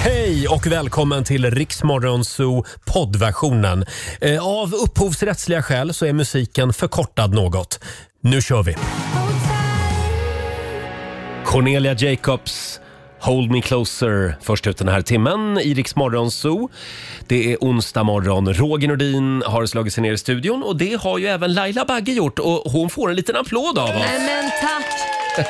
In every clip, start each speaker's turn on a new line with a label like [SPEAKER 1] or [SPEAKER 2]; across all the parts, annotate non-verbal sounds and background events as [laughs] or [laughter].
[SPEAKER 1] Hej och välkommen till Riksmorgonzoo poddversionen. Eh, Av upphovsrättsliga skäl så är musiken förkortad något. Nu kör vi! Cornelia Jacobs Hold Me Closer först ut den här timmen i Rix Morgon Zoo. Det är onsdag morgon. Roger Nordin har slagit sig ner i studion och det har ju även Laila Bagge gjort och hon får en liten applåd av oss.
[SPEAKER 2] Nej men tack!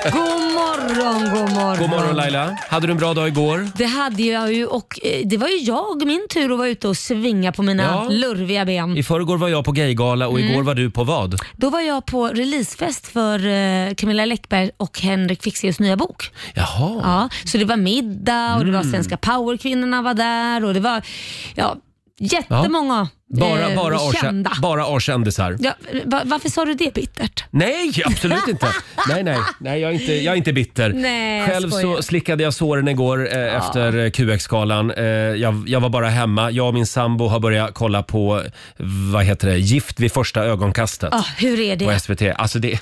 [SPEAKER 2] God morgon, god morgon.
[SPEAKER 1] God morgon Laila. Hade du en bra dag igår?
[SPEAKER 2] Det hade jag ju och eh, det var ju jag, min tur att vara ute och svinga på mina
[SPEAKER 1] Ja.
[SPEAKER 2] lurviga ben.
[SPEAKER 1] I förrgår var jag på gaygala och igår var du på vad?
[SPEAKER 2] Då var jag på releasefest för eh, Camilla Läckberg och Henrik Fixeus nya bok.
[SPEAKER 1] Jaha.
[SPEAKER 2] Ja, så det var middag och det
[SPEAKER 1] Mm.
[SPEAKER 2] var Svenska powerkvinnorna var där och det var ja, jättemånga
[SPEAKER 1] Bara,
[SPEAKER 2] eh,
[SPEAKER 1] bara,
[SPEAKER 2] kända.
[SPEAKER 1] arkä- bara A-kändisar?
[SPEAKER 2] Ja, va, varför sa du det bittert?
[SPEAKER 1] Nej,
[SPEAKER 2] [laughs]
[SPEAKER 1] absolut inte. Nej, nej, nej jag, är inte jag är inte bitter.
[SPEAKER 2] Nej, jag
[SPEAKER 1] Själv så
[SPEAKER 2] skojar. Ah.
[SPEAKER 1] slickade jag såren igår eh, efter eh, QX-galan. Eh, jag, jag var bara hemma. Jag och min sambo har börjat kolla på, vad heter det, Gift vid första ögonkastet.
[SPEAKER 2] Ah, hur är det?
[SPEAKER 1] på SVT. Alltså det är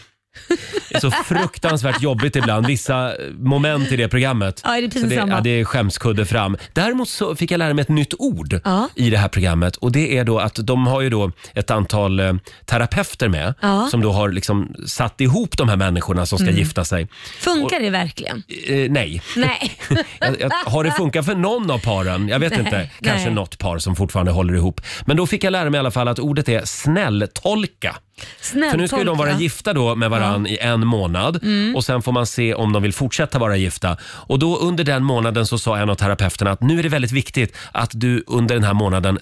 [SPEAKER 1] så fruktansvärt jobbigt ibland, vissa moment i det programmet.
[SPEAKER 2] Ja, är det precis
[SPEAKER 1] Så det,
[SPEAKER 2] samma?
[SPEAKER 1] ja, det är skämskudde fram. Däremot så fick jag lära mig ett nytt ord
[SPEAKER 2] Ja.
[SPEAKER 1] i det här programmet och det är då att de har ju då ett antal eh, terapeuter med
[SPEAKER 2] Ja. Mm.
[SPEAKER 1] som då har liksom satt ihop de här människorna som ska gifta sig.
[SPEAKER 2] Funkar det verkligen?
[SPEAKER 1] Eh, nej.
[SPEAKER 2] Nej. [laughs]
[SPEAKER 1] Jag, jag, har det funkat för någon av paren? Jag vet
[SPEAKER 2] Nej,
[SPEAKER 1] inte. Kanske
[SPEAKER 2] nej.
[SPEAKER 1] något par som fortfarande håller ihop. Men då fick jag lära mig i alla fall att ordet är snälltolka.
[SPEAKER 2] Snäll,
[SPEAKER 1] För nu ska ju de
[SPEAKER 2] tolka.
[SPEAKER 1] vara gifta då med varann i en månad och sen får man se om de vill fortsätta vara gifta. Och då under den månaden så sa en av terapeuterna att nu är det väldigt viktigt att du under den här månaden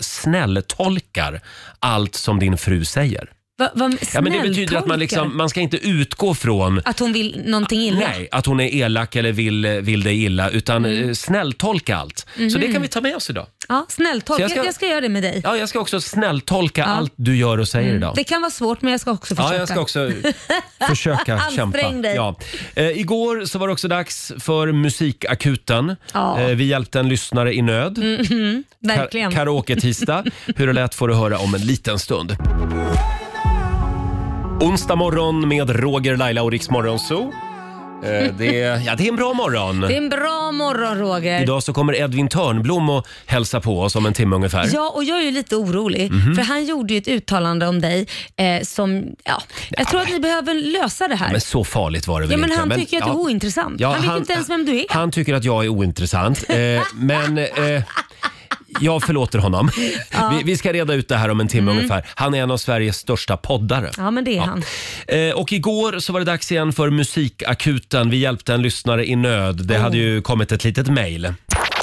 [SPEAKER 1] snälltolkar allt som din fru säger.
[SPEAKER 2] Va, va,
[SPEAKER 1] Ja, men det betyder att man, liksom, man ska inte utgå från
[SPEAKER 2] Att hon vill någonting illa?
[SPEAKER 1] Nej, att hon är elak eller vill, vill dig illa, utan eh, snälltolka allt. Så det kan vi ta med oss idag.
[SPEAKER 2] Ja,
[SPEAKER 1] Så
[SPEAKER 2] snälltolk.
[SPEAKER 1] jag
[SPEAKER 2] Jag
[SPEAKER 1] ska-
[SPEAKER 2] ska... Jag, ska göra det med dig.
[SPEAKER 1] Ja, jag ska också snälltolka allt du gör och säger idag.
[SPEAKER 2] Det kan vara svårt men jag ska också försöka.
[SPEAKER 1] Ja, jag ska också
[SPEAKER 2] [laughs]
[SPEAKER 1] försöka kämpa.
[SPEAKER 2] Ansträng dig.
[SPEAKER 1] Ja. Eh, igår så var det också dags för musikakuten.
[SPEAKER 2] Ja. Mm,
[SPEAKER 1] Eh, vi hjälpte en lyssnare i nöd.
[SPEAKER 2] Verkligen. [laughs]
[SPEAKER 1] Ka- Karaoke-tisdag. Hur det lät får du höra om en liten stund. Onsdag morgon med Roger, Laila och Rix Morgonzoo. Eh, det, ja, det är en bra morgon.
[SPEAKER 2] det är en bra morgon Roger.
[SPEAKER 1] Idag så kommer Edvin Törnblom och hälsa på oss om en timme ungefär.
[SPEAKER 2] Ja, och jag är ju lite orolig.
[SPEAKER 1] Mhm.
[SPEAKER 2] För han gjorde ju ett uttalande om dig eh, som... Ja, jag tror att ni behöver lösa det här.
[SPEAKER 1] Men så farligt var det väl
[SPEAKER 2] Ja, men
[SPEAKER 1] inte?
[SPEAKER 2] han tycker ju att du är ointressant. Han vet inte ens vem du är.
[SPEAKER 1] Han tycker att jag är ointressant. Eh, men eh, jag förlåter honom. Vi, vi ska reda ut det här om en timme ungefär. Han är en av Sveriges största poddare.
[SPEAKER 2] Mm. Ja, men det är han.
[SPEAKER 1] Eh, och igår så var det dags igen för musikakuten. Vi hjälpte en lyssnare i nöd. Det hade
[SPEAKER 2] Oh.
[SPEAKER 1] ju kommit ett litet mejl.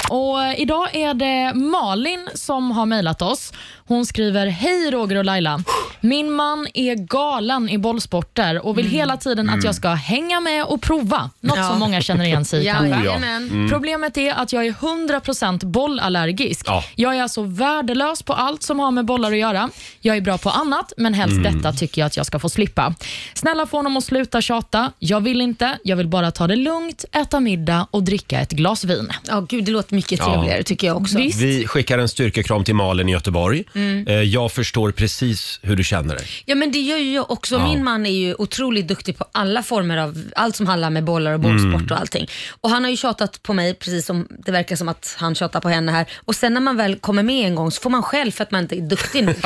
[SPEAKER 3] Och eh, idag är det Malin som har mejlat oss. Hon skriver, hej Roger och Laila. Min man är galen i bollsporter och vill hela tiden att jag ska hänga med och prova. Något
[SPEAKER 2] Ja.
[SPEAKER 3] som många känner igen
[SPEAKER 2] [laughs]
[SPEAKER 3] sig i kanske.
[SPEAKER 2] Jajamän.
[SPEAKER 3] Problemet är att jag är 100% bollallergisk.
[SPEAKER 1] Ja.
[SPEAKER 3] Jag är alltså värdelös på allt som har med bollar att göra. Jag är bra på annat, men helst detta tycker jag att jag ska få slippa. Snälla få honom att sluta tjata. Jag vill inte. Jag vill bara ta det lugnt, äta middag och dricka ett glas vin.
[SPEAKER 2] Ja, gud det låter mycket trevligare tycker jag också.
[SPEAKER 3] Visst?
[SPEAKER 1] Vi skickar en styrkekram till Malin i Göteborg.
[SPEAKER 2] Mm.
[SPEAKER 1] Eh, jag förstår precis hur du känner dig.
[SPEAKER 2] Ja men det gör ju jag också. Min man är ju otroligt duktig på alla former av, allt som handlar med bollar och
[SPEAKER 1] Mm.
[SPEAKER 2] bollsport och allting. Och han har ju tjatat på mig precis som det verkar som att han tjatar på henne här. Och sen när man väl kommer med en gång så får man själv för att man inte är duktig
[SPEAKER 1] [laughs]
[SPEAKER 2] nog.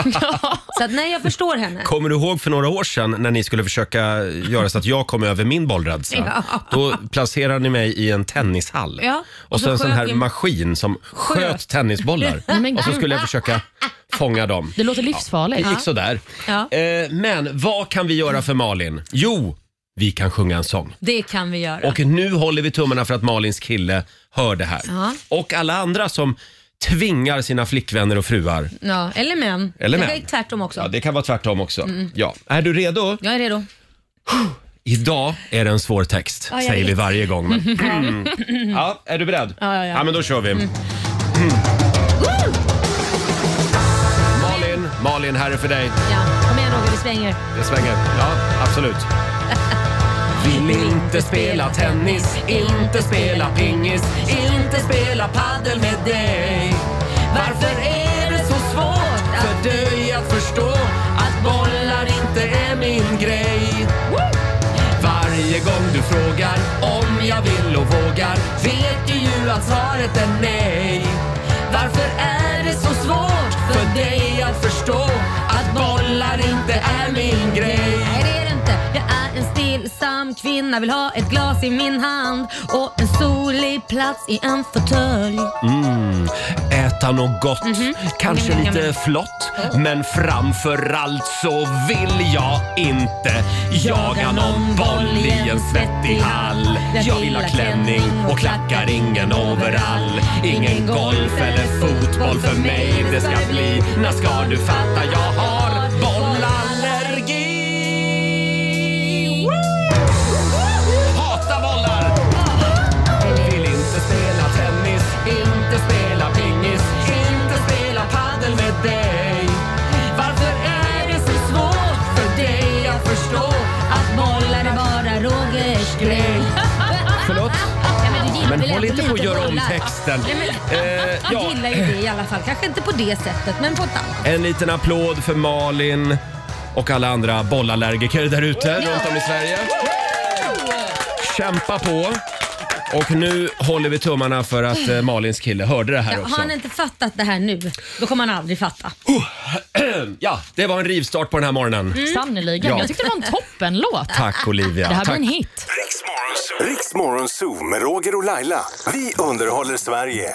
[SPEAKER 2] så att nej jag förstår henne.
[SPEAKER 1] Kommer du ihåg för några år sedan när ni skulle försöka göra så att jag kom över min bollrädsla?
[SPEAKER 2] [laughs] Ja.
[SPEAKER 1] Då placerade ni mig i en tennishall.
[SPEAKER 2] Ja,
[SPEAKER 1] Och,
[SPEAKER 2] och
[SPEAKER 1] så
[SPEAKER 2] så
[SPEAKER 1] en sån
[SPEAKER 2] sköt
[SPEAKER 1] här
[SPEAKER 2] vi-
[SPEAKER 1] maskin som sköt,
[SPEAKER 2] Sköt. [laughs]
[SPEAKER 1] tennisbollar.
[SPEAKER 3] men
[SPEAKER 1] och så
[SPEAKER 3] gud.
[SPEAKER 1] skulle jag försöka fånga dem.
[SPEAKER 3] Det låter
[SPEAKER 1] Det
[SPEAKER 3] livsfarligt. Liksom
[SPEAKER 1] gick sådär.
[SPEAKER 2] Ja.
[SPEAKER 1] Eh, men vad kan vi göra för Malin? Jo, vi kan sjunga en sång.
[SPEAKER 2] Det kan vi göra.
[SPEAKER 1] Och nu håller vi tummarna för att Malins kille hör det här.
[SPEAKER 2] Ja.
[SPEAKER 1] Och alla andra som tvingar sina flickvänner och fruar.
[SPEAKER 2] ja, eller män.
[SPEAKER 1] Eller
[SPEAKER 2] det
[SPEAKER 1] män.
[SPEAKER 2] kan ju tvärtom också.
[SPEAKER 1] Ja, det kan vara tvärtom också.
[SPEAKER 2] Mm.
[SPEAKER 1] Ja. Är du redo?
[SPEAKER 2] Jag är redo.
[SPEAKER 1] Idag är det en svår text,
[SPEAKER 2] Ja, jag
[SPEAKER 1] säger vi
[SPEAKER 2] vet.
[SPEAKER 1] varje gång. Men... ja, är du beredd?
[SPEAKER 2] [laughs] Ja, ja, Mm. ja.
[SPEAKER 1] men då kör vi. Malin, Malin, här är för dig.
[SPEAKER 2] Ja, kom igen Roger, vi svänger.
[SPEAKER 1] Det svänger. Ja, absolut. Vill inte spela tennis, inte spela pingis, inte spela paddel med dig. Varför är det så svårt för dig att förstå att bollar inte är min grej? Varje gång du frågar om jag vill och vågar vet du ju att svaret är nej.
[SPEAKER 2] kvinna vill ha ett glas i min hand och en solig plats i en fåtölj.
[SPEAKER 1] Mm. Äta något gott, kanske
[SPEAKER 2] Mm,
[SPEAKER 1] lite
[SPEAKER 2] mm.
[SPEAKER 1] flott. Men framför allt så vill jag inte jaga någon boll i en svettig hall. Jag vill ha klänning och klackar, ingen overall. Ingen golf eller fotboll för mig det ska bli. När ska du fatta, jag har bollallergi. Hata bollar! Vill inte spela tennis, inte spela pingis, inte spela padel med dig. Varför är det så svårt för dig att förstå att
[SPEAKER 2] Bollar är bara Rogers grej.
[SPEAKER 1] [laughs] Förlåt?
[SPEAKER 2] Ja, men du gillar
[SPEAKER 1] Men
[SPEAKER 2] väl
[SPEAKER 1] håll
[SPEAKER 2] ändå
[SPEAKER 1] inte på att göra om
[SPEAKER 2] bollar?
[SPEAKER 1] texten.
[SPEAKER 2] Nej, men,
[SPEAKER 1] Eh,
[SPEAKER 2] han
[SPEAKER 1] ja,
[SPEAKER 2] gillar ju det i alla fall. Kanske inte på det sättet, men på ett annat.
[SPEAKER 1] en liten applåd för Malin och alla andra bollallergiker där ute runt om i Sverige. Kämpa på! Och nu håller vi tummarna för att eh, Malins kille hörde det här
[SPEAKER 2] Ja,
[SPEAKER 1] också.
[SPEAKER 2] har han inte fattat det här nu, då kommer han aldrig fatta.
[SPEAKER 1] Ja, det var en rivstart på den här morgonen.
[SPEAKER 3] Sannerligen.
[SPEAKER 1] Mm. Ja.
[SPEAKER 3] Jag tyckte det var en toppenlåt.
[SPEAKER 1] Tack Olivia.
[SPEAKER 3] Det här
[SPEAKER 1] Tack.
[SPEAKER 3] blir en hit.
[SPEAKER 4] Riksmorgon Zoo med Roger och Laila. Vi underhåller Sverige.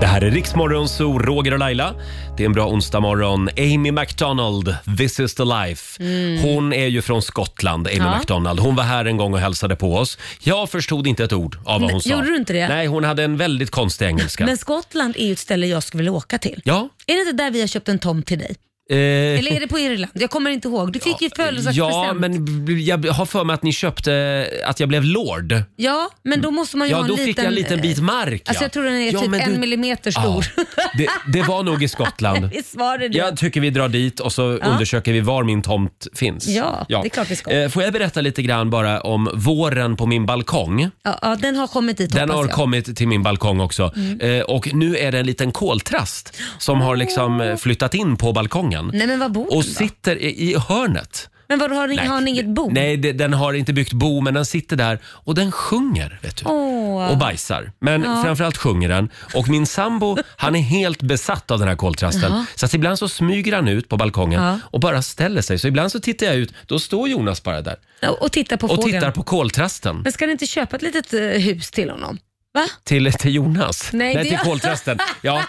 [SPEAKER 1] Det här är Riksmorgon Zoo, Roger och Laila. Det är en bra onsdag morgon. Amy McDonald, This is the life. Hon är ju från Skottland, Amy
[SPEAKER 2] Mm. Ja.
[SPEAKER 1] McDonald. Hon var här en gång och hälsade på oss. Jag förstod inte ett ord av vad
[SPEAKER 2] Nej,
[SPEAKER 1] hon sa.
[SPEAKER 2] gjorde du inte det?
[SPEAKER 1] Nej, hon hade en väldigt konstig engelska.
[SPEAKER 2] Men Skottland är ju ett ställe jag skulle vilja åka till.
[SPEAKER 1] Ja.
[SPEAKER 2] Är det inte där vi har köpt en tom till dig?
[SPEAKER 1] Eh,
[SPEAKER 2] Eller
[SPEAKER 1] [laughs]
[SPEAKER 2] är det på Irland? Jag kommer inte ihåg. Du fick ju födelsedagspresent.
[SPEAKER 1] ja, men b- jag har för mig att ni köpte att jag blev lord.
[SPEAKER 2] Ja, men då måste man ju
[SPEAKER 1] Ja,
[SPEAKER 2] ha en
[SPEAKER 1] då
[SPEAKER 2] liten...
[SPEAKER 1] fick jag en liten bit mark.
[SPEAKER 2] Alltså
[SPEAKER 1] ja.
[SPEAKER 2] jag tror den är
[SPEAKER 1] Ja,
[SPEAKER 2] typ
[SPEAKER 1] men
[SPEAKER 2] en
[SPEAKER 1] du-
[SPEAKER 2] millimeter
[SPEAKER 1] Ja,
[SPEAKER 2] stor.
[SPEAKER 1] det, det var nog i Skottland.
[SPEAKER 2] [laughs] Visst var det det?
[SPEAKER 1] Jag tycker vi drar dit och så undersöker vi var min tomt finns.
[SPEAKER 2] Ja, det är klart vi ska.
[SPEAKER 1] Eh, Får jag berätta lite grann bara om våren på min balkong?
[SPEAKER 2] Ja, ja, den har kommit dit
[SPEAKER 1] Den har
[SPEAKER 2] hoppas jag. Mm.
[SPEAKER 1] kommit till min balkong också. Eh, Och nu är det en liten koltrast som har liksom eh, flyttat in på balkongen.
[SPEAKER 2] Nej men vad bor
[SPEAKER 1] Och
[SPEAKER 2] den då?
[SPEAKER 1] sitter i i hörnet.
[SPEAKER 2] Men vadå, har, ni- har den inget bo?
[SPEAKER 1] Nej, det- den har inte byggt bo, men den sitter där och den sjunger. Vet du.
[SPEAKER 2] Åh.
[SPEAKER 1] Och bajsar. Men framförallt sjunger den. Och min sambo, han är helt besatt av den här koltrasten. Så att ibland så smyger han ut på balkongen
[SPEAKER 2] Ja.
[SPEAKER 1] och bara ställer sig. Så ibland så tittar jag ut, då står Jonas bara där
[SPEAKER 2] Och, och titta på
[SPEAKER 1] och
[SPEAKER 2] fågeln.
[SPEAKER 1] tittar på koltrasten.
[SPEAKER 2] Men ska ni inte köpa ett litet eh, hus till honom? Va?
[SPEAKER 1] Till, till Jonas?
[SPEAKER 2] Nej, det-
[SPEAKER 1] till koltrasten. Ja.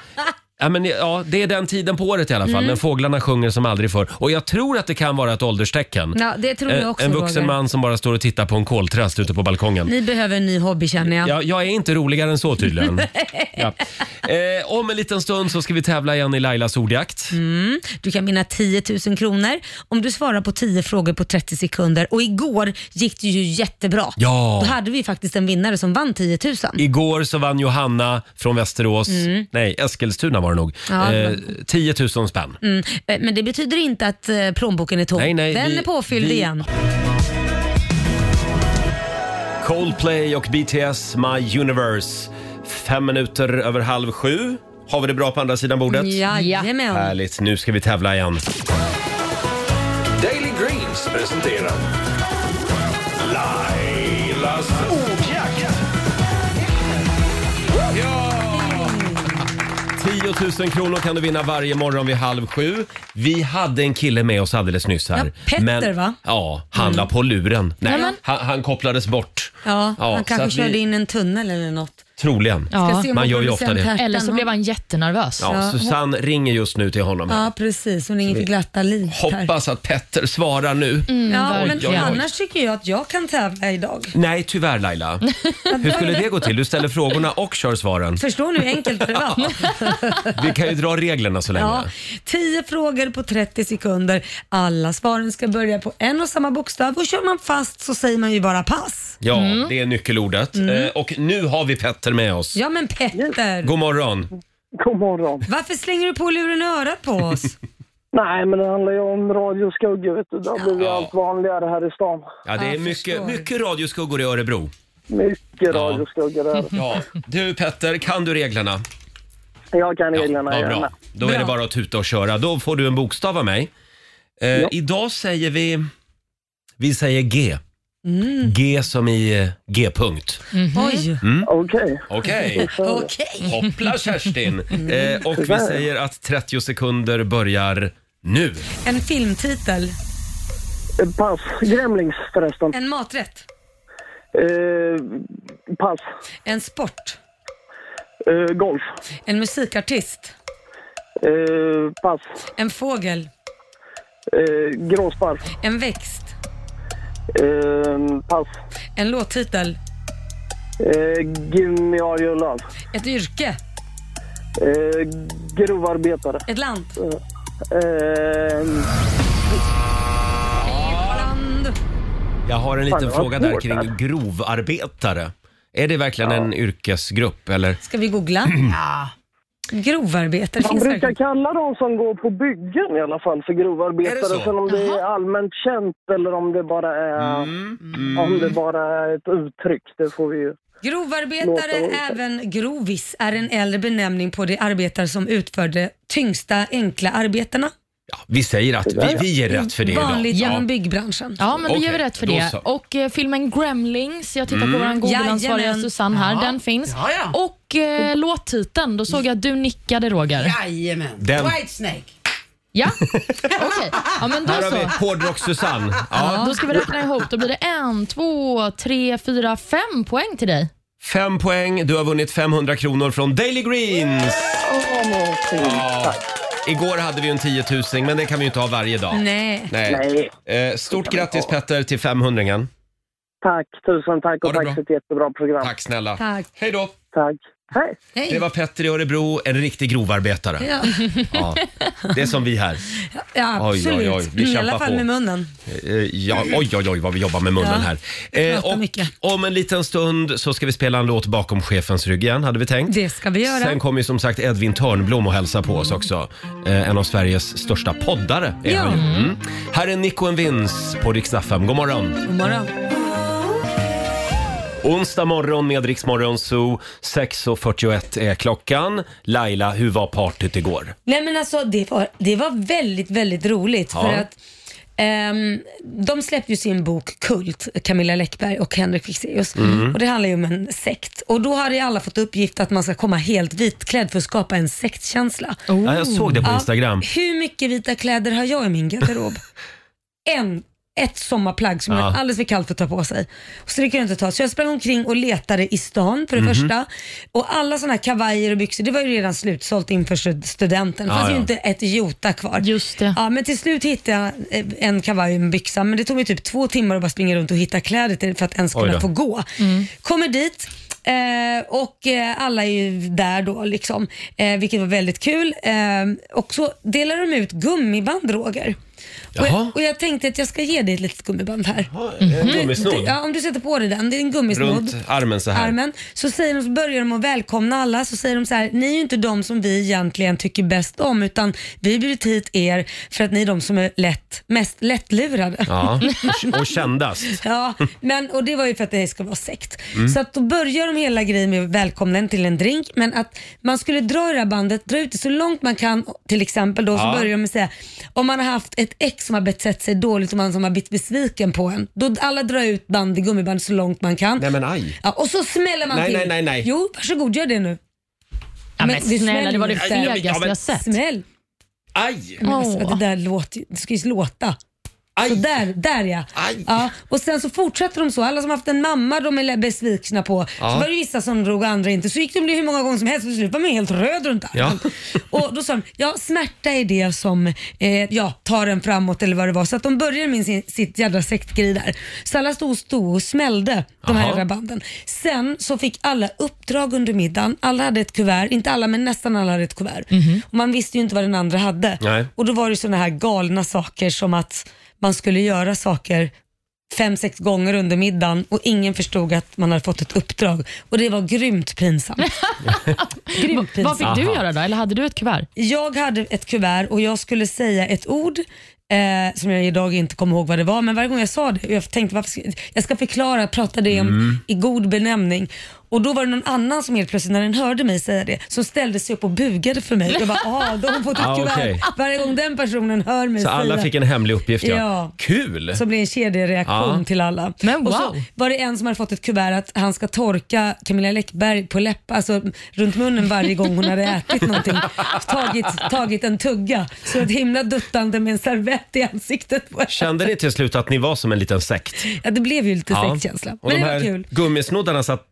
[SPEAKER 1] Ja, men, ja, det är den tiden på året i alla fall,
[SPEAKER 2] Mm.
[SPEAKER 1] men fåglarna sjunger som aldrig förr. Och jag tror att det kan vara ett ålderstecken.
[SPEAKER 2] Ja, det tror jag
[SPEAKER 1] En-
[SPEAKER 2] också
[SPEAKER 1] Eh, en vuxen
[SPEAKER 2] Roger.
[SPEAKER 1] man som bara står och tittar på en koltrast ute på balkongen.
[SPEAKER 2] Ni behöver en ny hobby känner jag.
[SPEAKER 1] Ja, jag är inte roligare än
[SPEAKER 2] [laughs]
[SPEAKER 1] så tydligen. ja. eh, om en liten stund så ska vi tävla igen i Lailas ordjakt.
[SPEAKER 2] Mm. Du kan vinna 10 000 kronor om du svarar på 10 frågor på 30 sekunder. Och igår gick det ju jättebra.
[SPEAKER 1] Ja.
[SPEAKER 2] Då hade vi faktiskt en vinnare som vann 10 000.
[SPEAKER 1] Igår så vann Johanna från Västerås, nej Eskilstuna var det nog,
[SPEAKER 2] Mm. Ja, det
[SPEAKER 1] eh, 10 000 spänn.
[SPEAKER 2] Mm. eh, Men det betyder inte att eh, plånboken är tom.
[SPEAKER 1] Nej, nej,
[SPEAKER 2] Den
[SPEAKER 1] vi-
[SPEAKER 2] är påfylld
[SPEAKER 1] vi-
[SPEAKER 2] igen.
[SPEAKER 1] Coldplay och BTS My Universe. Fem minuter över halv sju. Har vi det bra på andra sidan bordet?
[SPEAKER 2] Jajamän.
[SPEAKER 1] Härligt, nu ska vi tävla igen.
[SPEAKER 5] Daily Greens presenterar Lailas ordjakt.
[SPEAKER 1] 10 000 kronor kan du vinna varje morgon vid halv sju. Vi hade en kille med oss alldeles nyss här.
[SPEAKER 2] Ja, Petter, va? Mm.
[SPEAKER 1] Ja, han la på luren. Nej,
[SPEAKER 3] Nämen.
[SPEAKER 1] han, han kopplades bort.
[SPEAKER 2] Ja, han
[SPEAKER 1] så
[SPEAKER 2] kanske
[SPEAKER 1] att vi-
[SPEAKER 2] körde in en tunnel eller något.
[SPEAKER 1] Troligen. Ja.
[SPEAKER 2] Ska
[SPEAKER 3] Ja.
[SPEAKER 2] se om
[SPEAKER 1] man gör ju
[SPEAKER 2] producent
[SPEAKER 1] ofta det.
[SPEAKER 2] Hertan
[SPEAKER 3] Eller så
[SPEAKER 2] har-
[SPEAKER 3] blev han jättenervös.
[SPEAKER 1] Susanne ringer just nu till honom. här.
[SPEAKER 2] Ja, precis. Hon ringer för glatta livet här.
[SPEAKER 1] Hoppas att Petter svarar nu.
[SPEAKER 2] Ja,
[SPEAKER 3] Oj,
[SPEAKER 2] men
[SPEAKER 1] oj, oj.
[SPEAKER 2] annars tycker jag att jag kan tävla idag.
[SPEAKER 1] Nej,
[SPEAKER 2] [laughs]
[SPEAKER 1] tyvärr Laila. Hur skulle det gå till? Du ställer frågorna och kör svaren.
[SPEAKER 2] Förstår ni hur enkelt det
[SPEAKER 1] [laughs]
[SPEAKER 2] var?
[SPEAKER 1] Vi kan ju dra reglerna så länge.
[SPEAKER 2] Ja, 10 frågor på 30 sekunder. Alla svaren ska börja på en och samma bokstav och kör man fast så säger man ju bara pass.
[SPEAKER 1] Ja, det är nyckelordet. Eh, och nu har vi Petter med oss.
[SPEAKER 2] Mm. Ja men Petter,
[SPEAKER 1] God morgon.
[SPEAKER 6] God morgon.
[SPEAKER 2] varför slänger du på luren i örat på [laughs] oss?
[SPEAKER 6] Nej, men det handlar ju om radioskugga, vet du. Det har blivit
[SPEAKER 1] Ja.
[SPEAKER 6] allt vanligare här i stan.
[SPEAKER 1] Ja, det
[SPEAKER 2] Ja,
[SPEAKER 1] är
[SPEAKER 2] jag
[SPEAKER 1] mycket,
[SPEAKER 2] förstår.
[SPEAKER 1] mycket radioskuggor i Örebro.
[SPEAKER 6] Mycket radioskugga där.
[SPEAKER 1] Ja. Du Petter, kan du reglerna?
[SPEAKER 6] Jag kan reglerna
[SPEAKER 1] ja, bra.
[SPEAKER 6] gärna.
[SPEAKER 1] Då är
[SPEAKER 2] Bra.
[SPEAKER 1] det bara att tuta och köra. Då får du en bokstav av mig. Eh, Idag säger vi... Vi säger G. G som i eh, G-punkt.
[SPEAKER 2] Oj,
[SPEAKER 1] Mm.
[SPEAKER 6] Okej.
[SPEAKER 1] Okej.
[SPEAKER 2] okej.
[SPEAKER 1] Hoppla Kerstin!
[SPEAKER 6] Mm.
[SPEAKER 1] Eh, och vi
[SPEAKER 6] Tyvärr.
[SPEAKER 1] säger att 30 sekunder börjar nu.
[SPEAKER 2] En filmtitel.
[SPEAKER 6] Eh, Pass. Gremlings förresten.
[SPEAKER 2] En maträtt.
[SPEAKER 6] Eh, pass.
[SPEAKER 2] En sport.
[SPEAKER 6] Eh, golf.
[SPEAKER 2] En musikartist.
[SPEAKER 6] Eh, pass.
[SPEAKER 2] En fågel.
[SPEAKER 6] Eh, gråsparv.
[SPEAKER 2] En växt.
[SPEAKER 6] Eh, pass.
[SPEAKER 2] En låttitel.
[SPEAKER 6] Eh, give me all your love.
[SPEAKER 2] Ett yrke.
[SPEAKER 6] Eh, grovarbetare.
[SPEAKER 2] Ett land.
[SPEAKER 6] Mm. Eh,
[SPEAKER 2] Land.
[SPEAKER 1] Jag har en liten
[SPEAKER 6] Fan, det var
[SPEAKER 1] fråga där
[SPEAKER 6] svårt
[SPEAKER 1] kring
[SPEAKER 6] där.
[SPEAKER 1] grovarbetare. Är det verkligen en yrkesgrupp eller?
[SPEAKER 2] Ska vi
[SPEAKER 6] [clears throat]
[SPEAKER 2] googla? Grovarbetare
[SPEAKER 6] man
[SPEAKER 2] finns
[SPEAKER 6] brukar
[SPEAKER 2] verkligen.
[SPEAKER 6] kalla de som går på byggen i alla fall för
[SPEAKER 1] Är det
[SPEAKER 6] grovarbetare.
[SPEAKER 1] så?
[SPEAKER 6] Sen om det är allmänt känt eller om det bara är,
[SPEAKER 1] Mm,
[SPEAKER 6] om det bara är ett uttryck, det får vi ju. Låt
[SPEAKER 2] Grovarbetare,
[SPEAKER 6] oss-
[SPEAKER 2] även grovis, är en äldre benämning på de arbetare som utförde tyngsta, enkla arbetena.
[SPEAKER 1] Ja, vi säger att vi, vi ger rätt för det idag.
[SPEAKER 2] Vanligt inom
[SPEAKER 1] Ja.
[SPEAKER 2] byggbranschen.
[SPEAKER 3] Ja, men då
[SPEAKER 1] Okej,
[SPEAKER 3] ger vi rätt för
[SPEAKER 1] då
[SPEAKER 3] det.
[SPEAKER 1] så. Mm.
[SPEAKER 3] Och eh, filmen Gremlings, jag tittar på vår Google-ansvariga
[SPEAKER 2] Jajamän.
[SPEAKER 3] Susanne här, den finns. Och eh, låttiteln, då såg jag att du nickade Roger. Ja,
[SPEAKER 7] Jajamän.
[SPEAKER 1] Den-
[SPEAKER 7] Whitesnake.
[SPEAKER 3] okej. Ja, men då
[SPEAKER 1] Här har vi
[SPEAKER 3] så.
[SPEAKER 1] Hårdrock-Susanne. Ja.
[SPEAKER 3] Ja, då ska vi räkna ihop. Då blir det en, två, tre, fyra, fem poäng till dig.
[SPEAKER 1] Fem poäng, du har vunnit 500 kronor från Daily Greens. Ja. Igår hade vi en 10 000 men det kan vi ju inte ha varje dag.
[SPEAKER 2] Mm. Nej.
[SPEAKER 1] Nej. Eh, Stort grattis Petter till 500
[SPEAKER 6] Tack, tusen tack
[SPEAKER 1] Ha
[SPEAKER 6] och
[SPEAKER 1] det
[SPEAKER 6] tack
[SPEAKER 1] bra.
[SPEAKER 6] för ett jättebra program.
[SPEAKER 1] Tack snälla.
[SPEAKER 2] Tack.
[SPEAKER 1] Hej då.
[SPEAKER 6] tack. Hej.
[SPEAKER 1] Det var Petter i Örebro, en riktig grovarbetare.
[SPEAKER 2] Ja,
[SPEAKER 1] Ja. Det är som vi här.
[SPEAKER 2] ja
[SPEAKER 1] Oj,
[SPEAKER 2] absolut. Mm,
[SPEAKER 1] oj, oj. Vi
[SPEAKER 2] I
[SPEAKER 1] kämpar
[SPEAKER 2] alla fall
[SPEAKER 1] på.
[SPEAKER 2] med munnen.
[SPEAKER 1] Eh, Ja, oj, oj, oj vad vi jobbar med munnen
[SPEAKER 2] Ja,
[SPEAKER 1] här. Eh,
[SPEAKER 2] pratar
[SPEAKER 1] och
[SPEAKER 2] mycket.
[SPEAKER 1] om en liten stund så ska vi spela en låt bakom chefens rygg igen, hade vi tänkt.
[SPEAKER 2] Det ska vi göra.
[SPEAKER 1] Sen kommer ju som sagt Edvin Törnblom och hälsa på oss också. Eh, en av Sveriges största poddare är
[SPEAKER 2] Ja.
[SPEAKER 1] han ju. Mm. Här är Nico and Vince på Rix FM. God morgon!
[SPEAKER 2] God morgon.
[SPEAKER 1] Onsdag morgon med Rix Morgon Zoo. 6.41 är klockan. Laila, hur var partyt igår?
[SPEAKER 2] Nej men alltså det var, det var väldigt, väldigt roligt.
[SPEAKER 1] Ja.
[SPEAKER 2] För att ehm, de släppte ju sin bok Kult, Camilla Läckberg och Henrik Fexeus. Och det handlar ju om en sekt. Och då hade ju alla fått uppgift att man ska komma helt vitklädd för att skapa en sektkänsla.
[SPEAKER 1] Ja, jag såg det på Instagram.
[SPEAKER 2] Hur mycket vita kläder har jag i min
[SPEAKER 1] [laughs]
[SPEAKER 2] garderob? en, ett sommarplagg som
[SPEAKER 1] Ja.
[SPEAKER 2] är alldeles för kallt för att ta på sig. Så det kan jag inte ta. Så jag sprang omkring och letade i stan för det
[SPEAKER 1] Mhm.
[SPEAKER 2] första. Och alla sådana här kavajer och byxor, det var ju redan slutsålt inför stud- studenten. Det
[SPEAKER 1] Ja,
[SPEAKER 2] fanns ju
[SPEAKER 1] ja.
[SPEAKER 2] inte ett jota kvar.
[SPEAKER 3] Just det.
[SPEAKER 2] Ja, men till slut hittade jag eh, en kavaj och en byxa, men det tog mig typ två timmar att bara springa runt och hitta kläder till för att ens
[SPEAKER 1] Oj då.
[SPEAKER 2] kunna få gå. Kommer dit eh, och eh, alla är ju där då, liksom, eh, vilket var väldigt kul. Eh, och så delar de ut gummiband, Roger. Och
[SPEAKER 1] Jaha.
[SPEAKER 2] jag, och jag tänkte att jag ska ge dig ett litet gummiband här.
[SPEAKER 1] En Eh, gummisnodd
[SPEAKER 2] Mhm. Ja, om du sätter på dig den, det är en gummisnodd
[SPEAKER 1] runt armen så här.
[SPEAKER 2] armen. Så, säger de, så börjar de att välkomna alla, så säger de så här, ni är ju inte de som vi egentligen tycker bäst om, utan vi har bjudit hit er för att ni är de som är lätt, mest lättlurade.
[SPEAKER 1] Ja. Och kändast.
[SPEAKER 2] [laughs] Ja, men, och det var ju för att det ska vara sekt.
[SPEAKER 1] Mm.
[SPEAKER 2] Så att då börjar de hela grejen med att välkomna en till en drink, men att man skulle dra i det här bandet, dra ut det så långt man kan. Till exempel då så
[SPEAKER 1] Ja.
[SPEAKER 2] börjar de med att säga, om man har haft ett ex som har betett sig dåligt och man som har blivit besviken på en, då alla drar ut band i gummiband så långt man kan.
[SPEAKER 1] Nej men aj.
[SPEAKER 2] Ja, och så smäller man
[SPEAKER 1] Nej,
[SPEAKER 2] till.
[SPEAKER 1] nej, nej, nej.
[SPEAKER 2] Jo, varsågod gör det nu.
[SPEAKER 3] Ja, men
[SPEAKER 2] Men det
[SPEAKER 3] snälla, det var det
[SPEAKER 2] smäller inte.
[SPEAKER 1] Ja, men-
[SPEAKER 3] fegaste jag sett.
[SPEAKER 2] Smäll.
[SPEAKER 1] Aj!
[SPEAKER 2] Men alltså,
[SPEAKER 3] Åh.
[SPEAKER 2] det där låter ju- det ska ju låta. Så
[SPEAKER 1] Aj!
[SPEAKER 2] där, där ja.
[SPEAKER 1] Aj.
[SPEAKER 2] ja. Och sen så fortsätter de så. Alla som haft en mamma de är besvikna på.
[SPEAKER 1] Ja.
[SPEAKER 2] Så var det vissa som drog och andra inte. Så gick de hur många gånger som helst och till slut var man helt röd runt armen.
[SPEAKER 1] Ja.
[SPEAKER 2] [laughs] Och då sa de, ja smärta är det som eh, ja, tar en framåt eller vad det var. Så att de började med sin, sitt jädra sektgrej där. Så alla stod, och stod och smällde de här
[SPEAKER 1] Jaha.
[SPEAKER 2] jädra banden. Sen så fick alla uppdrag under middagen. Alla hade ett kuvert, inte alla men nästan alla hade ett kuvert.
[SPEAKER 1] Mhm.
[SPEAKER 2] Och man visste ju inte vad den andra hade.
[SPEAKER 1] Nej.
[SPEAKER 2] Och då var det sådana här galna saker som att man skulle göra saker fem, sex gånger under middagen och ingen förstod att man hade fått ett uppdrag. Och det var grymt
[SPEAKER 3] [laughs]
[SPEAKER 2] pinsamt. grymt
[SPEAKER 3] Vad
[SPEAKER 2] pinsamt.
[SPEAKER 3] fick du göra då? Eller hade du ett kuvert?
[SPEAKER 2] Jag hade ett kuvert och jag skulle säga ett ord eh, som jag idag inte kommer ihåg vad det var, men varje gång jag sa det, jag tänkte varför ska, jag ska förklara, prata det om,
[SPEAKER 1] Mm.
[SPEAKER 2] i god benämning. Och då var det någon annan som helt plötsligt, när den hörde mig säga det, som ställde sig upp och bugade för mig. Jag bara, ah, då har hon fått ett
[SPEAKER 1] [laughs] Ah,
[SPEAKER 2] kuvert.
[SPEAKER 1] okej.
[SPEAKER 2] Varje gång den personen hör mig
[SPEAKER 1] Så
[SPEAKER 2] säga
[SPEAKER 1] alla fick en hemlig uppgift ja.
[SPEAKER 2] Ja.
[SPEAKER 1] Kul!
[SPEAKER 2] som blir en kedjereaktion
[SPEAKER 1] Ja.
[SPEAKER 2] till alla.
[SPEAKER 3] Men
[SPEAKER 2] Och
[SPEAKER 3] wow.
[SPEAKER 2] så var det en som hade fått ett kuvert att han ska torka Camilla Läckberg på läpp, alltså runt munnen varje gång hon hade ätit någonting. Tagit, tagit en tugga. Så ett himla duttande med en servett svett i ansiktet på er.
[SPEAKER 1] Kände ni till slut att ni var som en liten sekt?
[SPEAKER 2] Ja, det blev ju lite
[SPEAKER 1] Ja.
[SPEAKER 2] sektkänsla.
[SPEAKER 1] Och
[SPEAKER 2] Men
[SPEAKER 1] de
[SPEAKER 2] det var
[SPEAKER 1] här
[SPEAKER 2] kul.
[SPEAKER 1] gummisnoddarna satt,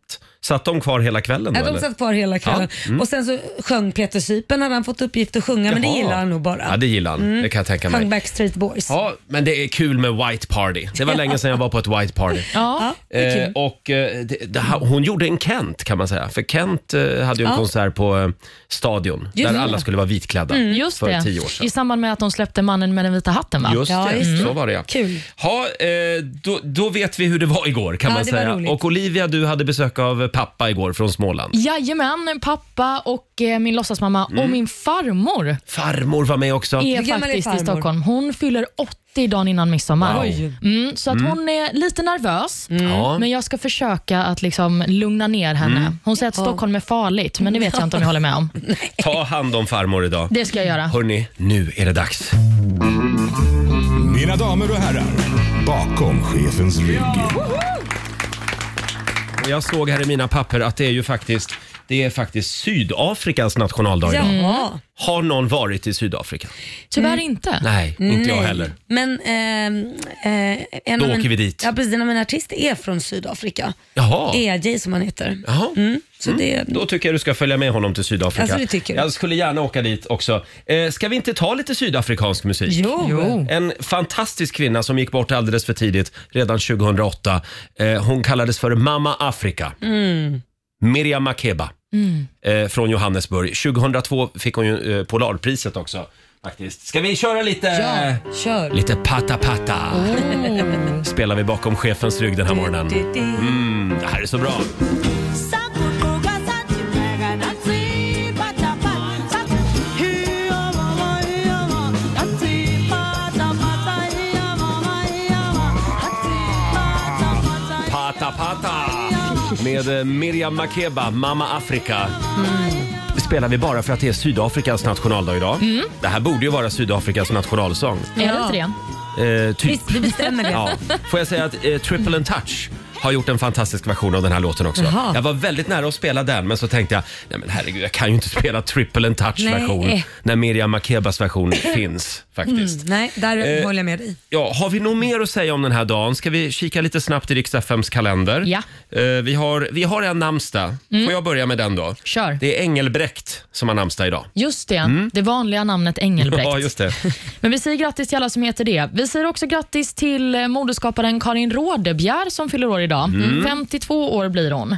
[SPEAKER 1] satt de kvar hela kvällen då,
[SPEAKER 2] Ja, de
[SPEAKER 1] eller?
[SPEAKER 2] satt kvar hela kvällen.
[SPEAKER 1] Ja, mm.
[SPEAKER 2] Och sen så sjöng Peter Sypen hade han fått uppgift att sjunga, men det
[SPEAKER 1] Jaha.
[SPEAKER 2] gillar han nog bara.
[SPEAKER 1] Ja, det gillar han.
[SPEAKER 2] Mm.
[SPEAKER 1] Det kan jag tänka mig.
[SPEAKER 2] Sjöng Backstreet Boys.
[SPEAKER 1] Ja, men det är kul med White Party.
[SPEAKER 2] [laughs]
[SPEAKER 1] Det var länge sedan jag var på ett White Party.
[SPEAKER 3] Ja, det är
[SPEAKER 1] Eh,
[SPEAKER 3] kul.
[SPEAKER 1] och eh, det, det, här- hon gjorde en Kent kan man säga. För Kent eh, hade ju en
[SPEAKER 2] Ja.
[SPEAKER 1] konsert på eh, Stadion
[SPEAKER 2] Just
[SPEAKER 1] där
[SPEAKER 2] det.
[SPEAKER 1] alla skulle vara vitklädda
[SPEAKER 2] Mm.
[SPEAKER 3] Just
[SPEAKER 1] för
[SPEAKER 3] det.
[SPEAKER 1] tio år sedan.
[SPEAKER 3] I samband med att de släppte mannen med den vita hatten va?
[SPEAKER 1] Just
[SPEAKER 2] Ja,
[SPEAKER 1] det,
[SPEAKER 2] just det.
[SPEAKER 1] så var det ja.
[SPEAKER 2] Kul.
[SPEAKER 1] Ha, eh, då, då vet vi hur det var igår kan
[SPEAKER 2] Ja,
[SPEAKER 1] man
[SPEAKER 2] det var
[SPEAKER 1] säga.
[SPEAKER 2] roligt.
[SPEAKER 1] Och Olivia, du hade besök av pappa igår från Småland.
[SPEAKER 3] Jajamän, pappa och eh, min låtsasmamma och
[SPEAKER 1] Mm.
[SPEAKER 3] min farmor
[SPEAKER 1] Farmor var med också.
[SPEAKER 3] är
[SPEAKER 2] Hur gammal är
[SPEAKER 3] faktiskt i
[SPEAKER 2] farmor?
[SPEAKER 3] Stockholm. Hon fyller 80 dagen innan midsommar.
[SPEAKER 1] Wow.
[SPEAKER 2] Oj.
[SPEAKER 3] Mm, så att hon är lite nervös,
[SPEAKER 2] Mm.
[SPEAKER 1] Ja.
[SPEAKER 3] men jag ska försöka att liksom lugna ner henne.
[SPEAKER 1] Mm.
[SPEAKER 3] Hon säger att Stockholm är farligt, men det vet jag inte om jag håller med om.
[SPEAKER 1] Ta hand om farmor idag.
[SPEAKER 3] Det ska jag göra.
[SPEAKER 1] Hörni, nu är det dags.
[SPEAKER 7] Mina damer och herrar, bakom chefens rygg.
[SPEAKER 1] Och Jag såg här i mina papper att det är ju faktiskt, det är faktiskt Sydafrikas nationaldag idag.
[SPEAKER 2] Ja.
[SPEAKER 1] Har någon varit i Sydafrika?
[SPEAKER 3] Tyvärr inte.
[SPEAKER 1] Nej, inte jag
[SPEAKER 2] Nej.
[SPEAKER 1] heller.
[SPEAKER 2] Men ehm, eh, en
[SPEAKER 1] Då
[SPEAKER 2] av min-
[SPEAKER 1] åker vi dit.
[SPEAKER 2] Ja, precis. En av mina artister är från Sydafrika.
[SPEAKER 1] Jaha.
[SPEAKER 2] EJ som han heter.
[SPEAKER 1] Jaha.
[SPEAKER 2] Mm, så det,
[SPEAKER 1] Då tycker jag du ska följa med honom till Sydafrika.
[SPEAKER 2] Alltså, det tycker du?
[SPEAKER 1] jag skulle gärna åka dit också. Eh, ska vi inte ta lite sydafrikansk musik?
[SPEAKER 2] jo.
[SPEAKER 3] Jo.
[SPEAKER 1] En fantastisk kvinna som gick bort alldeles för tidigt, redan 2008. Eh, hon kallades för Mamma Afrika. Miriam Makeba eh, från Johannesburg. 2002 fick hon ju eh, Polarpriset också. Faktiskt. Ska vi köra lite...
[SPEAKER 2] Ja, kör.
[SPEAKER 1] Lite patta patta. Spelar vi bakom chefens rygg den här morgonen. Mm, det här är så bra. Pata Pata med eh, Miriam Makeba, Mamma Afrika.
[SPEAKER 2] Mm.
[SPEAKER 1] Det spelar vi bara för att det är Sydafrikas nationaldag idag. Det här borde ju vara Sydafrikas nationalsång.
[SPEAKER 3] Är det inte det?
[SPEAKER 1] Eh, typ.
[SPEAKER 2] [laughs] Visst, vi bestämmer det.
[SPEAKER 1] Ja. Får jag säga att eh, Triple and Touch har gjort en fantastisk version av den här låten också.
[SPEAKER 2] Jaha.
[SPEAKER 1] Jag var väldigt nära att spela den men så tänkte jag, nej men herregud jag kan ju inte spela Triple and Touch
[SPEAKER 2] Nej.
[SPEAKER 1] version när Miriam
[SPEAKER 2] [clears throat]
[SPEAKER 1] Makebas version finns faktiskt.
[SPEAKER 2] Mm, Nej, där
[SPEAKER 1] Eh,
[SPEAKER 2] håller jag med dig.
[SPEAKER 1] Ja, har vi något mer att säga om den här dagen? Ska vi kika lite snabbt i Rix FMs kalender?
[SPEAKER 3] Ja.
[SPEAKER 1] Eh, vi, har, vi har en namnsdag.
[SPEAKER 2] Mm.
[SPEAKER 1] Får jag börja med den då?
[SPEAKER 3] Kör.
[SPEAKER 1] Det är Engelbrekt som har namnsdag idag.
[SPEAKER 3] Just det, det vanliga namnet Engelbrekt.
[SPEAKER 1] Mm. [laughs] Ja,
[SPEAKER 2] [laughs]
[SPEAKER 1] just det.
[SPEAKER 3] Men vi säger grattis till alla som heter det. Vi säger också grattis till eh, modeskaparen Karin Rådebjer som fyller år idag.
[SPEAKER 1] Mm.
[SPEAKER 3] 52 år blir hon.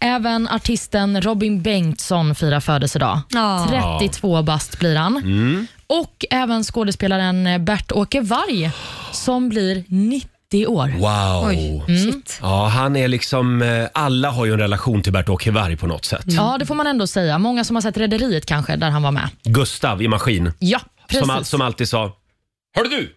[SPEAKER 3] Även artisten Robin Bengtsson firar födelsedag.
[SPEAKER 2] Ja.
[SPEAKER 3] 32 bast blir han.
[SPEAKER 1] Mm.
[SPEAKER 3] Och även skådespelaren eh, Bert-Åke Varg som blir 90 år.
[SPEAKER 1] Wow.
[SPEAKER 2] Oj, Mm. shit.
[SPEAKER 1] Ja, han är liksom... eh, Alla har ju en relation till Bert-Åke Varg på något
[SPEAKER 2] Mm.
[SPEAKER 1] sätt.
[SPEAKER 3] Ja, det får man ändå säga. Många som har sett Rederiet kanske, där han var med.
[SPEAKER 1] Gustav i Maskin,
[SPEAKER 3] Ja, precis.
[SPEAKER 1] som, all, som alltid sa Hörde du!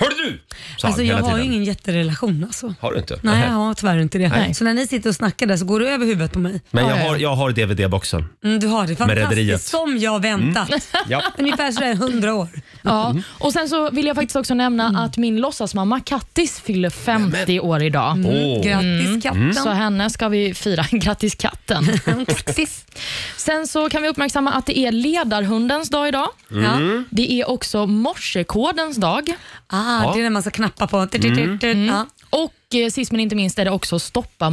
[SPEAKER 1] Hörde du! Sa
[SPEAKER 2] Alltså,
[SPEAKER 1] han
[SPEAKER 2] jag
[SPEAKER 1] hela
[SPEAKER 2] har ju
[SPEAKER 1] tiden.
[SPEAKER 2] ingen jätterelation alltså.
[SPEAKER 1] Har du inte?
[SPEAKER 2] Nej,
[SPEAKER 1] Nähä.
[SPEAKER 2] jag har tyvärr inte det.
[SPEAKER 3] Nej.
[SPEAKER 2] Så när ni sitter och snackar där så går du över huvudet på mig.
[SPEAKER 1] Men jag
[SPEAKER 3] Ja, ja, ja.
[SPEAKER 1] har, jag har DVD-boxen.
[SPEAKER 2] Mm, du har det
[SPEAKER 1] Rederiet. Mm.
[SPEAKER 2] fantastiskt, som jag väntat.
[SPEAKER 1] [laughs] Ja.
[SPEAKER 2] Ungefär sådär 100 år.
[SPEAKER 3] Ja,
[SPEAKER 1] Mm.
[SPEAKER 3] och sen så vill jag faktiskt också nämna att min låtsasmamma Kattis fyller 50 år idag.
[SPEAKER 2] Mm.
[SPEAKER 1] Åh. Mm.
[SPEAKER 2] Grattis katten.
[SPEAKER 3] Så henne ska vi fira. [laughs] Grattis katten.
[SPEAKER 2] Grattis.
[SPEAKER 3] Sen så kan vi uppmärksamma att det är ledarhundens dag idag.
[SPEAKER 2] [laughs]
[SPEAKER 1] Mm.
[SPEAKER 2] Ja.
[SPEAKER 3] Det är också morsekodens dag.
[SPEAKER 2] Ah, Det är när man ska knappa på.
[SPEAKER 1] Mm.
[SPEAKER 2] Ja.
[SPEAKER 3] Och eh, sist men inte minst är det också stoppa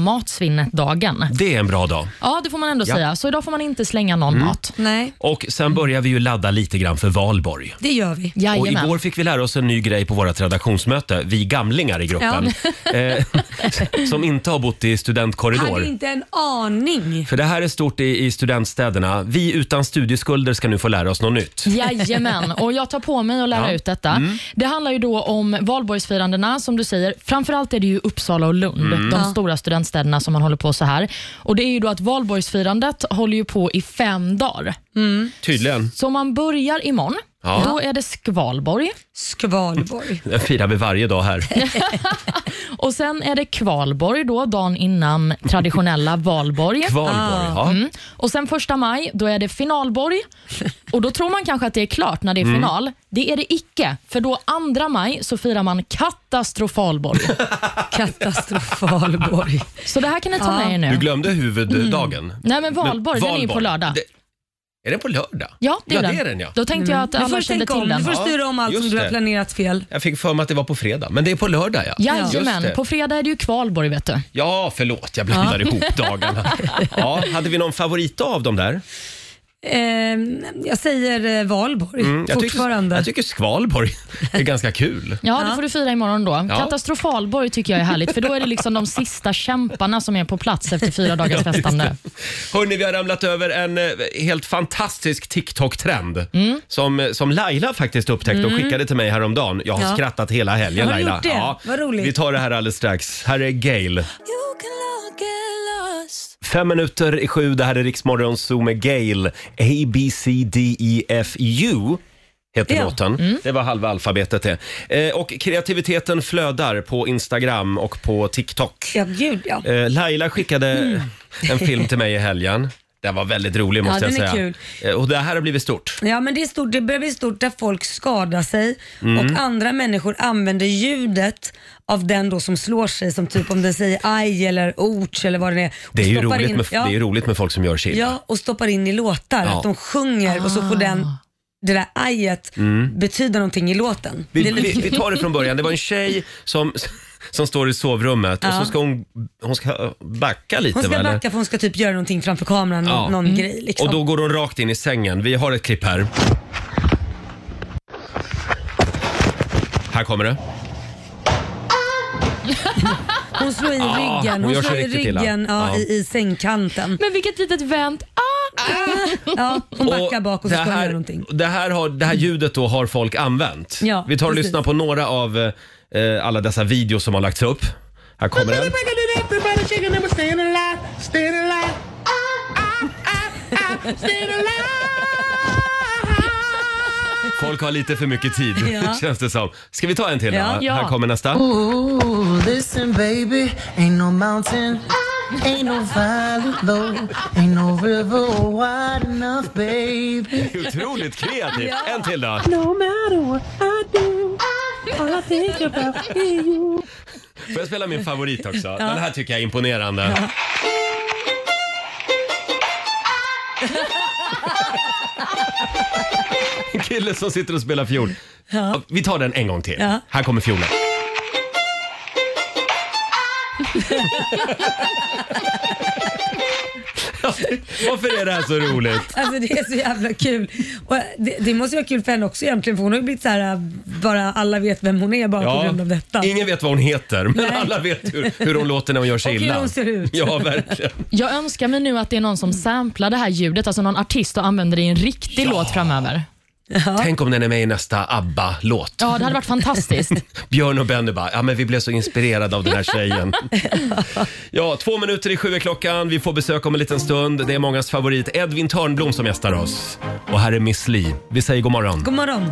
[SPEAKER 3] matsvinnet-dagen.
[SPEAKER 1] Det är en bra dag.
[SPEAKER 3] Ja, det får man ändå
[SPEAKER 1] Ja. Mm.
[SPEAKER 3] säga. Så idag får man inte slänga någon mat.
[SPEAKER 2] Nej,
[SPEAKER 1] Och sen börjar vi ju ladda lite grann för valborg.
[SPEAKER 2] det gör vi.
[SPEAKER 1] Och
[SPEAKER 3] Jajamän.
[SPEAKER 1] igår fick vi lära oss en ny grej på vårt redaktionsmöte, vi gamlingar i gruppen, [laughs] eh, som inte har bott i
[SPEAKER 2] Hade
[SPEAKER 1] studentkorridor.
[SPEAKER 2] inte en aning.
[SPEAKER 1] För det här är stort i, i studentstäderna. Vi utan studieskulder ska nu få lära oss något nytt. [laughs]
[SPEAKER 3] Jajamän, och jag tar på mig att lära
[SPEAKER 1] Ja. Mm.
[SPEAKER 3] ut detta. Det handlar ju då om valborgsfirandena som du säger. Framförallt är det ju Uppsala och Lund,
[SPEAKER 1] Mm.
[SPEAKER 3] de stora studentstäderna som man håller på så här. Och Det är ju då att valborgsfirandet håller ju på i fem dagar.
[SPEAKER 1] Tydligen.
[SPEAKER 3] Så man börjar imorgon.
[SPEAKER 1] Ja.
[SPEAKER 3] Då är det skvalborg
[SPEAKER 1] [laughs]
[SPEAKER 2] Skvalborg.
[SPEAKER 1] Den firar vi varje
[SPEAKER 3] [laughs]
[SPEAKER 1] dag här.
[SPEAKER 3] Ah. och sen är det kvalborg då, dagen innan
[SPEAKER 1] [laughs]
[SPEAKER 3] traditionella valborg.
[SPEAKER 1] Valborg, ja.
[SPEAKER 3] Mm. Och sen första maj, då är det finalborg. Och då tror man kanske att det är klart när det är
[SPEAKER 1] Mm.
[SPEAKER 3] final. Det är det icke, för då andra maj så firar man katastrofalborg.
[SPEAKER 2] Katastrofalborg.
[SPEAKER 3] Så det här kan ni ta med er
[SPEAKER 1] Du
[SPEAKER 3] nu.
[SPEAKER 1] glömde huvuddagen.
[SPEAKER 3] Mm. Nej men valborg, den är ju
[SPEAKER 1] Valborg,
[SPEAKER 3] på lördag.
[SPEAKER 1] det- Är den på lördag?
[SPEAKER 3] Ja, det är,
[SPEAKER 1] ja,
[SPEAKER 3] den.
[SPEAKER 1] Det är den ja.
[SPEAKER 3] Då tänkte jag att
[SPEAKER 2] Mm. Du får
[SPEAKER 3] alla
[SPEAKER 2] du
[SPEAKER 3] kände
[SPEAKER 2] tänka om.
[SPEAKER 3] till
[SPEAKER 2] Du
[SPEAKER 3] den.
[SPEAKER 2] får styra om allt
[SPEAKER 1] just
[SPEAKER 2] som du har
[SPEAKER 1] det.
[SPEAKER 2] planerat fel.
[SPEAKER 1] Jag fick för mig att det var på fredag, men det är på lördag ja. Just
[SPEAKER 3] Jajamän,
[SPEAKER 1] det.
[SPEAKER 3] på fredag är det ju kvalborg vet du.
[SPEAKER 1] Ja, förlåt. Jag blandar ihop dagarna. Ja, hade vi någon favoritdag av dem där?
[SPEAKER 2] Eh, jag säger eh, Valborg
[SPEAKER 1] Mm, jag, tycker,
[SPEAKER 2] fortfarande.
[SPEAKER 1] jag tycker Skvalborg är ganska kul.
[SPEAKER 3] Ja, det får du fira imorgon då.
[SPEAKER 1] Ja.
[SPEAKER 3] Katastrofalborg tycker jag är härligt, för då är det liksom de sista kämparna som är på plats efter fyra dagars festande.
[SPEAKER 1] Hörni, vi har ramlat över en eh, helt fantastisk TikTok-trend
[SPEAKER 2] Mm.
[SPEAKER 1] som, som Laila faktiskt upptäckte och skickade till mig häromdagen. Jag har
[SPEAKER 2] Ja.
[SPEAKER 1] skrattat hela helgen
[SPEAKER 2] Har du
[SPEAKER 1] Laila.
[SPEAKER 2] gjort det? Vad roligt.
[SPEAKER 1] Vi tar det här alldeles strax. Här är Gail. Fem minuter i sju, det här är Riksmorgon Zoo med Gail. A, B, C, D, E, F, U heter
[SPEAKER 2] Ja. Mm.
[SPEAKER 1] låten. Det var halva alfabetet det. Eh, och kreativiteten flödar på Instagram och på TikTok.
[SPEAKER 2] Ja, gud ja.
[SPEAKER 1] Eh, Laila skickade en film till mig i helgen. Den var väldigt rolig måste
[SPEAKER 2] Mm. Ja,
[SPEAKER 1] jag
[SPEAKER 2] den är
[SPEAKER 1] säga. Eh, Och det här har blivit stort.
[SPEAKER 2] Ja men det, är stort, det börjar bli stort där folk skadar sig och
[SPEAKER 1] Mm.
[SPEAKER 2] andra människor använder ljudet av den då som slår sig som typ om den säger aj eller orts eller vad det är. och
[SPEAKER 1] Det är ju
[SPEAKER 2] stoppar
[SPEAKER 1] roligt,
[SPEAKER 2] in,
[SPEAKER 1] med,
[SPEAKER 2] ja,
[SPEAKER 1] det är ju roligt med folk som gör sig illa.
[SPEAKER 2] ja, och stoppar in i låtar.
[SPEAKER 1] typ. Ja. Ah.
[SPEAKER 2] Att de sjunger och så får den, det där ajet
[SPEAKER 1] Mm.
[SPEAKER 2] betyda någonting i låten.
[SPEAKER 1] Vi,
[SPEAKER 2] det är lite-
[SPEAKER 1] vi, vi tar det från början. Det var en tjej
[SPEAKER 2] [laughs]
[SPEAKER 1] som, som står i sovrummet och så ska hon, hon ska backa lite.
[SPEAKER 2] hon ska
[SPEAKER 1] va, eller?
[SPEAKER 2] backa för hon ska typ göra någonting framför kameran,
[SPEAKER 1] Ja. Mm.
[SPEAKER 2] någon, någon grej liksom.
[SPEAKER 1] Och då går hon rakt in i sängen. Vi har ett klipp här. Här kommer det.
[SPEAKER 2] Hon slår i
[SPEAKER 1] Ja,
[SPEAKER 2] ryggen,
[SPEAKER 1] hon
[SPEAKER 2] hon
[SPEAKER 1] Ah, gör sig
[SPEAKER 2] slår i
[SPEAKER 1] riktigt illa.
[SPEAKER 2] ryggen ja,
[SPEAKER 1] Ja.
[SPEAKER 2] I, i
[SPEAKER 1] [laughs]
[SPEAKER 2] sängkanten.
[SPEAKER 3] Men vilket litet vänt. Ah!
[SPEAKER 2] Ja, hon backar bak och så
[SPEAKER 1] det
[SPEAKER 2] ska hon
[SPEAKER 1] här,
[SPEAKER 2] göra någonting.
[SPEAKER 1] Det här, har, det här ljudet då har folk använt.
[SPEAKER 2] Ja,
[SPEAKER 1] Vi tar och
[SPEAKER 2] precis.
[SPEAKER 1] lyssnar på några av eh, alla dessa videos som har lagts upp. Här
[SPEAKER 2] [laughs]
[SPEAKER 1] kommer den. Folk har lite för mycket tid,
[SPEAKER 2] Ja.
[SPEAKER 1] [laughs] känns det som. Ska vi ta en till?
[SPEAKER 2] Ja.
[SPEAKER 1] då?
[SPEAKER 3] Ja.
[SPEAKER 1] Här kommer nästa.
[SPEAKER 8] Ooh, listen, baby, ain't no mountain, ain't no valley low, ain't no river wide enough, baby.
[SPEAKER 1] Det är Otroligt kreativt. En till då. Får jag spela min favorit också? Den här tycker jag är imponerande. En kille som sitter och spelar fiol. Ja, Vi tar den en gång till.
[SPEAKER 2] Ja.
[SPEAKER 1] Här kommer fiolen. Varför är det här så roligt?
[SPEAKER 2] Alltså det är så jävla kul. Och det, det måste ju vara kul för henne också egentligen för hon har ju blivit så här, äh, bara alla vet vem hon är bara på grund av detta.
[SPEAKER 1] Ingen vet vad hon heter, men
[SPEAKER 2] Nej.
[SPEAKER 1] alla vet hur, hur hon låter när hon gör sig
[SPEAKER 2] [laughs] Och hur
[SPEAKER 1] illa.
[SPEAKER 2] hon ser ut.
[SPEAKER 1] Ja,
[SPEAKER 2] [laughs]
[SPEAKER 1] verkligen.
[SPEAKER 3] Jag önskar mig nu att det är någon som samplar det här ljudet, alltså någon artist och använder det i en riktig låt framöver.
[SPEAKER 1] Tänk om den är med i nästa ABBA-låt.
[SPEAKER 3] Ja, det hade varit [laughs] fantastiskt.
[SPEAKER 1] Björn och Benny bara, ja men vi blev så inspirerade av den
[SPEAKER 2] [laughs]
[SPEAKER 1] här tjejen. ja, två minuter i sju är klockan. Vi får besök om en liten stund. Det är mångas favorit Edvin Törnblom som gästar oss. Och här är Miss Li. Vi säger god morgon.
[SPEAKER 2] God morgon.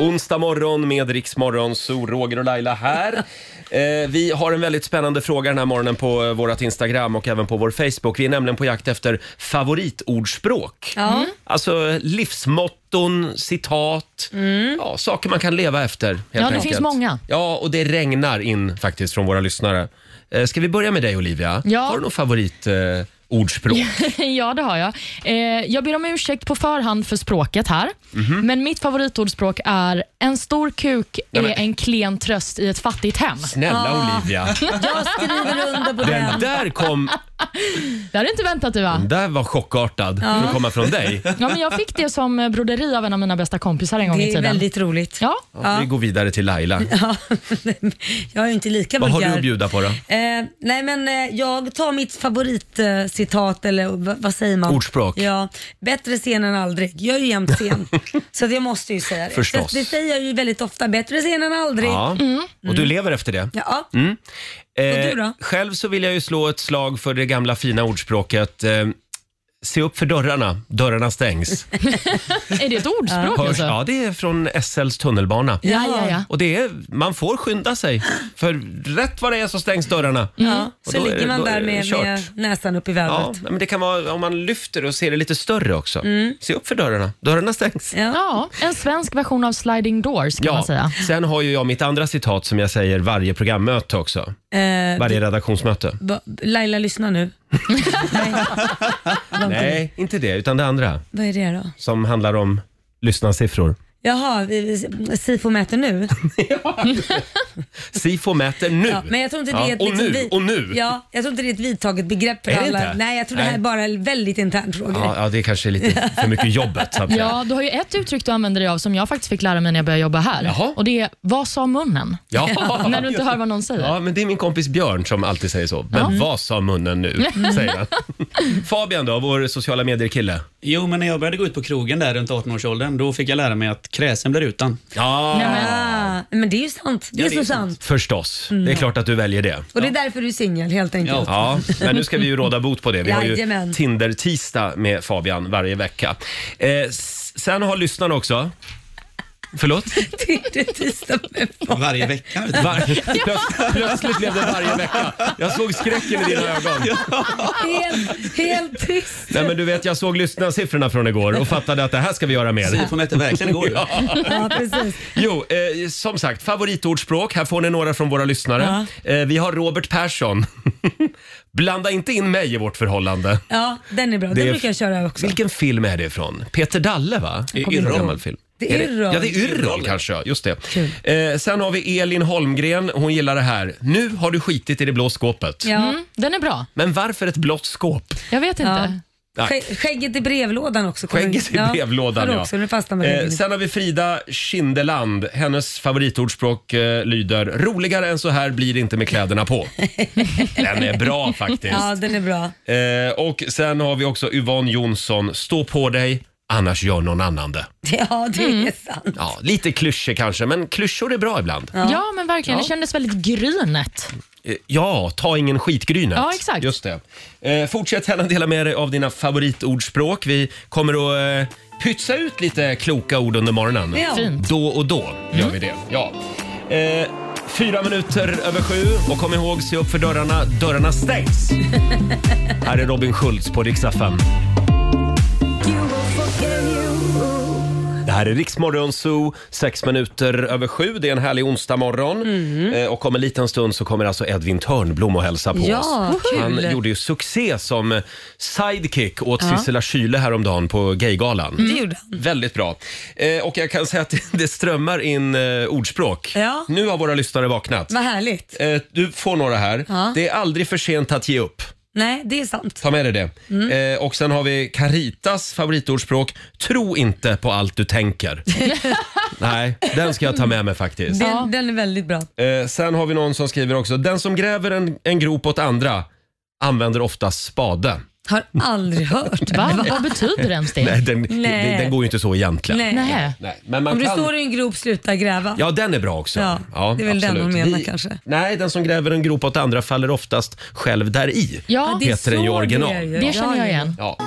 [SPEAKER 1] Onsdag morgon med Riksmorgon, så Roger och
[SPEAKER 3] [laughs]
[SPEAKER 1] Laila här. Eh, vi har en väldigt spännande fråga den här morgonen på eh, vårt Instagram och även på vår Facebook. Vi är nämligen på jakt efter favoritordspråk.
[SPEAKER 2] Ja.
[SPEAKER 1] Alltså eh, livsmotton, citat, ja, saker man kan leva efter. Helt
[SPEAKER 3] Mm. det
[SPEAKER 1] enkelt.
[SPEAKER 3] finns många.
[SPEAKER 1] Ja, och det regnar in faktiskt från våra lyssnare. Eh, Ska vi börja med dig Olivia?
[SPEAKER 3] Ja.
[SPEAKER 1] Har du något favoritordspråk? Eh,
[SPEAKER 3] [laughs]
[SPEAKER 1] ordspråk?
[SPEAKER 3] ja, det har jag. Eh, jag ber om ursäkt på förhand för språket här,
[SPEAKER 1] Mhm.
[SPEAKER 3] men mitt favoritordspråk är “en stor kuk är
[SPEAKER 1] men-
[SPEAKER 3] en klen tröst i ett fattigt hem”.
[SPEAKER 1] Snälla Olivia,
[SPEAKER 2] Jag skriver under på
[SPEAKER 1] den
[SPEAKER 2] den.
[SPEAKER 1] där kom,
[SPEAKER 3] Det hade du inte väntat dig va?
[SPEAKER 1] den där var chockartad för att komma
[SPEAKER 3] [laughs]
[SPEAKER 1] från dig.
[SPEAKER 3] Ja, men jag fick det som eh, broderi av en av mina bästa kompisar en gång i
[SPEAKER 2] Det är
[SPEAKER 3] tiden.
[SPEAKER 2] väldigt roligt.
[SPEAKER 3] Ja,
[SPEAKER 1] Vi går vidare till Laila.
[SPEAKER 2] Ja, jag är ju inte lika
[SPEAKER 1] Vad har
[SPEAKER 2] vulgär.
[SPEAKER 1] du att bjuda på då?
[SPEAKER 2] Eh, nej men eh, jag tar mitt favoritcitat eh, citat, eller v- vad säger man?
[SPEAKER 1] Ordspråk.
[SPEAKER 2] Ja, bättre sen än aldrig. Jag är ju jämt sen.
[SPEAKER 1] [laughs]
[SPEAKER 2] så att jag måste ju säga det.
[SPEAKER 1] Förstås.
[SPEAKER 2] Så att det säger jag ju väldigt ofta, bättre sen än aldrig. Ja.
[SPEAKER 1] Ja. Och du lever efter det.
[SPEAKER 2] Ja.
[SPEAKER 1] Eh,
[SPEAKER 2] du då?
[SPEAKER 1] Själv så vill jag ju slå ett slag för det gamla fina ordspråket eh, Se upp för dörrarna, dörrarna stängs.
[SPEAKER 3] är det ett ordspråk
[SPEAKER 1] Hörs,
[SPEAKER 3] alltså?
[SPEAKER 1] ja, det är från SLs tunnelbana.
[SPEAKER 3] Ja, ja, ja.
[SPEAKER 1] Och det är, man får skynda sig, för rätt vad det är så stängs dörrarna.
[SPEAKER 2] Ja,
[SPEAKER 1] Och
[SPEAKER 2] så
[SPEAKER 1] då är
[SPEAKER 2] ligger
[SPEAKER 1] det-
[SPEAKER 2] man
[SPEAKER 1] då är
[SPEAKER 2] där
[SPEAKER 1] det
[SPEAKER 2] med,
[SPEAKER 1] kört.
[SPEAKER 2] med näsan upp i
[SPEAKER 1] Ja,
[SPEAKER 2] vädret.
[SPEAKER 1] men det kan vara om man lyfter och ser det lite större också. Se upp för dörrarna, dörrarna stängs.
[SPEAKER 2] Ja.
[SPEAKER 3] Ja, en svensk version av sliding doors kan man säga.
[SPEAKER 1] sen har ju jag mitt andra citat som jag säger varje programmöte också.
[SPEAKER 2] Eh,
[SPEAKER 1] Varje redaktionsmöte.
[SPEAKER 2] va- Laila, lyssna
[SPEAKER 1] [laughs]
[SPEAKER 2] nu.
[SPEAKER 1] Nej, inte det, utan det andra
[SPEAKER 2] Vad är det då?
[SPEAKER 1] som handlar om lyssnarsiffror.
[SPEAKER 2] Jaha, vi, vi, Sifo mäter nu.
[SPEAKER 1] Sifo mäter nu.
[SPEAKER 2] [laughs] Ja, men jag tror inte det
[SPEAKER 1] Ja,
[SPEAKER 2] är ett,
[SPEAKER 1] och
[SPEAKER 2] liksom
[SPEAKER 1] nu,
[SPEAKER 2] vi-
[SPEAKER 1] och nu.
[SPEAKER 2] Ja, jag tror inte det är ett vidtaget begrepp för
[SPEAKER 1] Är det
[SPEAKER 2] alla.
[SPEAKER 1] inte?
[SPEAKER 2] Nej, jag tror det här
[SPEAKER 1] Nej.
[SPEAKER 2] är bara en väldigt intern fråga.
[SPEAKER 1] Ja, ja, det kanske är lite för mycket jobbet. Så att säga.
[SPEAKER 3] Ja, du har ju ett uttryck du använder dig av som jag faktiskt fick lära mig när jag började jobba här.
[SPEAKER 1] Jaha.
[SPEAKER 3] Och det är, vad sa munnen?
[SPEAKER 1] Ja.
[SPEAKER 3] [laughs] När du inte hör vad någon säger.
[SPEAKER 1] Ja, men det är min kompis Björn som alltid säger så. Men vad sa munnen nu? [laughs] Säger han. Fabian då, vår sociala medier-kille.
[SPEAKER 9] Jo, men när jag började gå ut på krogen där runt 18-årsåldern, då fick jag lära mig att kräsen blir utan.
[SPEAKER 1] Ja,
[SPEAKER 3] Nej, men,
[SPEAKER 2] Ah, men det är ju sant. Det är
[SPEAKER 9] Ja,
[SPEAKER 2] så
[SPEAKER 9] det är
[SPEAKER 2] sant.
[SPEAKER 9] sant.
[SPEAKER 1] förstås. Det är klart att du väljer det.
[SPEAKER 2] Och det är därför du är singel helt enkelt.
[SPEAKER 9] Ja.
[SPEAKER 1] Ja, men nu ska vi ju råda bot på det. Vi har ju
[SPEAKER 2] Jajamän.
[SPEAKER 1] Tinder-tisdag med Fabian varje vecka. Eh, s- sen har lyssnarna också... Förlåt?
[SPEAKER 2] [laughs] Det är tisdag med folk.
[SPEAKER 9] Varje vecka.
[SPEAKER 1] [laughs]
[SPEAKER 9] vet du.
[SPEAKER 1] Var, plöts, plötsligt blev det varje vecka. Jag såg skräcken i dina ögon.
[SPEAKER 2] Helt, helt tyst.
[SPEAKER 1] Nej, men du vet, jag såg lyssnarsiffrorna från igår och fattade att det här ska vi göra mer.
[SPEAKER 9] Sifo mäter verkligen igår. Ja.
[SPEAKER 2] Ja, precis.
[SPEAKER 1] Jo, eh, som sagt, favoritordspråk. Här får ni några från våra lyssnare. Eh, vi har Robert Persson. [laughs] Blanda inte in mig i vårt förhållande.
[SPEAKER 2] Ja, den är bra. Den
[SPEAKER 1] är-
[SPEAKER 2] brukar jag köra också.
[SPEAKER 1] Vilken film är det ifrån? Peter Dalle, va?
[SPEAKER 9] Yrrol.
[SPEAKER 1] En gammal film.
[SPEAKER 2] Det är Yrrol.
[SPEAKER 1] Ja, det är Yrrol kanske. Just det. Eh, sen har vi Elin Holmgren. Hon gillar det här. Nu har du skitit i det blå skåpet.
[SPEAKER 2] Ja.
[SPEAKER 3] mm, den är bra.
[SPEAKER 1] Men varför ett blått skåp?
[SPEAKER 3] Jag vet inte.
[SPEAKER 1] Nej.
[SPEAKER 2] Skä- Skägget i brevlådan också. kommer-
[SPEAKER 1] Skägget i brevlådan,
[SPEAKER 2] har du
[SPEAKER 1] ja.
[SPEAKER 2] Också, nu fastnar med
[SPEAKER 1] Eh,
[SPEAKER 2] skägget.
[SPEAKER 1] sen har vi Frida Kindeland. Hennes favoritordspråk eh, lyder “Roligare än så här blir det inte med kläderna på”.
[SPEAKER 2] [laughs]
[SPEAKER 1] Den är bra faktiskt.
[SPEAKER 2] ja, den är bra.
[SPEAKER 1] Eh, och sen har vi också Yvonne Jonsson. “Stå på dig, annars gör någon annan det”.
[SPEAKER 2] Ja, det
[SPEAKER 3] Mm.
[SPEAKER 2] är sant.
[SPEAKER 1] Ja, lite klyschor kanske, men klyschor är bra ibland.
[SPEAKER 3] Ja, men verkligen. Det kändes väldigt grynet.
[SPEAKER 1] Eh, Ja, ta ingen skitgrynet.
[SPEAKER 3] Ja, exakt.
[SPEAKER 1] Just det. Eh, fortsätt gärna dela med dig av dina favoritordspråk. Vi kommer att eh, pytsa ut lite kloka ord under morgonen.
[SPEAKER 2] Ja.
[SPEAKER 3] Fint. Mm.
[SPEAKER 1] Då och då gör vi det. Ja. Eh, fyra minuter över sju och kom ihåg, se upp för dörrarna. Dörrarna stängs. Här är Robin Schultz på Rix FM. Det här är Riksmorgon Zoo, sex minuter över sju. Det är en härlig onsdag morgon.
[SPEAKER 2] Mhm.
[SPEAKER 1] Eh, och om en liten stund så kommer alltså Edvin Törnblom och hälsa på
[SPEAKER 2] Ja,
[SPEAKER 1] oss.
[SPEAKER 2] kul.
[SPEAKER 1] Han gjorde ju succé som sidekick åt Sissela Kyle häromdagen på Gaygalan.
[SPEAKER 2] Mm. Det gjorde han.
[SPEAKER 1] Väldigt bra. Eh, och jag kan säga att [laughs] det strömmar in eh, ordspråk.
[SPEAKER 2] Ja.
[SPEAKER 1] Nu har våra lyssnare vaknat.
[SPEAKER 2] Vad härligt.
[SPEAKER 1] Eh, du får några här.
[SPEAKER 2] Ja.
[SPEAKER 1] Det är aldrig för sent att ge upp.
[SPEAKER 2] Nej, det är sant.
[SPEAKER 1] Ta med dig det.
[SPEAKER 2] Mm.
[SPEAKER 1] Eh, och sen har vi Caritas favoritordspråk. Tro inte på allt
[SPEAKER 2] [laughs]
[SPEAKER 1] du tänker. Nej, den ska jag ta med mig faktiskt.
[SPEAKER 2] Den,
[SPEAKER 3] Ja.
[SPEAKER 2] den är väldigt bra.
[SPEAKER 1] Eh, sen har vi någon som skriver också. Den som gräver en, en grop åt andra använder ofta spade.
[SPEAKER 2] Har aldrig hört.
[SPEAKER 3] Va? Vad betyder ens det?
[SPEAKER 1] Nej, den,
[SPEAKER 2] Nej.
[SPEAKER 1] Den, den går ju inte så egentligen.
[SPEAKER 2] Nej.
[SPEAKER 3] Nej.
[SPEAKER 1] Nej, men man
[SPEAKER 2] Om du
[SPEAKER 1] kan...
[SPEAKER 2] står i en grop, sluta gräva.
[SPEAKER 1] Ja, den är bra också.
[SPEAKER 2] Ja, det är väl den hon menar kanske.
[SPEAKER 1] Nej, den som gräver en grop åt andra faller oftast själv där i.
[SPEAKER 3] Ja,
[SPEAKER 2] är
[SPEAKER 1] Heter den
[SPEAKER 2] så
[SPEAKER 1] i original?
[SPEAKER 2] är ju.
[SPEAKER 3] Det känner
[SPEAKER 2] Ja,
[SPEAKER 3] jag
[SPEAKER 2] ja.
[SPEAKER 3] igen.
[SPEAKER 1] Ja.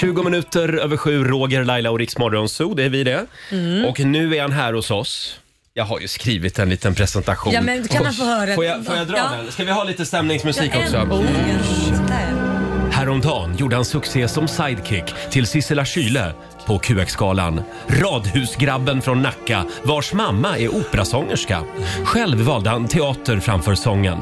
[SPEAKER 1] 20 minuter över sju, Roger, Laila och Riksmorgon Zoo, det är vi det.
[SPEAKER 2] Mm.
[SPEAKER 1] Och nu är han här hos oss. Jag har ju skrivit en liten presentation.
[SPEAKER 2] Ja, men kan man få höra?
[SPEAKER 1] Får jag, får jag dra
[SPEAKER 2] Ja.
[SPEAKER 1] den? Ska vi ha lite stämningsmusik
[SPEAKER 2] Ja,
[SPEAKER 1] också?
[SPEAKER 2] äntligen. Där.
[SPEAKER 1] Häromdagen gjorde han succé som sidekick till Sissela Kyle på QX-galan. Radhusgrabben från Nacka vars mamma är operasångerska. Själv valde han teater framför sången.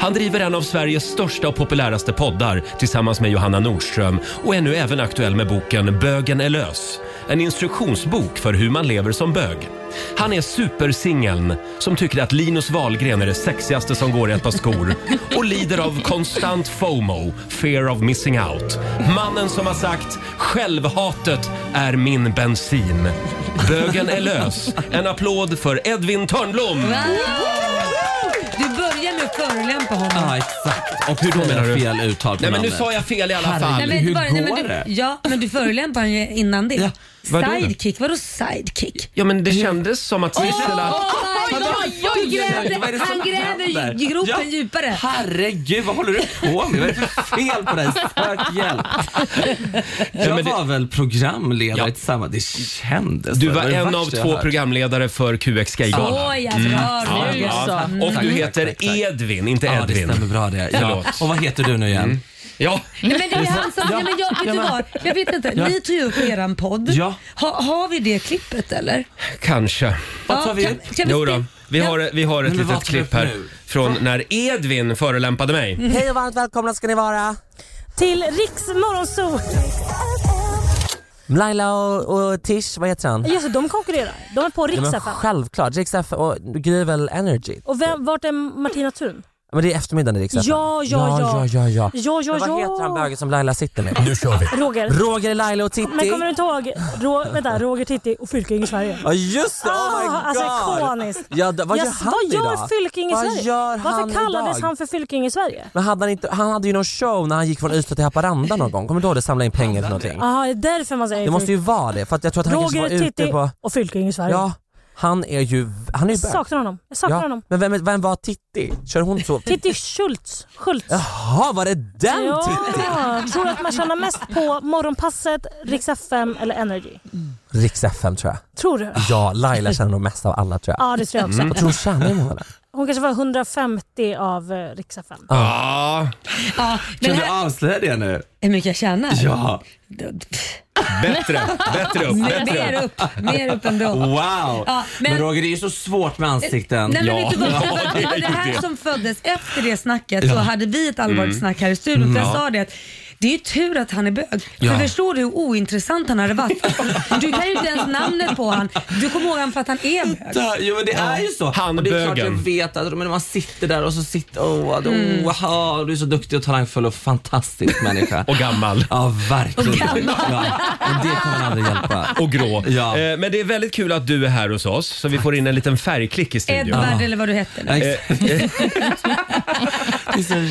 [SPEAKER 1] Han driver en av Sveriges största och populäraste poddar tillsammans med Johanna Nordström och är nu även aktuell med boken Bögen är lös. En instruktionsbok för hur man lever som bög. Han är supersingeln som tycker att Linus Wahlgren är det sexigaste som går i ett par skor och lider av konstant FOMO, fear of missing out. Mannen som har sagt “Självhatet är min bensin”. Bögen är lös. En applåd för Edvin Törnblom!
[SPEAKER 2] Du börjar med att förolämpa honom.
[SPEAKER 10] Ah, Ja, exakt. Och
[SPEAKER 1] Hur då menar du?
[SPEAKER 10] fel uttal på
[SPEAKER 1] Nej men nu
[SPEAKER 10] namnet.
[SPEAKER 1] sa jag fel i alla
[SPEAKER 10] Herregud.
[SPEAKER 1] fall.
[SPEAKER 10] hur
[SPEAKER 2] nej,
[SPEAKER 10] går
[SPEAKER 2] du,
[SPEAKER 10] det?
[SPEAKER 2] Ja, men du förolämpar han ju innan det.
[SPEAKER 10] Ja, vadå?
[SPEAKER 2] sidekick, vadå sidekick?
[SPEAKER 1] Ja men det kändes som att Sissela...
[SPEAKER 2] my God, du grävde,
[SPEAKER 10] Vad är det som
[SPEAKER 2] han gräver
[SPEAKER 10] händer?
[SPEAKER 2] ju gropen
[SPEAKER 10] Ja.
[SPEAKER 2] djupare.
[SPEAKER 10] Herregud, vad håller du på med? Vad är det för fel på dig? Sök hjälp.
[SPEAKER 1] Ja, men
[SPEAKER 10] [laughs] Jag
[SPEAKER 1] det-
[SPEAKER 10] var väl programledare
[SPEAKER 1] Ja.
[SPEAKER 10] tillsammans. Det kändes
[SPEAKER 1] Du
[SPEAKER 10] så.
[SPEAKER 1] var
[SPEAKER 10] Det det
[SPEAKER 1] en av
[SPEAKER 10] värsta jag
[SPEAKER 1] två
[SPEAKER 10] hört.
[SPEAKER 1] programledare för QX Gaygalan.
[SPEAKER 2] Oj, alltså, bra,
[SPEAKER 3] Ja,
[SPEAKER 2] Roger.
[SPEAKER 3] ja.
[SPEAKER 10] Mm.
[SPEAKER 1] Och
[SPEAKER 10] Tack,
[SPEAKER 1] du
[SPEAKER 10] tack,
[SPEAKER 1] heter
[SPEAKER 10] tack, tack.
[SPEAKER 1] Edvin, inte
[SPEAKER 10] Ja, det
[SPEAKER 1] Edvin.
[SPEAKER 10] stämmer bra det. Ja.
[SPEAKER 1] Förlåt. Mm.
[SPEAKER 10] Och vad heter du nu igen?
[SPEAKER 1] Ja,
[SPEAKER 2] Nej, men det är han som, nej, men jag, vet du vad? Jag vet inte, ni tog ju upp eran podd.
[SPEAKER 10] Ja.
[SPEAKER 2] Ha, har vi det klippet eller?
[SPEAKER 1] kanske.
[SPEAKER 10] Vad tar vi
[SPEAKER 2] kan,
[SPEAKER 10] upp?
[SPEAKER 2] kan vi
[SPEAKER 1] Jo då.
[SPEAKER 2] spe-
[SPEAKER 1] Vi har, vi har ett
[SPEAKER 10] Men
[SPEAKER 1] litet
[SPEAKER 10] vakna
[SPEAKER 1] klipp
[SPEAKER 10] upp
[SPEAKER 1] här
[SPEAKER 10] nu.
[SPEAKER 1] från när Edvin förolämpade
[SPEAKER 11] Mm.
[SPEAKER 1] mig.
[SPEAKER 12] Hej och varmt välkomna ska ni vara till Riks Morgonzoo.
[SPEAKER 11] Laila och, och Tish, vad heter han?
[SPEAKER 12] Just det, de konkurrerar. De är på
[SPEAKER 11] Ja,
[SPEAKER 12] Riks
[SPEAKER 11] men
[SPEAKER 12] FM.
[SPEAKER 11] Självklart, Rix FM och Gry är väl Energy?
[SPEAKER 12] Och vem, vart är Martina Thun?
[SPEAKER 11] Men det är eftermiddagen i Rix
[SPEAKER 12] Ja,
[SPEAKER 11] FM.
[SPEAKER 12] ja,
[SPEAKER 11] ja.
[SPEAKER 12] ja.
[SPEAKER 11] ja, ja, ja.
[SPEAKER 12] Ja, ja,
[SPEAKER 11] Men vad
[SPEAKER 12] ja.
[SPEAKER 11] heter han bögen som Laila sitter med? Nu kör vi.
[SPEAKER 12] Roger.
[SPEAKER 11] Roger, Laila och Titti.
[SPEAKER 12] Men kommer du inte ihåg? Rå, vänta, Roger, Titti och Fylking i Sverige.
[SPEAKER 11] Ja just det, oh my
[SPEAKER 12] Ah,
[SPEAKER 11] god!
[SPEAKER 12] alltså, ikoniskt.
[SPEAKER 11] Ja, d- vad gör
[SPEAKER 12] Yes,
[SPEAKER 11] han
[SPEAKER 12] vad
[SPEAKER 11] idag?
[SPEAKER 12] gör Fylking i
[SPEAKER 11] Vad
[SPEAKER 12] Sverige?
[SPEAKER 11] gör
[SPEAKER 12] Varför
[SPEAKER 11] han
[SPEAKER 12] kallades
[SPEAKER 11] idag?
[SPEAKER 12] han för Fylking i Sverige?
[SPEAKER 11] Men hade han, inte, han hade ju någon show när han gick från Ystad till Haparanda någon gång, kommer du ihåg det? Samla in pengar till någonting.
[SPEAKER 12] Jaha, det är därför man säger
[SPEAKER 11] Det måste ju
[SPEAKER 12] Fylking.
[SPEAKER 11] vara det, för att jag tror att han kanske var
[SPEAKER 12] Roger,
[SPEAKER 11] ute
[SPEAKER 12] Titti
[SPEAKER 11] på...
[SPEAKER 12] och Fylking i Sverige.
[SPEAKER 11] Ja, han är ju, han är ju
[SPEAKER 12] Jag
[SPEAKER 11] bög.
[SPEAKER 12] saknar honom. Jag saknar honom.
[SPEAKER 11] Men vem, vem var Titti? Kör hon så?
[SPEAKER 12] Titti Schultz. Schultz.
[SPEAKER 11] Jaha, var det den
[SPEAKER 12] ja,
[SPEAKER 11] Titti?
[SPEAKER 12] Tror du att man tjänar mest på Morgonpasset, Rix FM eller Energy?
[SPEAKER 11] Rix FM tror jag.
[SPEAKER 12] Tror du?
[SPEAKER 11] Ja, Laila känner nog mest av alla tror jag.
[SPEAKER 12] Ja, det tror jag också.
[SPEAKER 11] Vad tror du hon tjänar i månaden?
[SPEAKER 12] Hon kanske var 150 av eh, Rix FM.
[SPEAKER 1] Ja.
[SPEAKER 2] Ja, men
[SPEAKER 10] Kan du
[SPEAKER 2] här,
[SPEAKER 10] avslöja det nu?
[SPEAKER 2] hur mycket jag tjänar?
[SPEAKER 10] Ja.
[SPEAKER 1] Bättre, bättre upp,
[SPEAKER 2] Mer,
[SPEAKER 1] bättre
[SPEAKER 2] mer
[SPEAKER 1] upp.
[SPEAKER 2] upp, mer upp ändå.
[SPEAKER 10] Wow!
[SPEAKER 2] Ja,
[SPEAKER 10] men...
[SPEAKER 2] men-
[SPEAKER 10] Roger, det är ju så svårt med ansikten.
[SPEAKER 2] Nej, men
[SPEAKER 10] [laughs] ja.
[SPEAKER 2] vet du vad? Det var- det var
[SPEAKER 10] är
[SPEAKER 2] det
[SPEAKER 10] ju
[SPEAKER 2] här
[SPEAKER 10] det.
[SPEAKER 2] som föddes efter det snacket så
[SPEAKER 10] Ja.
[SPEAKER 2] hade vi ett allvarligt
[SPEAKER 10] Mm.
[SPEAKER 2] snack här i studion. För jag
[SPEAKER 10] Ja.
[SPEAKER 2] sa det att det är ju tur att han är bög. För
[SPEAKER 10] Ja.
[SPEAKER 2] förstår du hur ointressant han hade
[SPEAKER 10] [laughs]
[SPEAKER 2] varit? Du kan ju inte ens namnet på han. Du kommer ihåg honom för att han är bög.
[SPEAKER 10] Ja, men det är ju så.
[SPEAKER 1] Han
[SPEAKER 10] och det är klart jag
[SPEAKER 1] bögen.
[SPEAKER 10] vet att men man sitter där och så sitter åh, oh,
[SPEAKER 2] Mm.
[SPEAKER 10] wow, du är så duktig och talangfull och fantastisk människa.
[SPEAKER 1] Och gammal.
[SPEAKER 10] Ja, verkligen.
[SPEAKER 1] Och gammal.
[SPEAKER 10] Ja, men det kommer aldrig hjälpa.
[SPEAKER 1] Och grå.
[SPEAKER 10] Ja.
[SPEAKER 1] Eh, Men det är väldigt kul att du är här hos oss så vi får in en liten färgklick i studion.
[SPEAKER 2] Edvard eller vad du hette. nu.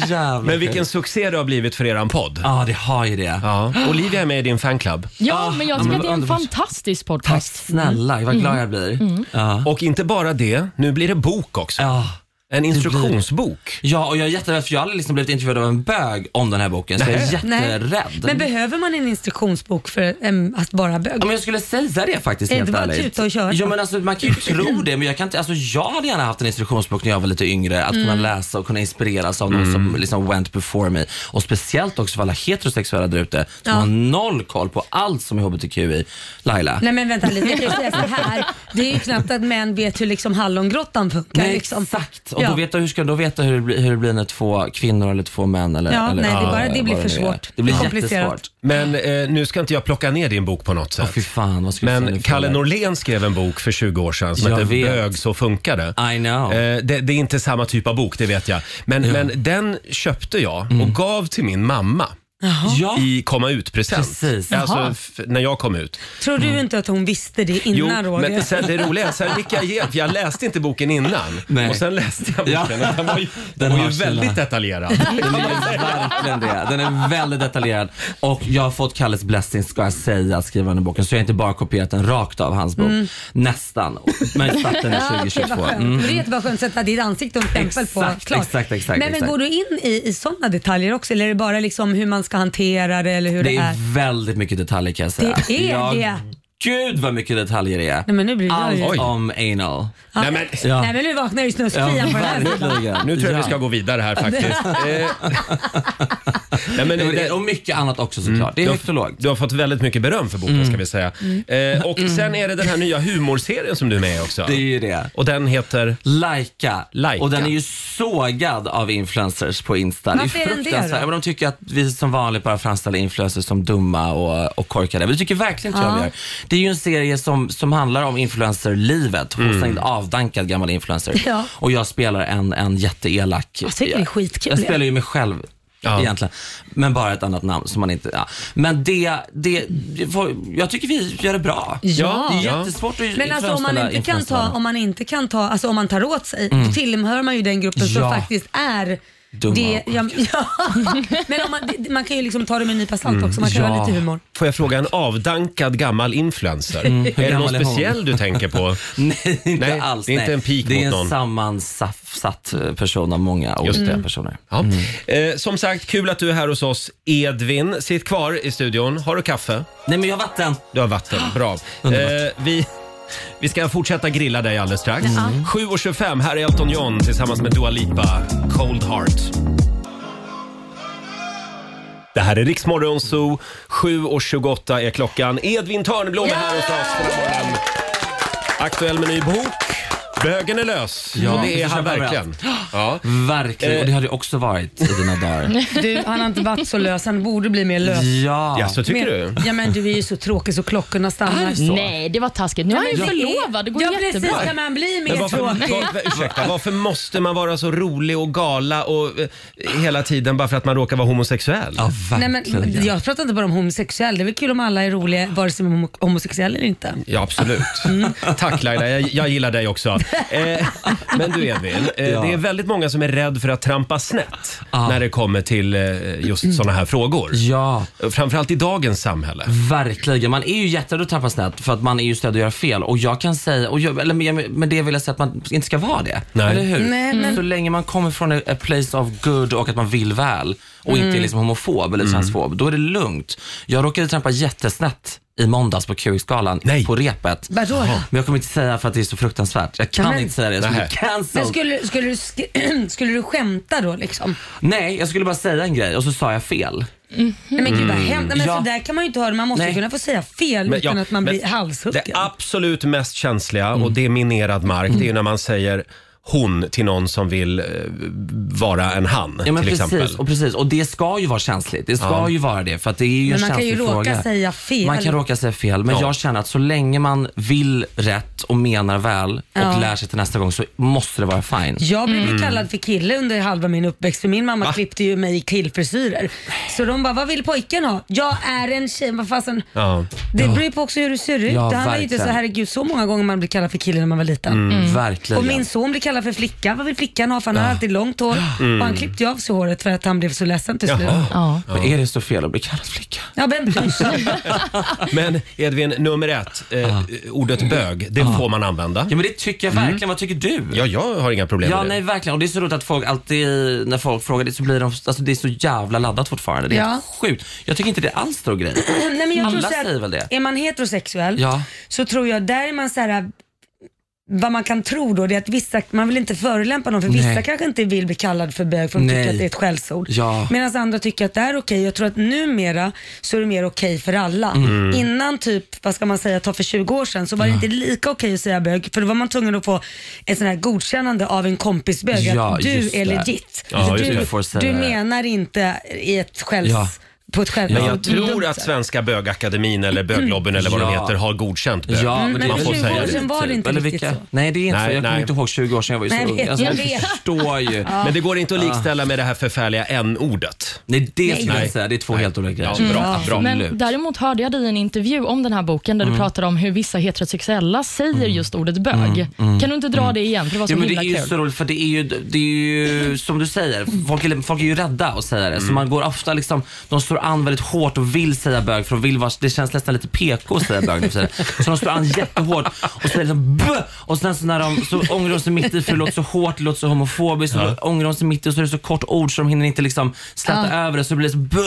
[SPEAKER 1] eh,
[SPEAKER 10] [laughs]
[SPEAKER 1] Men vilken succé det har blivit för eran podd.
[SPEAKER 10] Ja, det har ju det.
[SPEAKER 1] Ja. Olivia är med i din fanclub.
[SPEAKER 3] Ja, men jag tycker att det är en
[SPEAKER 1] underbart.
[SPEAKER 3] fantastisk podcast. Tack
[SPEAKER 10] snälla, vad glad jag blir.
[SPEAKER 1] Mm. Och inte bara det, nu blir det bok också. En instruktionsbok.
[SPEAKER 10] Ja, och jag är jätterädd för jag har aldrig liksom blivit intervjuad av en bög om den här boken, så jag är
[SPEAKER 1] Nej.
[SPEAKER 10] jätterädd.
[SPEAKER 2] Men behöver man en instruktionsbok för em, att vara bög?
[SPEAKER 10] Ja, men jag skulle säga det faktiskt
[SPEAKER 2] Är det
[SPEAKER 10] helt
[SPEAKER 2] bara
[SPEAKER 10] ärligt.
[SPEAKER 2] tuta och köra?
[SPEAKER 10] Ja, men alltså, man kan ju tro det men jag, kan inte, alltså, jag hade gärna haft en instruktionsbok när jag var lite yngre. Att kunna
[SPEAKER 2] Mm.
[SPEAKER 10] läsa och kunna inspireras av någon
[SPEAKER 1] Mm.
[SPEAKER 10] som liksom went before me. Och speciellt också för alla heterosexuella där ute som
[SPEAKER 2] Ja.
[SPEAKER 10] har noll koll på allt som är hbtqi. Laila.
[SPEAKER 2] Nej men vänta lite, jag kan ju säga så här. Det är ju knappt att män vet hur liksom hallongrottan funkar.
[SPEAKER 10] Nej,
[SPEAKER 2] liksom.
[SPEAKER 10] exakt. Och
[SPEAKER 2] Ja.
[SPEAKER 10] då vet du, hur ska du då veta hur det, blir, hur det blir när två kvinnor eller två män eller,
[SPEAKER 2] Ja,
[SPEAKER 10] eller
[SPEAKER 2] nej, det är bara-
[SPEAKER 10] eller
[SPEAKER 2] det blir
[SPEAKER 10] vad
[SPEAKER 2] för
[SPEAKER 10] nu är.
[SPEAKER 2] svårt.
[SPEAKER 10] Det blir
[SPEAKER 2] Komplicerat.
[SPEAKER 10] jättesvårt.
[SPEAKER 1] Men eh, nu ska inte jag plocka ner din bok på något sätt. Men Kalle Norlén skrev en bok för 20 år sedan som
[SPEAKER 10] Jag
[SPEAKER 1] hette
[SPEAKER 10] vet. Ah,
[SPEAKER 1] Bög så funkar det.
[SPEAKER 10] I know.
[SPEAKER 1] Eh, det, det är inte samma typ av bok, det vet jag. Men,
[SPEAKER 10] Ja. Mm.
[SPEAKER 1] men den köpte jag och gav till min mamma.
[SPEAKER 10] Ja.
[SPEAKER 1] I komma ut-present.
[SPEAKER 10] Ah. Precis.
[SPEAKER 1] Alltså
[SPEAKER 2] Jaha.
[SPEAKER 1] f- när jag kom ut.
[SPEAKER 2] Tror
[SPEAKER 10] Mm.
[SPEAKER 2] du inte att hon visste det innan
[SPEAKER 1] jo,
[SPEAKER 2] Roger?
[SPEAKER 1] men sen, det roliga är att sen fick jag ge, för jag läste inte boken innan. Och sen läste jag boken och den var
[SPEAKER 10] [laughs]
[SPEAKER 1] ju, den var
[SPEAKER 10] har
[SPEAKER 1] ju
[SPEAKER 10] sina-
[SPEAKER 1] väldigt detaljerad.
[SPEAKER 10] [laughs] Den är verkligen det. Den är väldigt detaljerad. Och jag har fått Kalles blessing, ska jag säga, skriver han i boken. Så jag har inte bara kopierat den rakt av hans bok.
[SPEAKER 2] Mm.
[SPEAKER 10] Nästan. Men satt den i
[SPEAKER 2] [laughs] Ja, okej, vad
[SPEAKER 10] 2022.
[SPEAKER 2] skönt.
[SPEAKER 10] Mm.
[SPEAKER 2] Du vet vad skönt att sätta ditt ansikte och en stämpel på.
[SPEAKER 10] Exakt,
[SPEAKER 2] Klart.
[SPEAKER 10] exakt, exakt,
[SPEAKER 2] Nej, men
[SPEAKER 10] exakt.
[SPEAKER 2] går du in i, i sådana detaljer också eller är det bara liksom hur man ska hantera det eller hur det,
[SPEAKER 10] Det
[SPEAKER 2] är?
[SPEAKER 10] är väldigt mycket detaljer kan jag säga.
[SPEAKER 2] Det är
[SPEAKER 10] ja,
[SPEAKER 2] det.
[SPEAKER 10] Gud vad mycket detaljer det är.
[SPEAKER 2] Nej, men nu blir det
[SPEAKER 10] Allt
[SPEAKER 2] ju- Oj.
[SPEAKER 10] om anal.
[SPEAKER 2] Ja. Nej, men,
[SPEAKER 10] Ja.
[SPEAKER 2] Nej men nu vaknar ju snuskfian
[SPEAKER 10] Ja,
[SPEAKER 2] på det här.
[SPEAKER 10] verkligen.
[SPEAKER 1] Nu tror jag
[SPEAKER 10] Ja.
[SPEAKER 1] vi ska gå vidare här faktiskt.
[SPEAKER 10] [laughs]
[SPEAKER 1] Eh, [laughs] Nej, men, Mm.
[SPEAKER 10] Ja, men det- och mycket annat också såklart. Det är
[SPEAKER 1] du har-
[SPEAKER 10] högt och lågt. Mm.
[SPEAKER 1] Du har fått väldigt mycket beröm för boken ska vi säga. Eh, och sen är det den här nya humorserien som du är med i också.
[SPEAKER 10] Det är ju det.
[SPEAKER 1] Och den heter?
[SPEAKER 10] Laika.
[SPEAKER 1] Laika.
[SPEAKER 10] Och den är ju sågad av influencers på Insta. är
[SPEAKER 2] Varför är den det
[SPEAKER 10] fruktansvärt.
[SPEAKER 2] då?
[SPEAKER 10] Ja, men De tycker att vi som vanligt bara framställer influencers som dumma och, och korkade. Men det tycker verkligen inte jag
[SPEAKER 2] Ja.
[SPEAKER 10] vi gör. Det är ju en serie som, som handlar om influencerlivet hos en avdankad gammal influencer.
[SPEAKER 2] Ja.
[SPEAKER 10] Och jag spelar en, en jätteelak...
[SPEAKER 2] Jag tycker det är skitkul.
[SPEAKER 10] Jag spelar ju mig själv. Egentligen. Men bara ett annat namn som man inte... Ja. Men det, det, det får- Jag tycker vi gör det bra.
[SPEAKER 2] Ja.
[SPEAKER 10] Det är jättesvårt att
[SPEAKER 2] Men alltså om man
[SPEAKER 10] framställa
[SPEAKER 2] inte kan ta,
[SPEAKER 10] influencerna.
[SPEAKER 2] om man inte kan ta, alltså om man tar åt sig,
[SPEAKER 10] Mm.
[SPEAKER 2] då tillhör man ju den gruppen som
[SPEAKER 10] Ja.
[SPEAKER 2] faktiskt är
[SPEAKER 10] Dumma
[SPEAKER 2] det,
[SPEAKER 10] och
[SPEAKER 2] ja, ja. [laughs] Men om man, det- man kan ju liksom ta det med en nypa salt också, man kan
[SPEAKER 10] Mm.
[SPEAKER 2] ha lite humor.
[SPEAKER 1] Får jag fråga en avdankad gammal influencer?
[SPEAKER 10] Mm. Hur
[SPEAKER 1] Är det
[SPEAKER 10] gammal
[SPEAKER 1] någon
[SPEAKER 10] är hon?
[SPEAKER 1] speciell du tänker
[SPEAKER 10] [laughs]
[SPEAKER 1] på?
[SPEAKER 10] Nej, inte
[SPEAKER 1] Nej,
[SPEAKER 10] alls.
[SPEAKER 1] det är inte
[SPEAKER 10] nej.
[SPEAKER 1] en pik
[SPEAKER 10] Det
[SPEAKER 1] mot
[SPEAKER 10] är
[SPEAKER 1] någon.
[SPEAKER 10] en sammansatt eh, person av många
[SPEAKER 1] Just
[SPEAKER 10] olika
[SPEAKER 2] Mm.
[SPEAKER 1] det.
[SPEAKER 10] personer.
[SPEAKER 1] Ja. Eh, som sagt, kul att du är här hos oss Edvin. Sitt kvar i studion. Har du kaffe?
[SPEAKER 10] Nej, men jag har vatten.
[SPEAKER 1] Du har vatten, bra. Eh, vi, vi ska fortsätta grilla dig alldeles strax. Mm.
[SPEAKER 2] Ja.
[SPEAKER 1] 7.25, här är Elton John tillsammans med Dua Lipa, Cold Heart. Det här är Riksmorgon Zoo. 7.28 är klockan. Edvin Törnblom är här hos oss den här morgonen. Aktuell med ny bok. Bögen är lös.
[SPEAKER 10] Ja,
[SPEAKER 1] Ja, det är
[SPEAKER 10] jag
[SPEAKER 1] han
[SPEAKER 10] köper
[SPEAKER 1] verkligen. Ja. Eh.
[SPEAKER 10] Verkligen, och det har det också varit i
[SPEAKER 2] [laughs]
[SPEAKER 10] dina dagar.
[SPEAKER 2] Du, han har inte varit så lös. Han borde bli mer lös.
[SPEAKER 10] Ja. Ja, så tycker
[SPEAKER 2] mer,
[SPEAKER 10] du?
[SPEAKER 2] Ja, men du är ju så tråkig så klockorna stannar.
[SPEAKER 3] Är det så? Nej, det var taskigt. Nu är han ju förlovad. Det går
[SPEAKER 2] ja,
[SPEAKER 3] jättebra.
[SPEAKER 2] precis. Kan man bli
[SPEAKER 1] Men
[SPEAKER 2] mer
[SPEAKER 1] varför,
[SPEAKER 2] tråkig?
[SPEAKER 1] var, ursäkta, varför måste man vara så rolig och gala och eh, hela tiden bara för att man råkar vara homosexuell? Ja,
[SPEAKER 2] Nej, men, jag pratar inte bara om homosexuell. Det är väl kul om alla är roliga, vare sig man är homo- homosexuell eller inte.
[SPEAKER 1] Ja, [laughs] absolut. Mm. Tack Laila, jag, jag gillar dig [laughs] också. Eh, men du Edvin, eh,
[SPEAKER 10] Ja. Ah.
[SPEAKER 1] det är väldigt många som är rädd för att trampa snett när det kommer till eh, just sådana här frågor.
[SPEAKER 10] Mm. Ja.
[SPEAKER 1] Framförallt i dagens samhälle.
[SPEAKER 10] Verkligen. Man är ju jätterädd att trampa snett för att man är ju rädd att göra fel. Och jag kan säga, och jag, eller med, med det vill jag säga att man inte ska vara det.
[SPEAKER 1] Nej.
[SPEAKER 10] Eller hur?
[SPEAKER 1] Nej, men-
[SPEAKER 10] Så länge man kommer från a a place of good och att man vill väl och inte
[SPEAKER 1] Mm.
[SPEAKER 10] är liksom homofob eller transfob, då är det lugnt. Jag råkade trampa jättesnett i måndags på QX-galan på repet.
[SPEAKER 2] Vadå?
[SPEAKER 10] Men jag kommer inte säga för att det är så fruktansvärt. Jag kan
[SPEAKER 2] Nämen.
[SPEAKER 10] inte säga det. Jag skulle bli
[SPEAKER 2] Men
[SPEAKER 10] cancelled.
[SPEAKER 2] skulle, skulle, du sk- [clears throat] skulle du skämta då liksom?
[SPEAKER 10] Nej, jag skulle bara säga en grej och så sa jag fel.
[SPEAKER 2] Nej men gud vad
[SPEAKER 10] Mm.
[SPEAKER 2] hemskt. Nej, Men
[SPEAKER 10] Ja.
[SPEAKER 2] sådär kan man ju inte ha det. Man måste
[SPEAKER 10] Nej.
[SPEAKER 2] ju kunna få säga fel
[SPEAKER 1] Men,
[SPEAKER 2] utan
[SPEAKER 1] ja,
[SPEAKER 2] att man
[SPEAKER 1] men
[SPEAKER 2] blir halshuggen.
[SPEAKER 1] Det absolut mest känsliga,
[SPEAKER 10] Mm.
[SPEAKER 1] och det är minerad mark, det är ju när man säger hon till någon som vill eh, vara en han
[SPEAKER 10] Ja, men
[SPEAKER 1] till
[SPEAKER 10] precis,
[SPEAKER 1] exempel.
[SPEAKER 10] Och precis. Och det ska ju vara känsligt. Det ska
[SPEAKER 1] Ja.
[SPEAKER 10] ju vara det för att det är ju
[SPEAKER 2] Men
[SPEAKER 10] en
[SPEAKER 2] man kan ju
[SPEAKER 10] känslig
[SPEAKER 2] råka
[SPEAKER 10] fråga.
[SPEAKER 2] säga fel.
[SPEAKER 10] Man kan råka säga fel. Men
[SPEAKER 2] Ja.
[SPEAKER 10] jag känner att så länge man vill rätt och menar väl och
[SPEAKER 2] Ja.
[SPEAKER 10] lär sig till nästa gång så måste det vara fine.
[SPEAKER 2] Jag blev
[SPEAKER 10] Mm.
[SPEAKER 2] ju kallad för kille under halva min uppväxt för min mamma klippte ju mig i killfrisyrer. Så de bara, vad vill pojken ha? Jag är en tjej. Vad fasen?
[SPEAKER 10] Ja.
[SPEAKER 2] Det beror ju på också hur du ser ut.
[SPEAKER 10] Ja,
[SPEAKER 2] det handlar ju inte så,
[SPEAKER 10] verkligen.
[SPEAKER 2] herregud, så många gånger man blir kallad för kille när man var liten.
[SPEAKER 10] Mm, Mm. verkligen.
[SPEAKER 2] Och min son blir kallad för flicka. Vad vill flickan ha? För han har alltid långt
[SPEAKER 10] [gasps]
[SPEAKER 2] hår.
[SPEAKER 10] Mm.
[SPEAKER 2] Och han klippte ju av sig håret för att han blev så ledsen till slut.
[SPEAKER 10] Jaha.
[SPEAKER 2] Ja,
[SPEAKER 10] Men är det så fel att bli kallad flicka?
[SPEAKER 2] ja vem bryr
[SPEAKER 10] [laughs]
[SPEAKER 2] sig?
[SPEAKER 1] Men Edvin, nummer ett, eh, ordet bög, det får man använda. Ja,
[SPEAKER 10] men det tycker jag verkligen. Vad tycker du?
[SPEAKER 1] Ja, Mm. jag har inga problem
[SPEAKER 10] Ja,
[SPEAKER 1] med det.
[SPEAKER 10] nej verkligen. Och det är så roligt att folk alltid, när folk frågar det så blir de, alltså det är så jävla laddat fortfarande. Det är
[SPEAKER 2] Ja.
[SPEAKER 10] helt sjukt. Jag tycker inte det är alls stor grej.
[SPEAKER 2] Nej, men jag
[SPEAKER 10] Alla
[SPEAKER 2] tror så här,
[SPEAKER 10] säger väl det?
[SPEAKER 2] Är man heterosexuell
[SPEAKER 10] Ja.
[SPEAKER 2] så tror jag där är man så här vad man kan tro då det är att vissa, man vill inte förolämpa någon för vissa
[SPEAKER 10] Nej.
[SPEAKER 2] kanske inte vill bli kallad för bög för de
[SPEAKER 10] Nej.
[SPEAKER 2] tycker att det är ett skällsord.
[SPEAKER 10] Ja.
[SPEAKER 2] Medan andra tycker att det är okej. Jag tror att numera så är det mer okej för alla.
[SPEAKER 10] Mm.
[SPEAKER 2] Innan typ, vad ska man säga, ta för 20 år sedan så var det
[SPEAKER 10] Ja.
[SPEAKER 2] inte lika okej att säga bög för då var man tvungen att få ett sån här godkännande av en kompis bög
[SPEAKER 10] Ja,
[SPEAKER 2] att du
[SPEAKER 10] just
[SPEAKER 2] är
[SPEAKER 10] det.
[SPEAKER 2] legit.
[SPEAKER 1] Ja, just det.
[SPEAKER 2] du,
[SPEAKER 1] Du får säga
[SPEAKER 2] du
[SPEAKER 1] det.
[SPEAKER 2] menar inte i ett skälls, Mm.
[SPEAKER 1] Ja.
[SPEAKER 2] på ett skämt.
[SPEAKER 1] Men jag tror att Svenska bögakademin eller böglobben eller vad de
[SPEAKER 10] Ja.
[SPEAKER 1] heter har godkänt bög.
[SPEAKER 10] Ja, men det
[SPEAKER 1] man
[SPEAKER 10] är
[SPEAKER 1] får
[SPEAKER 10] väl
[SPEAKER 1] säga
[SPEAKER 10] typ.
[SPEAKER 1] det.
[SPEAKER 2] sedan var det inte
[SPEAKER 10] Eller
[SPEAKER 2] riktigt
[SPEAKER 10] vilka?
[SPEAKER 2] så.
[SPEAKER 10] Nej, det är inte
[SPEAKER 1] Nej,
[SPEAKER 10] så. Jag kommer
[SPEAKER 1] nej.
[SPEAKER 10] inte ihåg 20 år sedan jag var ju så
[SPEAKER 2] Nej,
[SPEAKER 10] ung.
[SPEAKER 2] jag
[SPEAKER 10] Alltså, jag
[SPEAKER 2] vet.
[SPEAKER 10] förstår ju.
[SPEAKER 2] Ja.
[SPEAKER 1] Men det går inte att likställa med det här förfärliga n-ordet.
[SPEAKER 10] Nej, det
[SPEAKER 1] Nej.
[SPEAKER 10] skulle jag
[SPEAKER 1] Nej.
[SPEAKER 10] inte säga. Det är två helt olika grejer.
[SPEAKER 1] Ja, bra, bra.
[SPEAKER 3] Men däremot hörde jag dig i en intervju om den här boken där du
[SPEAKER 10] Mm.
[SPEAKER 3] pratade om hur vissa heterosexuella säger just ordet bög.
[SPEAKER 10] Mm, mm,
[SPEAKER 3] Kan du inte dra det igen? För det var så
[SPEAKER 10] Ja, men det
[SPEAKER 3] himla
[SPEAKER 10] är ju
[SPEAKER 3] kul.
[SPEAKER 10] så roligt för det är ju, det är ju som du säger, folk är, folk är ju rädda att säga det. Så
[SPEAKER 1] Mm.
[SPEAKER 10] man går ofta liksom, de står an väldigt hårt och vill säga bög för de vill vara, det känns nästan lite PK att säga bög nu för tiden. Så de står an jättehårt och säger liksom bö! och sen så när de, så ångrar de sig mitt i för det låter så hårt, det låter så homofobiskt och
[SPEAKER 1] Ja.
[SPEAKER 10] då ångrar de sig mitt i och så är det så kort ord så de hinner inte liksom släta
[SPEAKER 1] Ja.
[SPEAKER 10] över det så blir det så bö!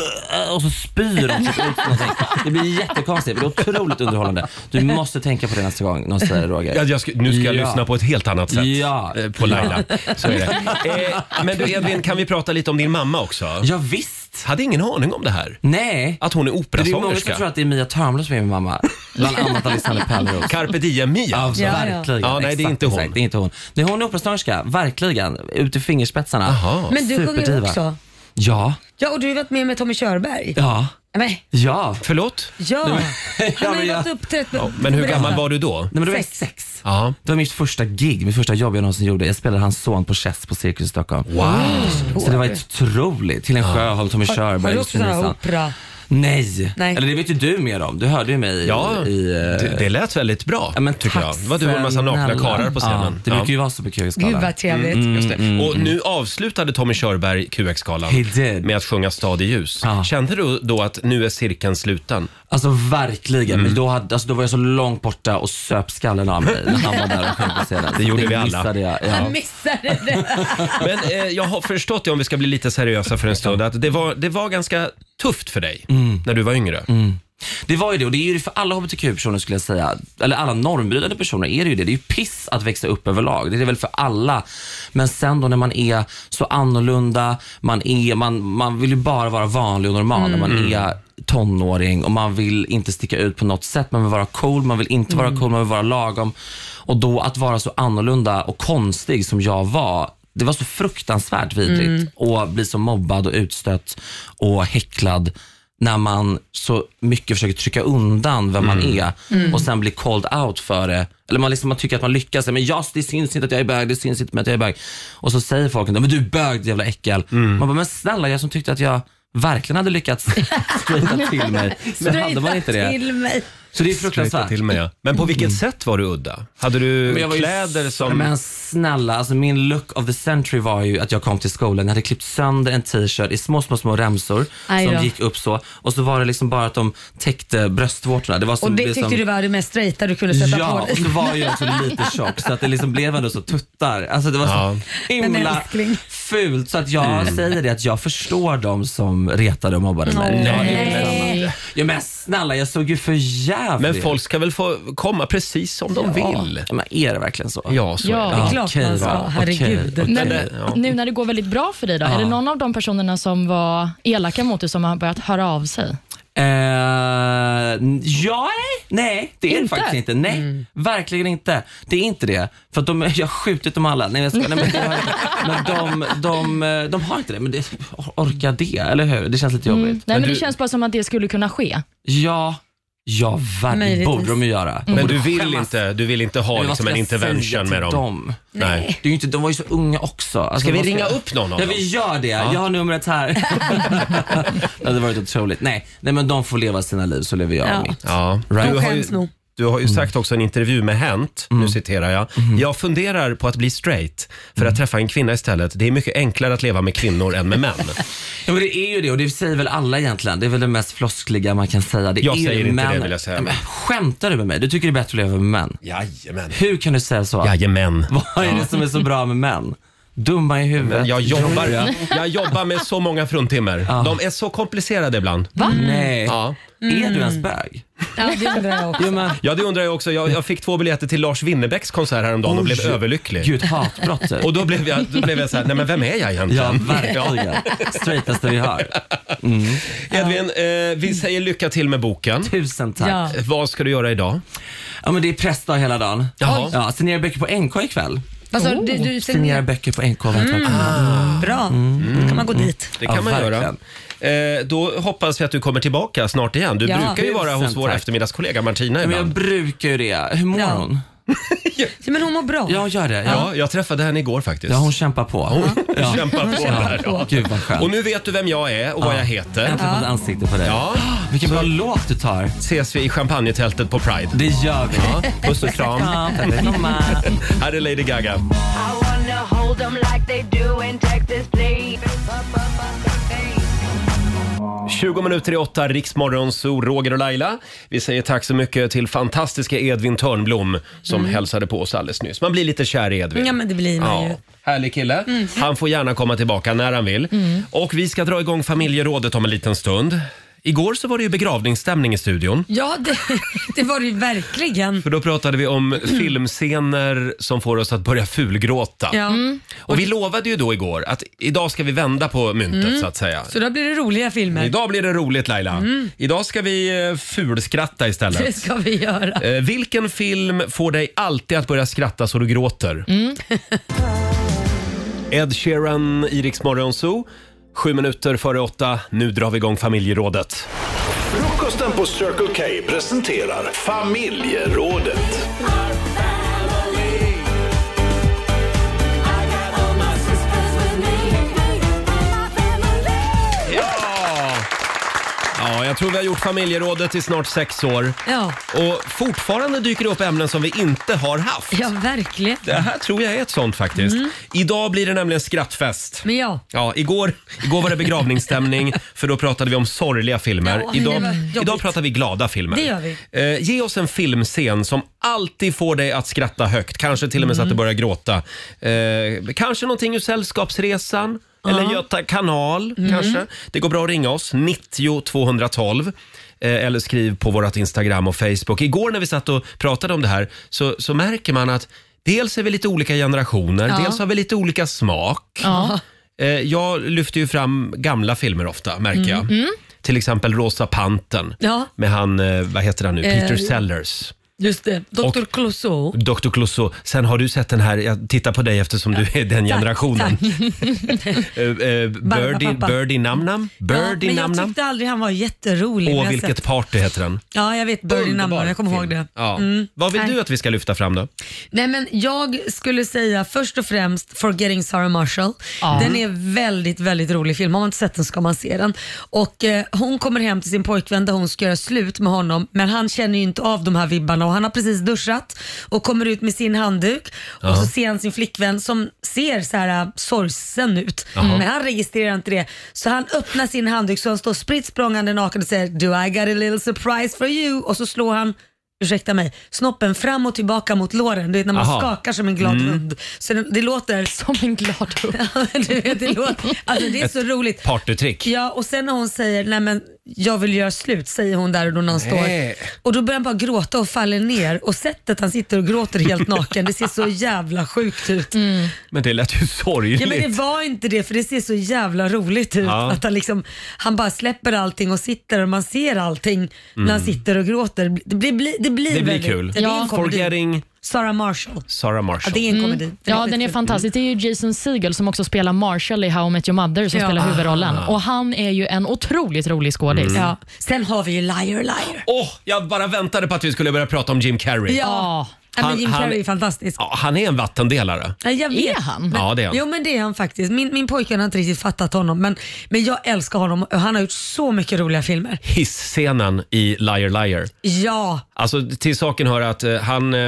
[SPEAKER 10] och så spyr de typ ut någonting. Det blir jättekonstigt men det är otroligt underhållande. Du måste tänka på det nästa gång någon säger det Roger.
[SPEAKER 1] Ja, jag ska, nu ska jag
[SPEAKER 10] Ja.
[SPEAKER 1] lyssna på ett helt annat sätt
[SPEAKER 10] Ja.
[SPEAKER 1] eh, på Laila.
[SPEAKER 10] Ja.
[SPEAKER 1] Så är det.
[SPEAKER 10] [laughs]
[SPEAKER 1] Eh, men du Edvin, kan vi prata lite om din mamma också?
[SPEAKER 10] Ja, visst.
[SPEAKER 1] Hade ingen aning om det här.
[SPEAKER 10] Nej.
[SPEAKER 1] Att hon är
[SPEAKER 10] Det är ju många som
[SPEAKER 1] operasångerska.
[SPEAKER 10] tror att det är Mia Törnblom som är min mamma. Bland annat Alexander Pärleros.
[SPEAKER 1] Carpe diem-Mia.
[SPEAKER 10] Ja,
[SPEAKER 1] Ja, ja.
[SPEAKER 10] verkligen.
[SPEAKER 1] Ja, nej, det är
[SPEAKER 10] Exakt,
[SPEAKER 1] inte hon.
[SPEAKER 10] Exakt, det är inte hon. Nej, hon är operasångerska, verkligen. Ut i fingerspetsarna. Aha.
[SPEAKER 2] Men du sjunger också?
[SPEAKER 10] Ja.
[SPEAKER 2] Ja, och du har varit med med Tommy Körberg.
[SPEAKER 10] Ja.
[SPEAKER 2] Nej,
[SPEAKER 10] Ja.
[SPEAKER 1] Förlåt?
[SPEAKER 2] ja. Han har ju
[SPEAKER 10] men
[SPEAKER 2] varit uppträtt.
[SPEAKER 1] Men hur gammal var du då?
[SPEAKER 10] Nej, men det var
[SPEAKER 2] Sex.
[SPEAKER 10] sex. Det var mitt första gig, mitt första jobb jag någonsin gjorde. Jag spelade hans son på Chess på Cirkus i Stockholm. Mm.
[SPEAKER 2] Wow.
[SPEAKER 10] Så det var ett otroligt. Till en Sjöholm, Tommy
[SPEAKER 2] Har-
[SPEAKER 10] Körberg,
[SPEAKER 2] Har du också
[SPEAKER 10] Josefin
[SPEAKER 2] sån här
[SPEAKER 10] Nilsson.
[SPEAKER 2] opera?
[SPEAKER 10] Nej.
[SPEAKER 2] Nej.
[SPEAKER 10] eller det vet ju du mer om. Du hörde ju mig i-
[SPEAKER 1] Ja,
[SPEAKER 10] i... eh,
[SPEAKER 1] det- det lät väldigt bra.
[SPEAKER 10] Ja, men
[SPEAKER 1] tycker
[SPEAKER 10] tack
[SPEAKER 1] jag. Det var du och en massa nakna
[SPEAKER 10] snälla.
[SPEAKER 1] karlar på
[SPEAKER 10] Ja,
[SPEAKER 1] scenen.
[SPEAKER 10] det
[SPEAKER 1] Ja.
[SPEAKER 10] brukar ju vara så på QX-galan.
[SPEAKER 2] Gud, vad trevligt.
[SPEAKER 10] Mm,
[SPEAKER 1] Just det.
[SPEAKER 10] mm,
[SPEAKER 1] och
[SPEAKER 10] mm.
[SPEAKER 1] nu avslutade Tommy Körberg QX-galan med att sjunga Stad i ljus. Kände du då att nu är cirkeln sluten?
[SPEAKER 10] Alltså verkligen.
[SPEAKER 1] Mm.
[SPEAKER 10] Men då, hade, alltså, då var jag så långt borta och söp skallen av mig när han var där och sjöng på scenen.
[SPEAKER 1] Det gjorde vi alla.
[SPEAKER 10] missade Jag. Ja.
[SPEAKER 2] Han missade det.
[SPEAKER 1] Men eh, jag har förstått det, om vi
[SPEAKER 10] Mm.
[SPEAKER 1] ska bli lite seriösa för en stund, att det var, det var ganska tufft för dig när du var yngre.
[SPEAKER 10] Det var ju det och det är ju för alla hbtq-personer skulle jag säga, eller alla normbrytande personer är det ju det. Det är ju piss att växa upp överlag. Det är väl för alla. Men sen då när man är så annorlunda, man, är, man, man vill ju bara vara vanlig och normal
[SPEAKER 13] Mm.
[SPEAKER 10] när man
[SPEAKER 13] Mm.
[SPEAKER 10] är tonåring och man vill inte sticka ut på något sätt. Man vill vara cool, man vill inte vara
[SPEAKER 13] Mm.
[SPEAKER 10] cool, man vill vara lagom. Och då att vara så annorlunda och konstig som jag var, det var så fruktansvärt vidrigt
[SPEAKER 13] Mm.
[SPEAKER 10] och bli så mobbad och utstött och häcklad när man så mycket försöker trycka undan vem man är
[SPEAKER 13] Mm.
[SPEAKER 10] och sen blir called out för det. Eller man, liksom, man tycker att man lyckas, men ja, det syns inte att jag är bög, det syns inte att jag är bög. Och så säger folk, men du är bög din jävla äckel. Man bara, men snälla jag som tyckte att jag verkligen hade lyckats strejta till mig. Men hade man inte det?
[SPEAKER 2] till mig.
[SPEAKER 10] Så det är fruktansvärt. Mm.
[SPEAKER 1] Till mig, ja. Men på vilket sätt var du udda? Hade du
[SPEAKER 10] Men jag var ju-
[SPEAKER 1] kläder som...
[SPEAKER 10] Men snälla, alltså min look of the century var ju att jag kom till skolan. Jag hade klippt sönder en t-shirt i små, små, små remsor
[SPEAKER 2] Aj då.
[SPEAKER 10] som gick upp så. Och så var det liksom bara att de täckte bröstvårtorna. Det var som,
[SPEAKER 2] Och det
[SPEAKER 10] blev
[SPEAKER 2] tyckte
[SPEAKER 10] som,
[SPEAKER 2] du var det mest straighta du kunde sätta
[SPEAKER 10] Ja,
[SPEAKER 2] på dig.
[SPEAKER 10] och så var jag också lite tjock så att det liksom blev ändå så tuttar. Alltså det var så
[SPEAKER 2] Men
[SPEAKER 10] himla
[SPEAKER 2] älskling.
[SPEAKER 10] fult. Så att jag
[SPEAKER 1] Mm.
[SPEAKER 10] säger det att jag förstår de som retade och mobbade mig. Jag är inte en annan. Ja, men snälla, jag såg ju för jävligt
[SPEAKER 1] Men folk ska väl få komma precis som de
[SPEAKER 10] Ja.
[SPEAKER 1] vill?
[SPEAKER 10] Men är det verkligen så?
[SPEAKER 1] Ja, så
[SPEAKER 3] Ja, det är klart
[SPEAKER 1] Okej,
[SPEAKER 3] man ska.
[SPEAKER 1] va. Okej,
[SPEAKER 3] Herregud.
[SPEAKER 1] okej.
[SPEAKER 3] Men-
[SPEAKER 1] Ja.
[SPEAKER 3] Nu när det går väldigt bra för dig, då,
[SPEAKER 10] Ja.
[SPEAKER 3] är det någon av de personerna som var elaka mot dig som har börjat höra av sig?
[SPEAKER 10] Eh, ja, nej, det är det
[SPEAKER 3] Inte? Mm.
[SPEAKER 10] faktiskt inte. Nej, verkligen inte. Det är inte det. För att de, [laughs] jag har skjutit dem alla. Nej, jag skojar. nej, men det har jag inte. men de, de, eh, de har inte det. Men det, orkar det, eller hur? Det känns lite jobbigt.
[SPEAKER 3] Mm, Nej, men, det känns bara som att det skulle kunna ske.
[SPEAKER 10] Ja, ja verkligen.
[SPEAKER 3] Möjligtvis.
[SPEAKER 10] borde de ju
[SPEAKER 3] Mm.
[SPEAKER 10] göra. De
[SPEAKER 1] Men
[SPEAKER 10] Mm. borde
[SPEAKER 1] du vill,
[SPEAKER 10] skämmas.
[SPEAKER 1] inte, du vill inte ha
[SPEAKER 10] Men vad
[SPEAKER 1] liksom
[SPEAKER 10] ska
[SPEAKER 1] en
[SPEAKER 10] jag säga
[SPEAKER 1] intervention
[SPEAKER 10] till
[SPEAKER 1] med dem?
[SPEAKER 10] dem?
[SPEAKER 1] Nej.
[SPEAKER 10] Det är ju inte, de var ju så unga också. Alltså,
[SPEAKER 1] Ska vi
[SPEAKER 10] vad
[SPEAKER 1] ringa upp någon av
[SPEAKER 10] Ja,
[SPEAKER 1] dem?
[SPEAKER 10] vi gör det.
[SPEAKER 1] Ja.
[SPEAKER 10] Jag har numret här. [laughs] det hade varit otroligt. Nej, nej, men de får leva sina liv så lever jag
[SPEAKER 1] Ja.
[SPEAKER 10] mitt.
[SPEAKER 1] Ja. Du har ju, du har ju
[SPEAKER 10] Mm.
[SPEAKER 1] sagt också i en intervju med Hänt, nu citerar jag. Jag funderar på att bli straight för
[SPEAKER 10] Mm.
[SPEAKER 1] att träffa en kvinna istället. Det är mycket enklare att leva med kvinnor än
[SPEAKER 10] [laughs]
[SPEAKER 1] med män.
[SPEAKER 10] Ja, men det är ju det och det säger väl alla egentligen. Det är väl det mest floskliga man kan säga. Det
[SPEAKER 1] Jag
[SPEAKER 10] är ju
[SPEAKER 1] säger inte
[SPEAKER 10] män.
[SPEAKER 1] det, vill jag säga.
[SPEAKER 10] Ja, men skämtar du med mig? Du tycker det är bättre att leva med män?
[SPEAKER 1] Jajamän.
[SPEAKER 10] Hur kan du säga så?
[SPEAKER 1] Jajamän.
[SPEAKER 10] Vad är det som är så bra med män? Dumma i huvudet. Mm.
[SPEAKER 1] Jag jobbar,
[SPEAKER 10] Dåliga.
[SPEAKER 1] jag jobbar med så många fruntimmer. De är så komplicerade ibland.
[SPEAKER 10] Va? Nej.
[SPEAKER 1] Ja.
[SPEAKER 10] Är du ens bög?
[SPEAKER 2] Ja, det undrar jag [laughs] också.
[SPEAKER 1] Ja, det undrar jag också. Jag, jag fick två biljetter till Lars Winnerbäcks konsert häromdagen och
[SPEAKER 10] Oj.
[SPEAKER 1] blev överlycklig.
[SPEAKER 10] Gud, hatbrottet.
[SPEAKER 1] Och då blev jag, då blev jag så här, nej men vem är jag
[SPEAKER 10] Ja,
[SPEAKER 1] egentligen?
[SPEAKER 10] verkligen.
[SPEAKER 1] Ja.
[SPEAKER 10] Straightaste vi har.
[SPEAKER 1] Edvin, eh,
[SPEAKER 10] Mm.
[SPEAKER 1] vi säger lycka till med boken.
[SPEAKER 10] Tusen tack.
[SPEAKER 1] Ja. Vad ska du göra idag?
[SPEAKER 10] Ja, men det är pressdag hela dagen.
[SPEAKER 1] Jaha.
[SPEAKER 10] Ja, signera böcker på NK ikväll.
[SPEAKER 2] Vad sa du? Du- du-
[SPEAKER 10] signera böcker på NK.
[SPEAKER 2] Mm. Bra,
[SPEAKER 1] Mm.
[SPEAKER 2] då kan man gå dit.
[SPEAKER 1] Det kan
[SPEAKER 10] Ja,
[SPEAKER 1] man göra. Eh, då hoppas vi att du kommer tillbaka snart igen. Du
[SPEAKER 2] Ja.
[SPEAKER 1] brukar ju vara hos
[SPEAKER 10] Tusen
[SPEAKER 1] vår
[SPEAKER 10] tack.
[SPEAKER 1] eftermiddagskollega Martina
[SPEAKER 10] Men
[SPEAKER 1] ibland.
[SPEAKER 10] jag brukar ju det. Hur mår
[SPEAKER 2] Ja.
[SPEAKER 10] hon?
[SPEAKER 2] Ja, Men hon mår bra.
[SPEAKER 10] Ja, gör det.
[SPEAKER 1] Ja, jag träffade henne igår faktiskt.
[SPEAKER 10] Ja, hon kämpar på.
[SPEAKER 1] Hon
[SPEAKER 10] Ja.
[SPEAKER 1] [laughs] kämpar på
[SPEAKER 10] Ja.
[SPEAKER 1] där. Ja.
[SPEAKER 10] Gud vad skönt.
[SPEAKER 1] Och nu vet du vem jag är och vad
[SPEAKER 10] Ja.
[SPEAKER 1] jag heter.
[SPEAKER 10] Äntligen fått ett ansikte på dig.
[SPEAKER 1] Ja.
[SPEAKER 10] Vilken bra låt du tar.
[SPEAKER 1] Ses vi i champagnetältet på Pride.
[SPEAKER 10] Det gör vi.
[SPEAKER 1] Ja. Puss och kram.
[SPEAKER 10] Ja, puss och kram.
[SPEAKER 1] [laughs] Här är Lady Gaga.
[SPEAKER 14] I wanna hold them like they do in Texas, please.
[SPEAKER 1] 20 minuter i åtta, Riksmorgon, så Roger och Laila. Vi säger tack så mycket till fantastiska Edvin Törnblom som hälsade på oss alldeles nyss. Man blir lite kär i Edvin.
[SPEAKER 2] Mm. Ja, men det blir man ju. Mm,
[SPEAKER 1] Härlig kille. Han får gärna komma tillbaka när han vill. Och vi ska dra igång familjerådet om en liten stund. Igår så var det ju begravningsstämning i studion.
[SPEAKER 2] Ja, det, [laughs] det var det ju verkligen.
[SPEAKER 1] För då pratade vi om
[SPEAKER 2] Mm.
[SPEAKER 1] filmscener som får oss att börja fulgråta.
[SPEAKER 2] Ja. Mm.
[SPEAKER 1] Och vi lovade ju då igår att idag ska vi vända på myntet
[SPEAKER 2] Mm.
[SPEAKER 1] så att säga.
[SPEAKER 2] Så då blir det roliga filmer.
[SPEAKER 1] Idag blir det roligt Laila.
[SPEAKER 2] Mm.
[SPEAKER 1] Idag ska vi eh, fulskratta
[SPEAKER 2] Det
[SPEAKER 1] istället.
[SPEAKER 2] ska vi göra.
[SPEAKER 1] Eh, vilken film får dig alltid att börja skratta så du gråter?
[SPEAKER 2] Mm.
[SPEAKER 1] Ed Sheeran, Iriks Morgonzoo. Sju minuter före åtta. Nu drar vi igång familjerådet.
[SPEAKER 5] Frukosten på Circle K presenterar familjerådet.
[SPEAKER 1] Ja, jag tror vi har gjort familjerådet i snart sex år.
[SPEAKER 2] Ja.
[SPEAKER 1] Och fortfarande dyker det upp ämnen som vi inte har haft.
[SPEAKER 2] Ja, verkligen.
[SPEAKER 1] Det här tror jag är ett sånt faktiskt. Idag blir det nämligen skrattfest.
[SPEAKER 2] Men ja.
[SPEAKER 1] Ja, igår, igår var det begravningsstämning för då pratade vi om sorgliga filmer.
[SPEAKER 2] Ja, det
[SPEAKER 1] idag,
[SPEAKER 2] var jobbigt.
[SPEAKER 1] idag pratar vi glada filmer.
[SPEAKER 2] Det gör vi.
[SPEAKER 1] Eh, ge oss en filmscen som alltid får dig att skratta högt. Kanske till och med så
[SPEAKER 2] Mm.
[SPEAKER 1] att du börjar gråta. Eh, kanske någonting ur Sällskapsresan.
[SPEAKER 2] Mm.
[SPEAKER 1] Eller Göta kanal kanske. Det går bra att ringa oss, 90 212. eh, eller skriv på vårt Instagram och Facebook. Igår när vi satt och pratade om det här så, så märker man att dels är vi lite olika generationer,
[SPEAKER 13] Ja.
[SPEAKER 1] dels har vi lite olika smak.
[SPEAKER 13] Ja.
[SPEAKER 1] Eh, jag lyfter ju fram gamla filmer ofta, märker jag.
[SPEAKER 13] Mm, mm.
[SPEAKER 1] Till exempel Rosa Panten
[SPEAKER 2] Ja.
[SPEAKER 1] med han, eh, vad heter han nu,
[SPEAKER 2] Eh,
[SPEAKER 1] Peter Sellers.
[SPEAKER 2] Just det, Dr.
[SPEAKER 1] Och-
[SPEAKER 2] Clouseau.
[SPEAKER 1] Dr. Clouseau, sen har du sett den här, jag tittar på dig eftersom du är den generationen. [laughs] Eh, eh,
[SPEAKER 2] Barbara
[SPEAKER 1] Birdie,
[SPEAKER 2] pappa.
[SPEAKER 1] Birdie Namnam? Birdie
[SPEAKER 2] ja, men jag
[SPEAKER 1] Namnam?
[SPEAKER 2] tyckte aldrig han var jätterolig. men
[SPEAKER 1] Åh,
[SPEAKER 2] jag
[SPEAKER 1] vilket
[SPEAKER 2] sett-
[SPEAKER 1] party heter den.
[SPEAKER 2] Ja, jag vet Birdie
[SPEAKER 1] Underbar
[SPEAKER 2] Namnam. Jag kommer ihåg det.
[SPEAKER 1] Ja.
[SPEAKER 2] Mm.
[SPEAKER 1] Vad vill
[SPEAKER 2] Nej.
[SPEAKER 1] du att vi ska lyfta fram då?
[SPEAKER 2] Nej, men jag skulle säga först och främst Forgetting Sarah Marshall.
[SPEAKER 1] Ja.
[SPEAKER 2] Den är väldigt, väldigt rolig film. Har man inte sett den ska man se den. Och eh, Hon kommer hem till sin pojkvän där hon ska göra slut med honom, men han känner ju inte av de här vibbarna och han har precis duschat och kommer ut med sin handduk
[SPEAKER 13] Ja.
[SPEAKER 2] och så ser han sin flickvän som ser så här äh, sorgsen ut, Mm.
[SPEAKER 13] Jaha.
[SPEAKER 2] men han registrerar inte det. Så han öppnar sin handduk så han står spritt språngande naken och säger “Do I got a little surprise for you?” och så slår han Ursäkta mig, snoppen fram och tillbaka mot låren. Du vet när man
[SPEAKER 13] Aha.
[SPEAKER 2] skakar som en glad
[SPEAKER 13] Mm.
[SPEAKER 2] hund. Så [laughs] det, det låter... Som en glad hund. du vet, det, låter, alltså, det är så roligt.
[SPEAKER 1] Partytrick.
[SPEAKER 2] Ja, och sen när hon säger nej men jag vill göra slut, säger hon där och då när han
[SPEAKER 1] Nej.
[SPEAKER 2] står. Och då börjar han bara gråta och faller ner och sättet han sitter och gråter helt naken, det ser så jävla sjukt ut.
[SPEAKER 1] Men det lät ju sorgligt.
[SPEAKER 2] Ja men det var inte det för det ser så jävla roligt ut.
[SPEAKER 1] Ja.
[SPEAKER 2] Att han, liksom, han bara släpper allting och sitter och man ser allting när han
[SPEAKER 1] Mm.
[SPEAKER 2] sitter och gråter. Det blir, det blir,
[SPEAKER 1] Det blir
[SPEAKER 2] väldigt-
[SPEAKER 1] kul.
[SPEAKER 2] Ja, det är
[SPEAKER 1] Ja.
[SPEAKER 2] en komedi.
[SPEAKER 1] Forgetting-
[SPEAKER 2] Sarah Marshall.
[SPEAKER 1] Sarah Marshall.
[SPEAKER 2] Ja, det är en komedi.
[SPEAKER 3] Mm. Ja, den är fantastisk. Det är ju Jason Segel som också spelar Marshall i How I Met Your Mother som
[SPEAKER 2] Ja.
[SPEAKER 3] spelar huvudrollen.
[SPEAKER 1] Ah.
[SPEAKER 3] Och han är ju en otroligt rolig skådis.
[SPEAKER 1] Mm. Ja.
[SPEAKER 2] Sen har vi ju Liar Liar.
[SPEAKER 1] Åh, jag bara väntade på att vi skulle börja prata om Jim Carrey.
[SPEAKER 2] Ja. Ja, men
[SPEAKER 1] Han-
[SPEAKER 2] Jim Carrey
[SPEAKER 1] han-
[SPEAKER 2] är fantastisk.
[SPEAKER 1] Ja, han är en vattendelare.
[SPEAKER 2] Ja, jag vet.
[SPEAKER 1] Är han? Ja, det är han.
[SPEAKER 2] Jo, men det är han faktiskt. Min, min pojkvän har inte riktigt fattat honom, men, men jag älskar honom och han har gjort så mycket roliga filmer.
[SPEAKER 1] Hisscenen i Liar Liar.
[SPEAKER 2] Ja,
[SPEAKER 1] Alltså till saken hör att eh, han, eh,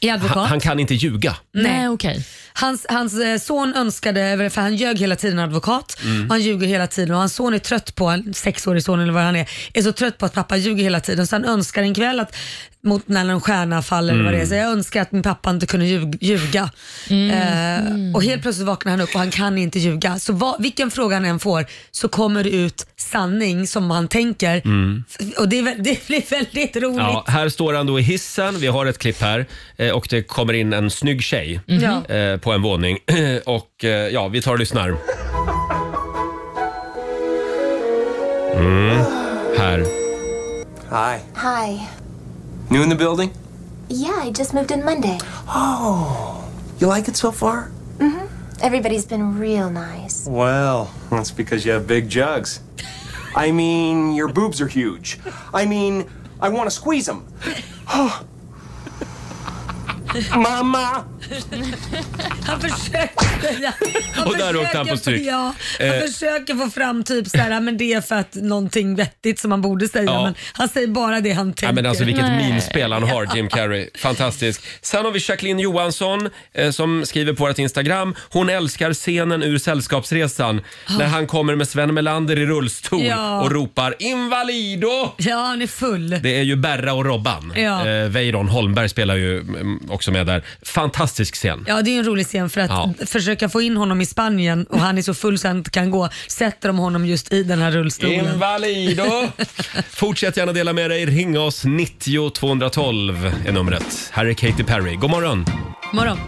[SPEAKER 2] är advokat.
[SPEAKER 1] han, han kan inte ljuga.
[SPEAKER 2] Nej, okej. Hans, hans eh, son önskade, för han ljög hela tiden advokat,
[SPEAKER 1] Mm.
[SPEAKER 2] och han ljuger hela tiden och hans son är trött på, en sexårig son eller vad han är, är så trött på att pappa ljuger hela tiden så han önskar en kväll att mot när en stjärna faller eller vad det är.
[SPEAKER 13] Mm.
[SPEAKER 2] Så jag önskar att min pappa inte kunde ljug, ljuga. Eh, och helt plötsligt vaknar han upp och han kan inte ljuga. Så vad, vilken fråga han än får så kommer det ut sanning som han tänker.
[SPEAKER 1] Mm.
[SPEAKER 2] F- Och det, är, vä- det blir väldigt roligt.
[SPEAKER 1] Ja, här står han då i hissen. Vi har ett klipp här eh, och det kommer in en snygg tjej
[SPEAKER 2] Mhm.
[SPEAKER 1] eh, på en våning. [clears throat] och eh, ja, vi tar och lyssnar. Mm. Här.
[SPEAKER 15] Hi.
[SPEAKER 16] Hi.
[SPEAKER 15] New in the building?
[SPEAKER 16] Yeah, I just moved in Monday.
[SPEAKER 15] Oh. You like it so far?
[SPEAKER 16] hmm Everybody's been real nice.
[SPEAKER 15] Well, that's because you have big jugs. I mean, your boobs are huge. I mean, I want to squeeze them. Oh. Mama!
[SPEAKER 2] Han försöker säga... Han
[SPEAKER 1] Och där
[SPEAKER 2] försöker
[SPEAKER 1] åkte han på stryk.
[SPEAKER 2] få- Ja, han
[SPEAKER 1] Eh.
[SPEAKER 2] försöker få fram typ så här, men det är för att någonting vettigt som man borde säga.
[SPEAKER 1] Ja.
[SPEAKER 2] Men han säger bara det han tänker.
[SPEAKER 1] Ja, men alltså vilket minspel han har, Jim Carrey. Fantastisk. Sen har vi Jacqueline Johansson eh, som skriver på vårt Instagram. Hon älskar scenen ur Sällskapsresan när han kommer med Sven Melander i rullstol
[SPEAKER 2] Ah. Ja.
[SPEAKER 1] och ropar “Invalido!”
[SPEAKER 2] Ja, han är full.
[SPEAKER 1] Det är ju Berra och Robban.
[SPEAKER 2] Ja.
[SPEAKER 1] Eh, Weiron Holmberg spelar ju mm, också med där. Fantastisk scen.
[SPEAKER 2] Ja, det är ju en rolig scen för att
[SPEAKER 1] Ja.
[SPEAKER 2] försöka få in honom i Spanien och han är så full så han inte kan gå. Sätter de honom just i den här rullstolen. [laughs]
[SPEAKER 1] Invalido! Fortsätt gärna dela med dig. Ring oss. 90 212 är numret. Här är Katy Perry. God morgon!
[SPEAKER 2] Morgon.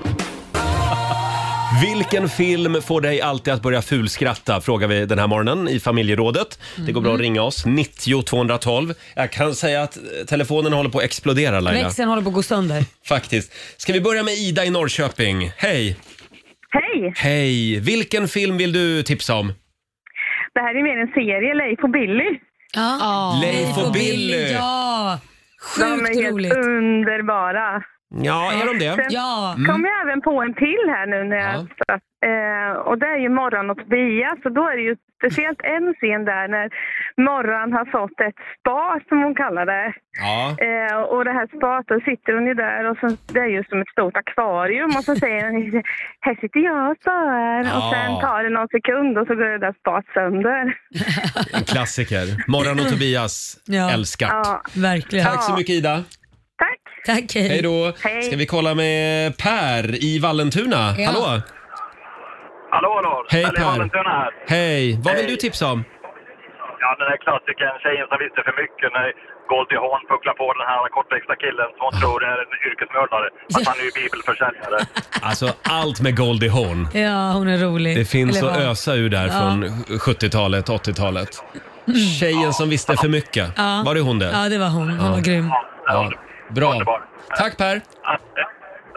[SPEAKER 1] Vilken film får dig alltid att börja fulskratta? Frågar vi den här morgonen i familjerådet. Det går bra att ringa oss. 90 212. Jag kan säga att eh, telefonen håller på att explodera Laila.
[SPEAKER 2] Växeln håller på att gå sönder.
[SPEAKER 1] Faktiskt. Ska vi börja med Ida i Norrköping? Hej!
[SPEAKER 17] Hej!
[SPEAKER 1] Hej! Vilken film vill du tipsa om?
[SPEAKER 17] Det här är mer en serie, Leif och Billy.
[SPEAKER 2] Ja.
[SPEAKER 1] Leif och Billy.
[SPEAKER 2] Ja!
[SPEAKER 17] Sjukt De är roligt. helt underbara.
[SPEAKER 1] Mm. Ja, är de det?
[SPEAKER 17] Sen kom jag även på en till här nu när jag... Eh, och det är ju Morran och Tobias och då är det ju speciellt en scen där när Morran har fått ett spa som hon kallar det.
[SPEAKER 1] Ja.
[SPEAKER 17] Eh, och det här spat, då sitter hon ju där och så, det är ju som ett stort akvarium och så säger hon [laughs] här sitter jag och spar och
[SPEAKER 1] Ja.
[SPEAKER 17] sen tar det någon sekund och så går det där spat sönder.
[SPEAKER 1] En klassiker. Morran
[SPEAKER 17] [laughs]
[SPEAKER 1] och Tobias.
[SPEAKER 17] Ja.
[SPEAKER 1] Älskat.
[SPEAKER 17] Ja.
[SPEAKER 2] Verkligen.
[SPEAKER 1] Tack så mycket Ida.
[SPEAKER 2] Tack,
[SPEAKER 1] Hej då. Ska vi kolla med Per i Vallentuna?
[SPEAKER 18] Ja.
[SPEAKER 1] Hallå?
[SPEAKER 18] Hallå, hallå!
[SPEAKER 1] Hej
[SPEAKER 18] Eller
[SPEAKER 1] Per.
[SPEAKER 18] Valentuna här.
[SPEAKER 1] Hej. Vad vill
[SPEAKER 18] Hej.
[SPEAKER 1] du tipsa om?
[SPEAKER 18] Ja,
[SPEAKER 13] ibland den här klassikern, tjejen som visste för mycket när Goldie Hawn pucklar på den här kortväxta killen som hon tror är en yrkesmördare. Fast han är ju bibelförsäljare.
[SPEAKER 1] Alltså allt med Goldie Hawn.
[SPEAKER 2] Ja, hon är rolig.
[SPEAKER 1] Det finns
[SPEAKER 2] Eller
[SPEAKER 1] att
[SPEAKER 2] vad?
[SPEAKER 1] ösa ur där
[SPEAKER 2] Ja.
[SPEAKER 1] från 70-talet, 80-talet. Tjejen som visste för mycket.
[SPEAKER 2] Ja.
[SPEAKER 1] Var det hon det?
[SPEAKER 2] Ja, det var hon. Hon
[SPEAKER 1] Ja.
[SPEAKER 2] var grym.
[SPEAKER 1] Ja. Bra. Tack Per.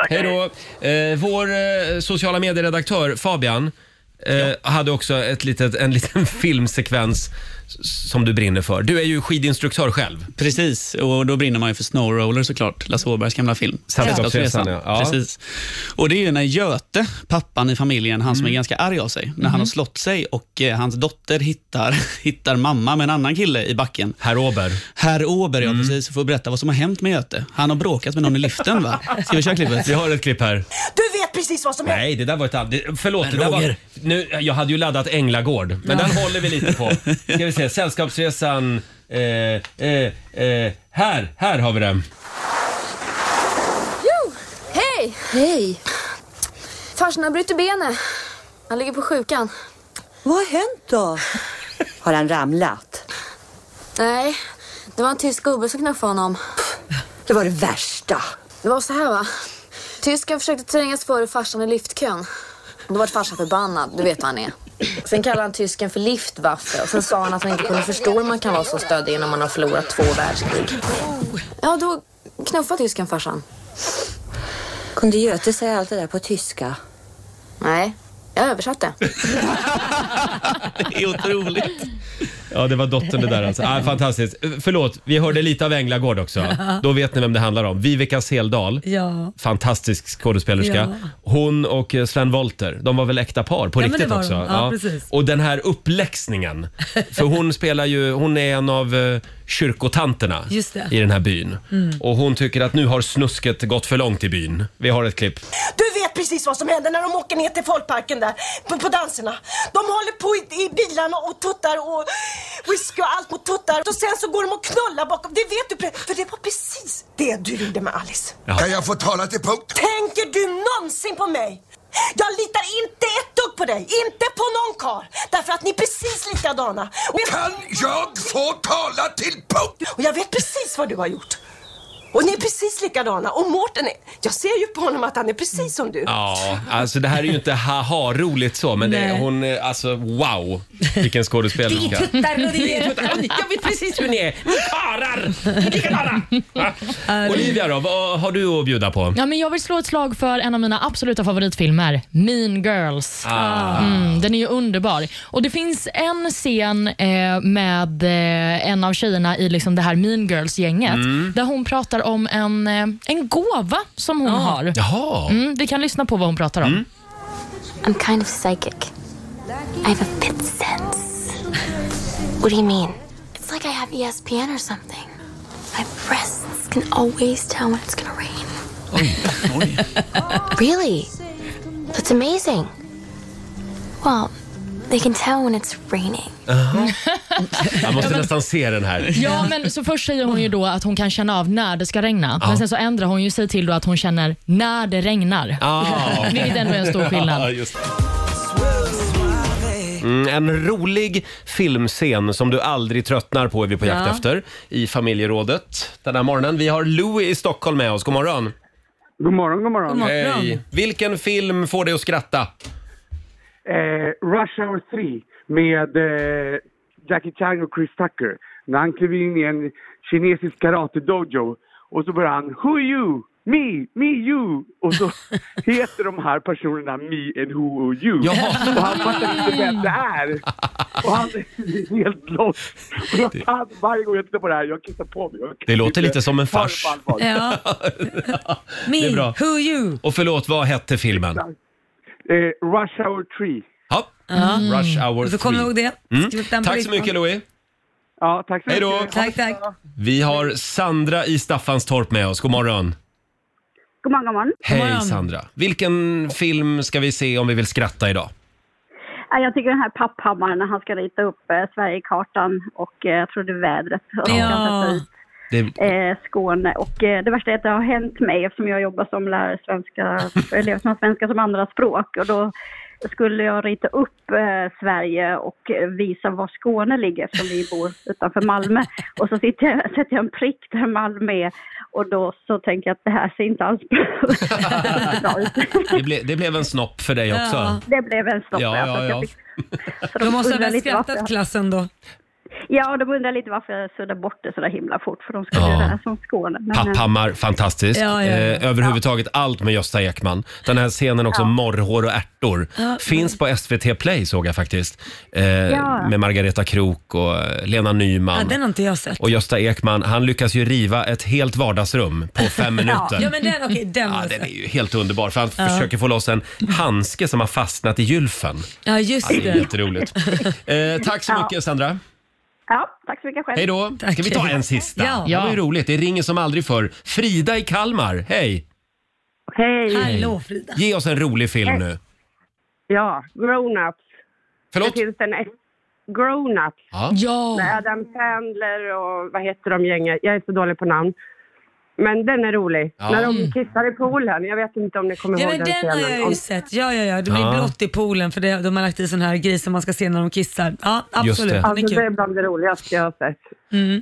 [SPEAKER 1] Hej då. Eh, vår eh, sociala medieredaktör Fabian eh, hade också ett litet, en liten filmsekvens s- som du brinner för. Du är ju skidinstruktör själv.
[SPEAKER 9] Precis, och då brinner man ju för Snowroller såklart, Lasse Åbergs gamla film.
[SPEAKER 1] Sällskapsresan, ja. Ja.
[SPEAKER 9] Precis. Och det är ju när Göte, pappan i familjen, han som
[SPEAKER 1] Mm.
[SPEAKER 9] är ganska arg av sig, när han
[SPEAKER 1] Mhm.
[SPEAKER 9] har slått sig och eh, hans dotter hittar, [laughs] hittar mamma med en annan kille i backen.
[SPEAKER 1] Herr Åberg. Mm.
[SPEAKER 9] Herr Åberg, ja precis. Så får jag berätta vad som har hänt med Göte. Han har bråkat med någon i liften va? Ska vi köra klippet?
[SPEAKER 1] Vi har ett klipp här.
[SPEAKER 18] Du vet precis vad som händer.
[SPEAKER 1] Nej, det där var ett all... det- Förlåt.
[SPEAKER 9] Men
[SPEAKER 1] det där var...
[SPEAKER 9] Roger.
[SPEAKER 1] nu, jag hade ju laddat Änglagård, men
[SPEAKER 9] Ja.
[SPEAKER 1] den håller vi lite på. Ska vi se, Sällskapsresan. Eh, eh, eh, här, här har vi den.
[SPEAKER 19] Jo! Hej! Hej! Farsan har brutit benet. Han ligger på sjukan.
[SPEAKER 18] Vad har hänt då? Har han ramlat?
[SPEAKER 19] Nej, det var en tysk gubbe som knuffade honom.
[SPEAKER 18] Det var det värsta.
[SPEAKER 19] Det var så här va. Tysken försökte trängas före farsan i liftkön. Då vart farsan förbannad, du vet vad han är. Sen kallade han tysken för liftwaffe och sen sa han att han inte kunde förstå hur man kan vara så stöddig när man har förlorat två världskrig. Ja, då knuffade tysken farsan.
[SPEAKER 18] Kunde Göte säga allt det där på tyska?
[SPEAKER 19] Nej, jag översatte.
[SPEAKER 9] Det är otroligt.
[SPEAKER 1] Ja, det var dottern det där alltså. Ah, fantastiskt. Förlåt, vi hörde lite av Änglagård också.
[SPEAKER 2] Ja.
[SPEAKER 1] Då vet ni vem det handlar om. Vivica Seldal.
[SPEAKER 2] Ja.
[SPEAKER 1] Fantastisk skådespelerska.
[SPEAKER 2] Ja.
[SPEAKER 1] Hon och eh, Sven Wollter, de var väl äkta par
[SPEAKER 2] Ja,
[SPEAKER 1] på
[SPEAKER 2] men
[SPEAKER 1] riktigt
[SPEAKER 2] det var
[SPEAKER 1] också?
[SPEAKER 2] de. Ja, precis.
[SPEAKER 1] Och den här uppläxningen. För
[SPEAKER 2] [laughs]
[SPEAKER 1] hon spelar ju, hon är en av eh, kyrkotanterna
[SPEAKER 18] Just det.
[SPEAKER 1] i den här byn.
[SPEAKER 18] Mm.
[SPEAKER 1] Och hon tycker att nu har snusket gått för långt i byn. Vi har ett klipp.
[SPEAKER 18] Du vet precis vad som händer när de åker ner till folkparken där på, på danserna. De håller på i, i bilarna och tuttar och whisky och allt mot tuttar och sen så går de och knullar bakom. Det vet du pre- för det var precis det du gjorde med Alice.
[SPEAKER 20] Kan jag få tala till punkt?
[SPEAKER 18] Tänker du någonsin på mig? Jag litar inte ett dugg på dig, inte på någon karl. Därför att ni är precis likadana. Kan jag få tala till punkt? Och jag vet precis vad du har gjort. Och ni är precis likadana. Och Mårten är... Jag ser ju på honom att han är precis som du.
[SPEAKER 1] Ja, alltså det här är ju inte haha-roligt så, men det, är-
[SPEAKER 18] Nej.
[SPEAKER 1] hon är alltså wow,
[SPEAKER 2] [laughs]
[SPEAKER 1] vilken skådespelerska. Jag vet precis hur ni är. Ni karlar! Likadana! [laughs] Olivia då, vad har du att bjuda på?
[SPEAKER 3] Ja, men jag vill slå ett slag för en av mina absoluta favoritfilmer, Mean Girls.
[SPEAKER 1] Ah.
[SPEAKER 3] Mm, den är ju underbar. Och Det finns en scen eh, med eh, en av tjejerna i liksom det här Mean Girls-gänget
[SPEAKER 21] Mm.
[SPEAKER 3] där hon pratar om en, eh, en gåva som
[SPEAKER 1] Ah.
[SPEAKER 3] hon har.
[SPEAKER 1] Jaha.
[SPEAKER 3] Mm, vi kan lyssna på vad hon pratar om.
[SPEAKER 1] Mm.
[SPEAKER 16] I'm kind of psychic. I have a fifth sense. What do you mean? It's like I have E ESPN or something. My breasts can always tell when it's gonna rain. [laughs] really? That's amazing. Well, they can tell when it's raining.
[SPEAKER 1] Jag måste nästan se den här.
[SPEAKER 3] Ja, men så först säger hon ju då att hon kan känna av när det ska regna.
[SPEAKER 1] Ja.
[SPEAKER 3] Men sen så ändrar hon ju sig till då att hon känner när det regnar.
[SPEAKER 1] Ah.
[SPEAKER 3] Vilket ändå är en stor skillnad.
[SPEAKER 1] Ja, just det. Mm, en rolig filmscen som du aldrig tröttnar på är vi på jakt
[SPEAKER 22] Ja.
[SPEAKER 1] efter i familjerådet den här morgonen. Vi har Louis i Stockholm med oss. God morgon!
[SPEAKER 22] God morgon, god morgon.
[SPEAKER 1] Hej! Vilken film får dig att skratta?
[SPEAKER 22] Eh, Rush Hour 3 med eh, Jackie Chan och Chris Tucker. När han kliver in i en kinesisk karate-dojo och så börjar han Who you? Me, me, you! Och så heter de här personerna Me and Who och You.
[SPEAKER 2] [laughs]
[SPEAKER 22] Och han fattar inte vem det är. Och han är helt lost. Och jag, fan, varje gång jag tittar på det här, jag kissar på mig. Jag kan
[SPEAKER 1] Det låter
[SPEAKER 22] inte
[SPEAKER 1] lite som en
[SPEAKER 22] ta det på
[SPEAKER 1] fars.
[SPEAKER 22] allvar.
[SPEAKER 1] [laughs]
[SPEAKER 2] Ja. Me,
[SPEAKER 1] Det är bra.
[SPEAKER 2] who you?
[SPEAKER 1] Och förlåt, vad hette filmen?
[SPEAKER 22] Eh, Rush Hour 3.
[SPEAKER 1] Ja.
[SPEAKER 2] Mm.
[SPEAKER 1] Rush Hour 3.
[SPEAKER 2] Du får komma ihåg det.
[SPEAKER 1] Mm.
[SPEAKER 2] Skriv upp den på
[SPEAKER 1] Tack så
[SPEAKER 2] listan.
[SPEAKER 1] mycket Louis.
[SPEAKER 22] Ja, tack så
[SPEAKER 1] Hej då.
[SPEAKER 22] mycket.
[SPEAKER 2] Tack, tack.
[SPEAKER 1] Vi har Sandra i Staffanstorp med oss. God morgon.
[SPEAKER 23] God morgon, god morgon.
[SPEAKER 1] Hej Sandra. Vilken film ska vi se om vi vill skratta idag?
[SPEAKER 23] Ja, Jag tycker den här papphammaren när han ska rita upp eh, Sverigekartan och eh, jag tror det är vädret. Och ska sätta ut,
[SPEAKER 1] Det,
[SPEAKER 23] eh, Skåne och eh, det värsta är att det har hänt mig eftersom jag jobbar som lärare i svenska, för elever som har svenska som andra språk och då skulle jag rita upp eh, Sverige och eh, visa var Skåne ligger eftersom vi bor utanför Malmö. Och så sitter jag, sätter jag en prick där Malmö är och då så tänker jag att det här ser inte alls bra
[SPEAKER 1] [laughs] Det, ble, det blev en snopp för dig också.
[SPEAKER 23] Ja, Det blev en stopp.
[SPEAKER 1] Ja,
[SPEAKER 23] alltså,
[SPEAKER 1] ja,
[SPEAKER 23] att jag
[SPEAKER 1] ja.
[SPEAKER 23] fick- så
[SPEAKER 2] De måste ha
[SPEAKER 23] undrar
[SPEAKER 2] väl
[SPEAKER 23] lite varför
[SPEAKER 2] skrattat
[SPEAKER 23] jag-
[SPEAKER 2] klassen då.
[SPEAKER 23] Ja, de undrar lite varför jag suddar bort det så där himla fort för de skulle
[SPEAKER 1] Ja.
[SPEAKER 23] göra det här som Skåne. Men, eh,
[SPEAKER 1] Papphammar, fantastisk.
[SPEAKER 23] Ja, ja, ja.
[SPEAKER 1] Eh, överhuvudtaget allt med Gösta Ekman. Den här scenen också,
[SPEAKER 23] Ja.
[SPEAKER 1] Morrhår och ärtor.
[SPEAKER 23] Ja.
[SPEAKER 1] Finns på SVT Play såg jag faktiskt. Eh,
[SPEAKER 2] Ja.
[SPEAKER 1] Med Margareta Krok och eh, Lena Nyman.
[SPEAKER 2] Ja, den har inte jag sett.
[SPEAKER 1] Och Gösta Ekman, han lyckas ju riva ett helt vardagsrum på
[SPEAKER 23] [laughs]
[SPEAKER 1] fem minuter.
[SPEAKER 2] Ja, men den, okej, den
[SPEAKER 1] Ja,
[SPEAKER 2] måste
[SPEAKER 1] den
[SPEAKER 2] jag
[SPEAKER 1] är
[SPEAKER 2] se.
[SPEAKER 1] ju helt underbar för han
[SPEAKER 2] Ja.
[SPEAKER 1] försöker få loss en handske som har fastnat i gylfen.
[SPEAKER 2] Ja, just
[SPEAKER 1] Ja, det är
[SPEAKER 2] det.
[SPEAKER 1] jätteroligt. Eh, tack så
[SPEAKER 23] Ja.
[SPEAKER 1] mycket Sandra.
[SPEAKER 23] Ja, tack så mycket själv.
[SPEAKER 1] Hej då. Ska vi ta en sista?
[SPEAKER 23] Ja.
[SPEAKER 1] Det var ju roligt. Det ringer som aldrig förr. Frida i Kalmar, hej!
[SPEAKER 4] Hej!
[SPEAKER 2] Hallå Frida!
[SPEAKER 1] Ge oss en rolig film nu.
[SPEAKER 4] Ja, Grown-Ups.
[SPEAKER 1] Förlåt?
[SPEAKER 4] Det finns en ett- Grown-Ups.
[SPEAKER 1] Ja.
[SPEAKER 4] Med Adam Sandler och vad heter de gänget? Jag är så dålig på namn. Men den är rolig.
[SPEAKER 2] Ja.
[SPEAKER 4] När
[SPEAKER 2] Mm.
[SPEAKER 4] de kissar i poolen. Jag vet inte om ni kommer
[SPEAKER 2] Ja,
[SPEAKER 4] ihåg
[SPEAKER 2] men
[SPEAKER 4] den
[SPEAKER 2] den
[SPEAKER 4] scenen. Alltså,
[SPEAKER 2] har jag
[SPEAKER 4] Om-
[SPEAKER 2] ju sett. Ja, ja, ja. Det blir
[SPEAKER 4] Ja.
[SPEAKER 2] blått i poolen för det, de har lagt i sån här grej som man ska se när de kissar. Ja, absolut. Den är
[SPEAKER 4] Alltså, det är
[SPEAKER 2] kul.
[SPEAKER 4] bland det roligaste jag har sett.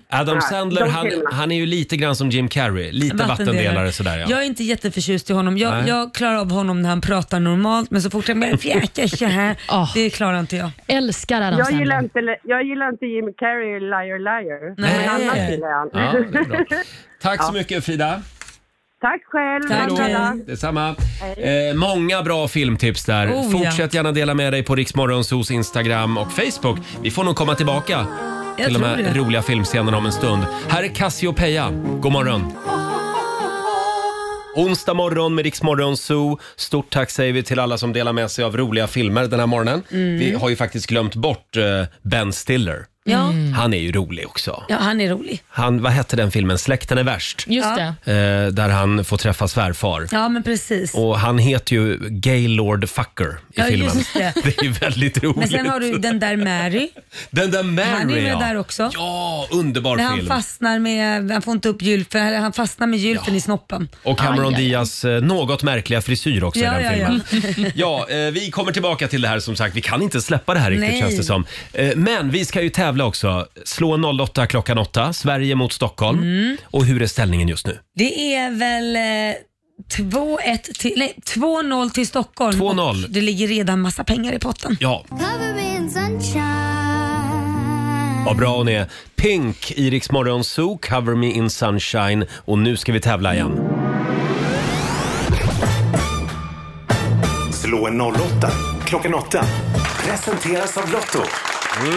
[SPEAKER 1] Adam
[SPEAKER 4] Ja,
[SPEAKER 1] Sandler,
[SPEAKER 4] de
[SPEAKER 1] han,
[SPEAKER 4] filmerna.
[SPEAKER 1] han är ju lite grann som Jim Carrey. Lite vattendelare sådär ja.
[SPEAKER 2] Jag är inte jätteförtjust i honom. Jag,
[SPEAKER 1] Nej.
[SPEAKER 2] jag klarar av honom när han pratar normalt, men så fort han börjar fjäka så [laughs] här, det klarar inte jag.
[SPEAKER 3] Älskar
[SPEAKER 2] Adam
[SPEAKER 4] Jag
[SPEAKER 2] Sandler. Mm.
[SPEAKER 4] gillar, inte, jag gillar inte Jim Carrey i Liar Liar.
[SPEAKER 1] Nej.
[SPEAKER 4] Men annars gillar jag han.
[SPEAKER 1] Ja, det är bra. Tack så mycket Frida.
[SPEAKER 4] Tack själv.
[SPEAKER 1] Hej då.
[SPEAKER 4] alla.
[SPEAKER 1] Detsamma.
[SPEAKER 4] Hej.
[SPEAKER 1] Eh, många bra filmtips där.
[SPEAKER 4] Oh, ja.
[SPEAKER 1] Fortsätt gärna dela med dig på Riksmorgonsos Instagram och Facebook. Vi får nog komma tillbaka
[SPEAKER 2] Jag
[SPEAKER 1] till de
[SPEAKER 2] tror
[SPEAKER 1] här
[SPEAKER 2] det.
[SPEAKER 1] roliga filmscenerna om en stund. Här är Cassiopeia. God morgon. Onsdag morgon med Riksmorgon Zoo. Stort tack säger vi till alla som delar med sig av roliga filmer den här morgonen.
[SPEAKER 2] Mm.
[SPEAKER 1] Vi har ju faktiskt glömt bort eh, Ben Stiller.
[SPEAKER 2] Ja. Mm.
[SPEAKER 1] Han är ju rolig också.
[SPEAKER 2] Ja, han är rolig.
[SPEAKER 1] Han, vad hette den filmen? Släkten är värst.
[SPEAKER 2] Just det.
[SPEAKER 1] Eh, där han får träffa svärfar.
[SPEAKER 2] Ja, men precis.
[SPEAKER 1] Och han heter ju Gaylord Fucker i
[SPEAKER 2] Ja,
[SPEAKER 1] filmen.
[SPEAKER 2] just det.
[SPEAKER 1] [laughs] det är ju väldigt roligt.
[SPEAKER 2] Men sen har du den där Mary.
[SPEAKER 1] Den där Mary
[SPEAKER 2] Han är med
[SPEAKER 1] ja.
[SPEAKER 2] där också.
[SPEAKER 1] Ja, underbar
[SPEAKER 2] När han
[SPEAKER 1] film.
[SPEAKER 2] fastnar med, han får inte upp gylfen, eller han fastnar med gylfen i snoppen.
[SPEAKER 1] Och Cameron
[SPEAKER 2] Aj, aj, aj.
[SPEAKER 1] Diaz eh, något märkliga frisyr också
[SPEAKER 2] Ja,
[SPEAKER 1] i den
[SPEAKER 2] ja, ja.
[SPEAKER 1] filmen.
[SPEAKER 2] [laughs]
[SPEAKER 1] Ja, eh, vi kommer tillbaka till det här som sagt. Vi kan inte släppa det här riktigt
[SPEAKER 2] Nej.
[SPEAKER 1] känns det som. Eh, men vi ska ju tävla också. Slå 08 klockan 8. Sverige mot Stockholm.
[SPEAKER 2] Mm.
[SPEAKER 1] Och hur är ställningen just nu?
[SPEAKER 2] Det är väl eh, 2-1 till, nej, 2-0 till Stockholm.
[SPEAKER 1] 2-0.
[SPEAKER 2] Och Det ligger redan massa pengar i potten.
[SPEAKER 1] Ja, Vad bra hon är. Pink i Rix Morgon Zoo, Cover Me In Sunshine. Och nu ska vi tävla igen.
[SPEAKER 5] Slå en 08 klockan 8. Presenteras av Lotto.
[SPEAKER 1] Mm.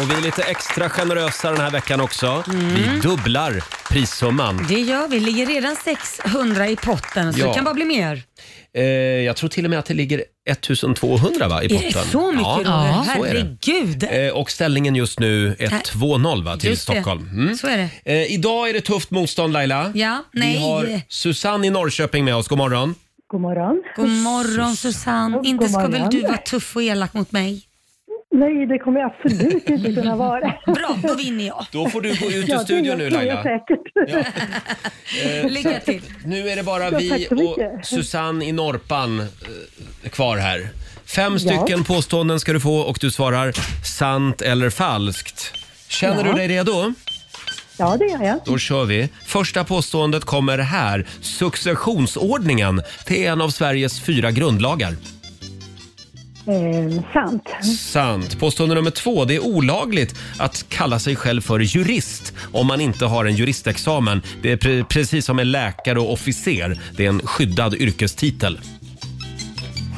[SPEAKER 1] Och vi är lite extra generösa den här veckan också. Vi dubblar prissumman.
[SPEAKER 2] Det gör vi. ligger redan 600 i potten, så
[SPEAKER 1] Ja.
[SPEAKER 2] det kan bara bli mer.
[SPEAKER 1] Eh, jag tror till och med att det ligger 1200 va, i
[SPEAKER 2] Är det
[SPEAKER 1] potten.
[SPEAKER 2] så mycket, Roger?
[SPEAKER 1] ja, så är det.
[SPEAKER 2] Herregud.
[SPEAKER 1] Eh, och ställningen just nu är
[SPEAKER 2] Nej.
[SPEAKER 1] 2-0 va, till
[SPEAKER 2] Just det.
[SPEAKER 1] Stockholm.
[SPEAKER 2] Så är det.
[SPEAKER 1] Eh, idag är det tufft motstånd Laila.
[SPEAKER 2] Ja, nej.
[SPEAKER 1] Vi har Susanne i Norrköping med oss. God morgon.
[SPEAKER 20] God morgon.
[SPEAKER 2] God morgon Susanne.
[SPEAKER 20] God
[SPEAKER 2] Inte ska väl
[SPEAKER 20] morgon.
[SPEAKER 2] du vara tuff och elak mot mig?
[SPEAKER 20] Nej, det kommer jag absolut inte kunna vara.
[SPEAKER 2] Bra, då vinner jag.
[SPEAKER 1] Då får du gå ut ur
[SPEAKER 20] Ja, det
[SPEAKER 1] studion
[SPEAKER 20] tror
[SPEAKER 1] nu
[SPEAKER 20] jag
[SPEAKER 1] Laila.
[SPEAKER 20] säkert.
[SPEAKER 1] Eh,
[SPEAKER 20] Lycka
[SPEAKER 1] så-
[SPEAKER 20] till.
[SPEAKER 1] Nu är det bara
[SPEAKER 20] Ja,
[SPEAKER 1] vi
[SPEAKER 20] tack så
[SPEAKER 1] och
[SPEAKER 20] mycket. [laughs]
[SPEAKER 1] Susanne i Norpan eh, kvar här. Fem
[SPEAKER 20] Ja.
[SPEAKER 1] stycken påståenden ska du få och du svarar sant eller falskt. Känner
[SPEAKER 20] Ja.
[SPEAKER 1] du dig redo?
[SPEAKER 20] Ja, det gör jag.
[SPEAKER 1] Då kör vi. Första påståendet kommer här. Successionsordningen, det är en av Sveriges fyra grundlagar.
[SPEAKER 20] Eh, sant.
[SPEAKER 1] Sant. Påstående nummer två. Det är olagligt att kalla sig själv för jurist om man inte har en juristexamen. Det är pre- precis som en läkare och officer. Det är en skyddad yrkestitel.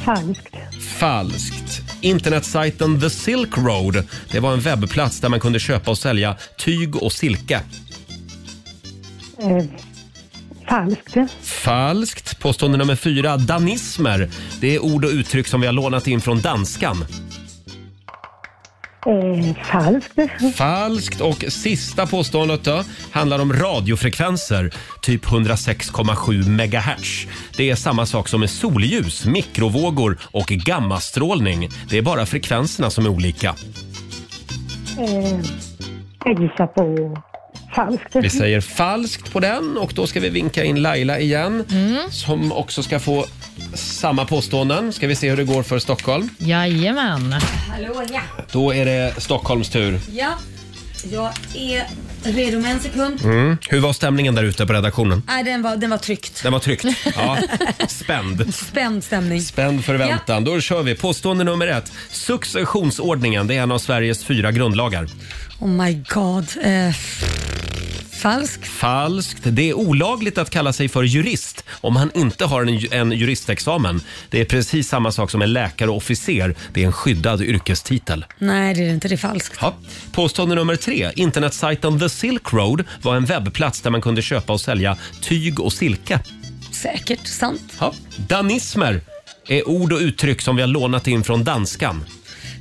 [SPEAKER 20] Falskt.
[SPEAKER 1] Falskt. Internetsajten The Silk Road. Det var en webbplats där man kunde köpa och sälja tyg och silke.
[SPEAKER 20] Eh, falskt.
[SPEAKER 1] Falskt. Påstående nummer fyra. Danismer. Det är ord och uttryck som vi har lånat in från danskan.
[SPEAKER 20] Eh, falskt.
[SPEAKER 1] Falskt. Och sista påståendet då, handlar om radiofrekvenser, typ 106,7 megahertz. Det är samma sak som med solljus, mikrovågor och gammastrålning. Det är bara frekvenserna som är olika.
[SPEAKER 20] Eh, jag gissar på falskt.
[SPEAKER 1] Vi säger falskt på den och då ska vi vinka in Laila igen som också ska få samma påståenden. Ska vi se hur det går för Stockholm.
[SPEAKER 3] Jajamän.
[SPEAKER 2] Hallå ja.
[SPEAKER 1] Då är det Stockholms tur.
[SPEAKER 2] Ja, jag är redo med en sekund.
[SPEAKER 1] Mm. Hur var stämningen där ute på redaktionen?
[SPEAKER 2] Nej, den var, den var tryckt.
[SPEAKER 1] Den var tryckt. Ja. Spänd.
[SPEAKER 2] Spänd stämning.
[SPEAKER 1] Spänd förväntan. Då kör vi. Påstående nummer ett. Successionsordningen, det är en av Sveriges fyra grundlagar.
[SPEAKER 2] Oh my god. Eh, falskt.
[SPEAKER 1] Falskt. Det är olagligt att kalla sig för jurist om han inte har en, ju- en juristexamen. Det är precis samma sak som en läkare och officer. Det är en skyddad yrkestitel.
[SPEAKER 2] Nej, det är det inte. Det är falskt.
[SPEAKER 1] Ja. Påstående nummer tre. Internetsajten The Silk Road var en webbplats där man kunde köpa och sälja tyg och silke.
[SPEAKER 2] Säkert. Sant.
[SPEAKER 1] Ja. Danismer är ord och uttryck som vi har lånat in från danskan.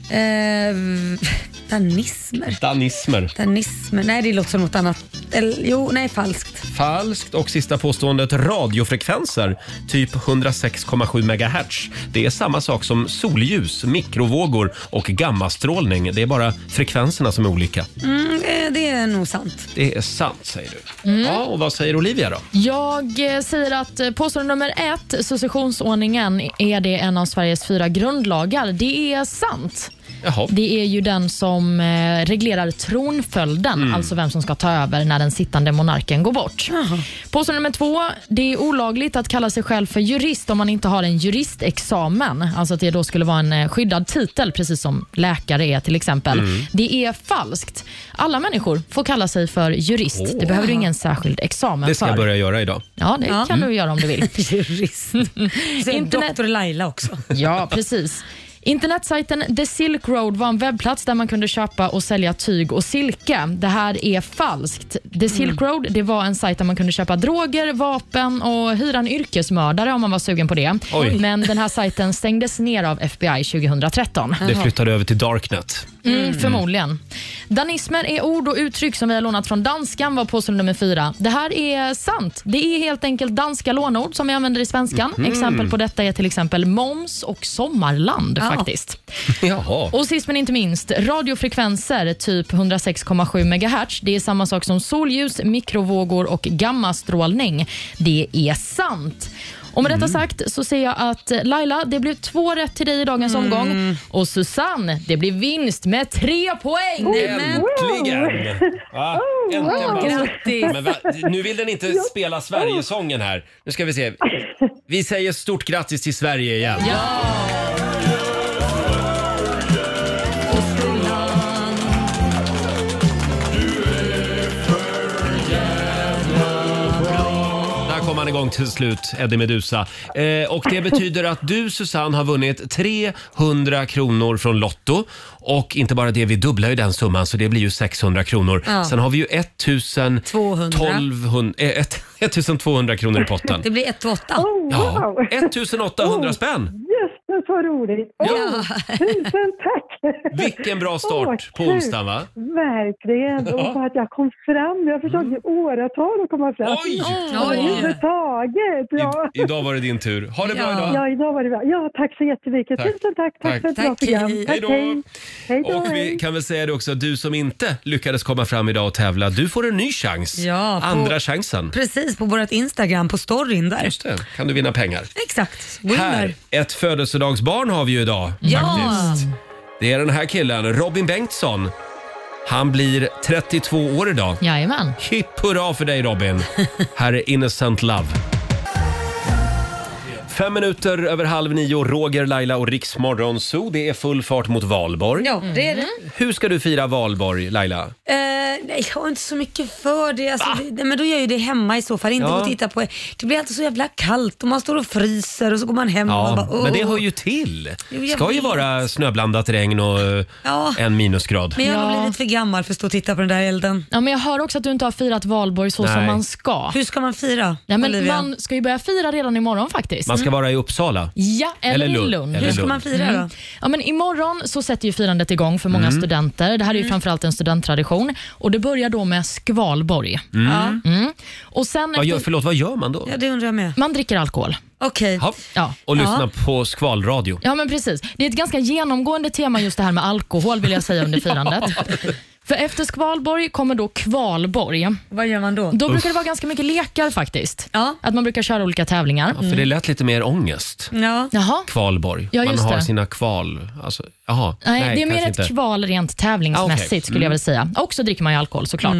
[SPEAKER 2] Eh, [laughs] danismer.
[SPEAKER 1] Danismer.
[SPEAKER 2] Danismer. Nej, det låter som något annat. Eller, jo, nej, falskt.
[SPEAKER 1] Falskt. Och sista påståendet, radiofrekvenser, typ 106,7 MHz. Det är samma sak som solljus, mikrovågor och gammastrålning. Det är bara frekvenserna som är olika.
[SPEAKER 2] Mm, eh, det är nog sant.
[SPEAKER 1] Det är sant, säger du.
[SPEAKER 3] Mm.
[SPEAKER 1] Ja, och vad säger Olivia då?
[SPEAKER 3] Jag eh, säger att eh, påstående nummer ett, successionsordningen, är det en av Sveriges fyra grundlagar. Det är sant.
[SPEAKER 1] Jaha.
[SPEAKER 3] Det är ju den som eh, reglerar tronföljden,
[SPEAKER 6] Mm.
[SPEAKER 3] alltså vem som ska ta över när den sittande monarken går bort. Påstående nummer två, det är olagligt att kalla sig själv för jurist om man inte har en juristexamen. Alltså att det då skulle vara en eh, skyddad titel, precis som läkare är till exempel.
[SPEAKER 6] Mm.
[SPEAKER 3] Det är falskt. Alla människor får kalla sig för jurist.
[SPEAKER 1] Åh.
[SPEAKER 3] Det behöver du ingen särskild examen
[SPEAKER 1] Det ska
[SPEAKER 3] för.
[SPEAKER 1] jag börja göra idag.
[SPEAKER 3] Ja, det
[SPEAKER 1] Ja.
[SPEAKER 3] kan
[SPEAKER 1] Mm.
[SPEAKER 3] du göra om du
[SPEAKER 1] [laughs]
[SPEAKER 3] vill.
[SPEAKER 2] Jurist.
[SPEAKER 3] Internet...
[SPEAKER 2] Doktor Laila också.
[SPEAKER 3] [laughs] Ja, precis. Internetsajten The Silk Road var en webbplats där man kunde köpa och sälja tyg och silke. Det här är falskt. The Silk
[SPEAKER 1] Mm.
[SPEAKER 3] Road det var en sajt där man kunde köpa droger, vapen och hyra en yrkesmördare om man var sugen på det.
[SPEAKER 1] Oj.
[SPEAKER 3] Men den här sajten stängdes ner av FBI 2013.
[SPEAKER 1] Det flyttade över till Darknet.
[SPEAKER 3] Mm, förmodligen. Danismer är ord och uttryck som vi har lånat från danskan var påstående nummer fyra. Det här är sant. Det är helt enkelt danska lånord som vi använder i svenskan.
[SPEAKER 6] Mhm.
[SPEAKER 3] Exempel på detta är till exempel moms och sommarland faktiskt.
[SPEAKER 1] Jaha.
[SPEAKER 3] Och sist men inte minst, radiofrekvenser typ 106,7 MHz. Det är samma sak som solljus, mikrovågor och gammastrålning. Det är sant. Och med detta
[SPEAKER 1] Mm.
[SPEAKER 3] sagt så ser jag att eh, Laila, det blev två rätt till dig i dagens
[SPEAKER 1] Mm.
[SPEAKER 3] omgång. Och Susanne, det blir vinst med tre poäng.
[SPEAKER 1] Oh. Äntligen! Ja, äntligen
[SPEAKER 3] Oh, wow.
[SPEAKER 1] Basse.
[SPEAKER 3] [laughs] Grattis.
[SPEAKER 1] Men va, nu vill den inte spela Sverigesången här. Nu ska vi se. Vi säger stort grattis till Sverige igen. Där kom han igång till slut, Eddie Medusa. Eh, och det betyder att du, Susanne, har vunnit 300 kronor från Lotto. Och inte bara det, vi dubblar ju den summan så det blir ju 600 kronor.
[SPEAKER 2] Ja.
[SPEAKER 1] Sen har vi ju 1200, eh, ett- [laughs] 1200 kronor i potten.
[SPEAKER 20] [laughs]
[SPEAKER 2] Det blir 1 8.
[SPEAKER 4] Oh,
[SPEAKER 1] Ja, 1800 spänn!
[SPEAKER 20] Jösses vad roligt! Åh,
[SPEAKER 4] Oh,
[SPEAKER 20] Tusen tack!
[SPEAKER 1] Vilken bra
[SPEAKER 20] Åh, vad
[SPEAKER 1] start på
[SPEAKER 20] kul.
[SPEAKER 1] onsdagen va?
[SPEAKER 20] Verkligen! Och för att jag kom fram. Jag försökte i åratal att komma fram.
[SPEAKER 1] Mm. Oj!
[SPEAKER 2] Oj.
[SPEAKER 20] Överhuvudtaget! Ja.
[SPEAKER 1] Idag var det din tur. Ha det bra idag!
[SPEAKER 20] Ja, idag var det bra. Ja, tack så jättemycket.
[SPEAKER 1] Tack.
[SPEAKER 20] Tusen tack. Tack,
[SPEAKER 1] Tack.
[SPEAKER 20] för ett bra
[SPEAKER 1] Tack,
[SPEAKER 20] program. Tack,
[SPEAKER 1] hej. Hej då.
[SPEAKER 20] hej. Hej då.
[SPEAKER 1] Och vi kan väl säga det också, du som inte lyckades komma fram idag och tävla, du får en ny chans.
[SPEAKER 2] Ja, på-
[SPEAKER 1] Andra chansen.
[SPEAKER 2] Precis, på vårt Instagram, på storyn där.
[SPEAKER 1] Just det, kan du vinna pengar.
[SPEAKER 2] Exakt. Winner.
[SPEAKER 1] Här, ett födelsedagsbarn har vi ju idag.
[SPEAKER 2] Ja.
[SPEAKER 1] Faktiskt. Det är den här killen, Robin Bengtsson. Han blir 32 år idag.
[SPEAKER 3] Jajamän.
[SPEAKER 1] Hipp hurra för dig Robin. Här är Innocent Love. Fem minuter över halv nio, Roger, Laila och Riks Morgonzoo. Det är full fart mot valborg.
[SPEAKER 2] Ja, det är det.
[SPEAKER 3] Mm.
[SPEAKER 1] Hur ska du fira valborg, Laila?
[SPEAKER 2] Eh, nej, jag har inte så mycket för det. Alltså, det nej, men då gör jag ju det hemma i så fall. Inte
[SPEAKER 1] Ja.
[SPEAKER 2] gå och titta på Det blir alltid så jävla kallt och man står och fryser och så går man hem och man
[SPEAKER 1] Ja,
[SPEAKER 2] bara, åh.
[SPEAKER 1] men det hör ju till.
[SPEAKER 2] Jo, jag
[SPEAKER 1] ska ju
[SPEAKER 2] vet.
[SPEAKER 1] vara snöblandat regn och eh,
[SPEAKER 2] Ja.
[SPEAKER 1] en minusgrad.
[SPEAKER 2] Men jag har nog blivit för gammal för att stå och titta på den där elden.
[SPEAKER 3] Ja, men jag hör också att du inte har firat valborg så som
[SPEAKER 1] Nej.
[SPEAKER 3] man ska.
[SPEAKER 2] Hur ska man fira,
[SPEAKER 3] ja, men
[SPEAKER 2] Olivia?
[SPEAKER 3] Man ska ju börja fira redan imorgon faktiskt.
[SPEAKER 1] Man ska vara i Uppsala.
[SPEAKER 3] Ja, eller,
[SPEAKER 1] Eller
[SPEAKER 3] i
[SPEAKER 1] Lund.
[SPEAKER 3] Lund.
[SPEAKER 1] Eller Hur ska Lund. man
[SPEAKER 2] fira då?
[SPEAKER 3] Mm. Ja, men imorgon så sätter ju firandet igång för många
[SPEAKER 1] Mm.
[SPEAKER 3] studenter. Det här är ju
[SPEAKER 1] Mm.
[SPEAKER 3] framförallt en studenttradition. Och Det börjar då med skvalborg.
[SPEAKER 1] Mm. Ja.
[SPEAKER 3] Mm. Och sen
[SPEAKER 1] Vad gör,
[SPEAKER 3] efter-
[SPEAKER 1] förlåt, vad gör man då?
[SPEAKER 2] det undrar jag med.
[SPEAKER 3] Man dricker alkohol.
[SPEAKER 2] Okej.
[SPEAKER 1] Ja.
[SPEAKER 3] Ja.
[SPEAKER 1] Och lyssna
[SPEAKER 3] Ja.
[SPEAKER 1] på skvalradio. [laughs]
[SPEAKER 3] Ja, men precis. Det är ett ganska genomgående tema just det här med alkohol vill jag säga under firandet. För efter Skvalborg kommer då Kvalborg.
[SPEAKER 2] Vad gör man då?
[SPEAKER 3] Då brukar det
[SPEAKER 1] Uff.
[SPEAKER 3] vara ganska mycket lekar faktiskt. Att man brukar köra olika tävlingar.
[SPEAKER 1] För det lät lite mer ångest.
[SPEAKER 3] Ja. Jaha.
[SPEAKER 1] Kvalborg.
[SPEAKER 3] Mm. Ja,
[SPEAKER 1] Man
[SPEAKER 3] just
[SPEAKER 1] har
[SPEAKER 3] det.
[SPEAKER 1] sina kval. Alltså, jaha.
[SPEAKER 3] Nej, det är mer
[SPEAKER 1] kanske
[SPEAKER 3] ett
[SPEAKER 1] inte.
[SPEAKER 3] kval rent tävlingsmässigt
[SPEAKER 1] Ah, okej.
[SPEAKER 3] skulle jag
[SPEAKER 1] Mm.
[SPEAKER 3] vilja säga. Och så dricker man ju alkohol såklart.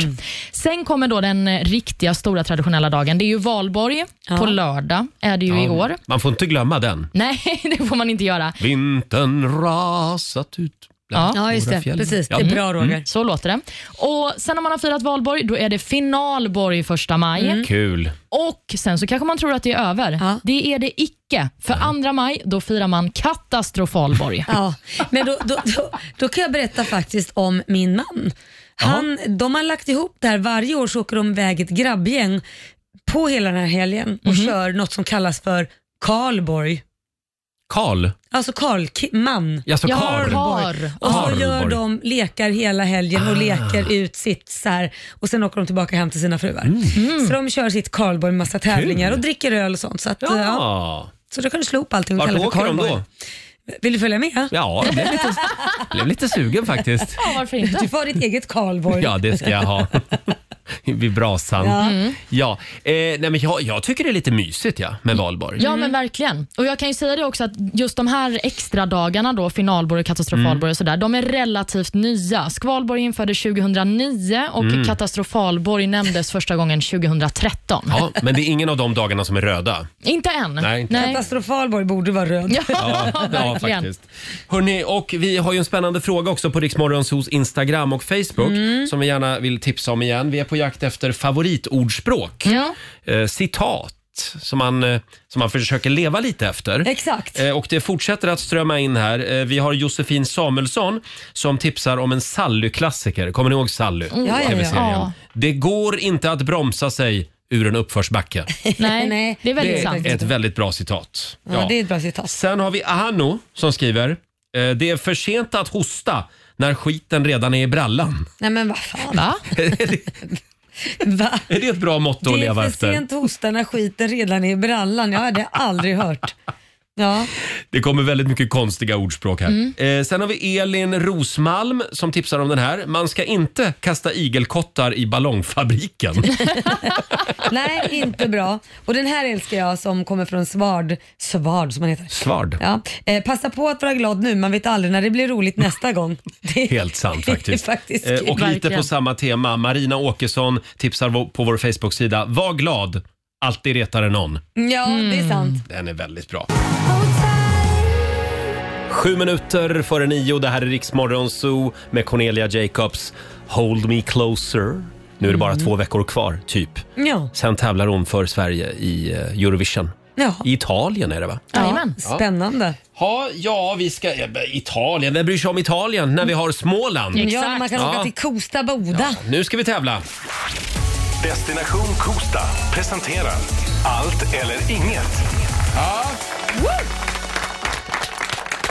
[SPEAKER 3] Sen kommer då den eh, riktiga stora traditionella dagen. Det är ju valborg. På lördag är det ju
[SPEAKER 1] Ja,
[SPEAKER 3] i år.
[SPEAKER 1] Man får inte glömma den.
[SPEAKER 3] Nej, [laughs] det får man inte göra.
[SPEAKER 1] Vintern rasat ut bland stora fjäll. Ja. Mm.
[SPEAKER 3] Så låter det. Och Sen när man har firat valborg, då är det finalborg första maj.
[SPEAKER 1] Mm. Kul.
[SPEAKER 3] Och sen så kanske man tror att det är över. Det är det icke. För andra maj, då firar man
[SPEAKER 1] [laughs]
[SPEAKER 3] katastrofalborg.
[SPEAKER 2] Ja, men då, då, då, då kan jag berätta faktiskt om min man. Han, de har lagt ihop det här. Varje år så åker de iväg ett grabbgäng på hela den här helgen och
[SPEAKER 3] Mhm.
[SPEAKER 2] kör något som kallas för Karlborg.
[SPEAKER 1] Karl.
[SPEAKER 2] Alltså Karl, ki- man.
[SPEAKER 1] Ja, så
[SPEAKER 2] Jag
[SPEAKER 1] Karl.
[SPEAKER 2] har Karl. Och så
[SPEAKER 1] Karl.
[SPEAKER 2] gör de lekar hela helgen och
[SPEAKER 1] Ah.
[SPEAKER 2] leker ut sitt så här och sen åker de tillbaka hem till sina fruar. Mm. Så de kör sitt Karlborg med massa tävlingar
[SPEAKER 1] Mm. Kul.
[SPEAKER 2] och dricker öl och sånt. Så, att, eh, ja.
[SPEAKER 1] Ja.
[SPEAKER 2] så då kan du slå upp allting och
[SPEAKER 1] Vart
[SPEAKER 2] kalla det för
[SPEAKER 1] åker de
[SPEAKER 2] Karlborg.
[SPEAKER 1] då?
[SPEAKER 2] Vill du följa med?
[SPEAKER 1] Ja, jag
[SPEAKER 3] [laughs]
[SPEAKER 1] blev lite, blev lite sugen faktiskt.
[SPEAKER 3] Ja, varför inte?
[SPEAKER 2] Du får ha ditt eget Karlborg.
[SPEAKER 1] Ja, det ska jag ha. [laughs] Vid brasan.
[SPEAKER 3] Ja.
[SPEAKER 1] Ja.
[SPEAKER 3] Mm.
[SPEAKER 1] Eh, nej, men jag, jag tycker det är lite mysigt ja, med valborg.
[SPEAKER 3] Mm. Ja, men verkligen. Och Jag kan ju säga det också att just de här extra dagarna då, finalborg och katastrofalborg
[SPEAKER 1] Mm.
[SPEAKER 3] och sådär, de är relativt nya. Skvalborg infördes 2009 och
[SPEAKER 1] Mm.
[SPEAKER 3] katastrofalborg nämndes första gången 2013.
[SPEAKER 1] Ja, men det är ingen av de dagarna som är röda.
[SPEAKER 3] Inte än.
[SPEAKER 1] Nej, inte.
[SPEAKER 2] Katastrofalborg borde vara röd.
[SPEAKER 3] [laughs]
[SPEAKER 1] ja faktiskt. Hörrni, och vi har ju en spännande fråga också på Riksmorgonsos Instagram och Facebook
[SPEAKER 2] Mm.
[SPEAKER 1] som vi gärna vill tipsa om igen. Vi är på jakt efter favoritordspråk. Eh, citat som man, eh, som man försöker leva lite efter.
[SPEAKER 2] Exakt.
[SPEAKER 1] Eh, och det fortsätter att strömma in här. Eh, vi har Josefin Samuelsson som tipsar om en Sally-klassiker. Kommer ni ihåg Sally?
[SPEAKER 2] Mm.
[SPEAKER 3] Ja, ja, ja.
[SPEAKER 1] TV-serien.
[SPEAKER 3] Ja.
[SPEAKER 1] Det går inte att bromsa sig ur en uppförsbacke.
[SPEAKER 3] Nej, det är väldigt
[SPEAKER 1] Det
[SPEAKER 3] sant.
[SPEAKER 1] är ett väldigt bra citat.
[SPEAKER 2] Ja, det är ett bra citat.
[SPEAKER 1] Sen har vi Ahano som skriver. eh, Det är för sent att hosta när skiten redan är i brallan.
[SPEAKER 2] Nej men vad fan.
[SPEAKER 3] Va?
[SPEAKER 2] Va?
[SPEAKER 1] [laughs] Är det ett bra
[SPEAKER 2] Det
[SPEAKER 1] motto att
[SPEAKER 2] är
[SPEAKER 1] leva
[SPEAKER 2] för
[SPEAKER 1] efter?
[SPEAKER 2] sent hosta när skiten redan är i brallan. Jag hade aldrig hört. Ja.
[SPEAKER 1] Det kommer väldigt mycket konstiga ordspråk här.
[SPEAKER 2] Mm.
[SPEAKER 1] Eh, sen har vi Elin Rosmalm som tipsar om den här. Man ska inte kasta igelkottar i
[SPEAKER 2] [laughs]
[SPEAKER 1] ballongfabriken.
[SPEAKER 2] Nej, inte bra. Och den här älskar jag som kommer från Svard. Svard som man heter.
[SPEAKER 1] Svard.
[SPEAKER 2] Ja. Eh, passa på att vara glad nu, man vet aldrig när det blir roligt nästa gång. Det är
[SPEAKER 1] [laughs] Helt sant faktiskt.
[SPEAKER 2] Det är faktiskt
[SPEAKER 1] Eh,
[SPEAKER 2] kul.
[SPEAKER 1] och lite
[SPEAKER 2] Verkligen.
[SPEAKER 1] på samma tema. Marina Åkesson tipsar vå- på vår Facebook-sida. Var glad, alltid retar det någon.
[SPEAKER 2] Ja, det är sant.
[SPEAKER 1] Den är väldigt bra. Sju minuter före nio. Det här är Riksmorgon Zoo med Cornelia Jacobs. Hold me closer. Nu är det bara två veckor kvar, typ.
[SPEAKER 2] Ja.
[SPEAKER 1] Sen tävlar hon för Sverige i eh, Eurovision.
[SPEAKER 2] Ja.
[SPEAKER 1] I Italien är det va?
[SPEAKER 2] Ja, spännande.
[SPEAKER 1] Ja, ja, vi ska... ja, Italien, vem bryr sig om Italien när vi har Småland?
[SPEAKER 2] Ja, när man kan åka
[SPEAKER 1] Ja.
[SPEAKER 2] till Kosta Boda.
[SPEAKER 1] Nu ska vi tävla.
[SPEAKER 5] Destination Kosta presenterar Allt eller inget.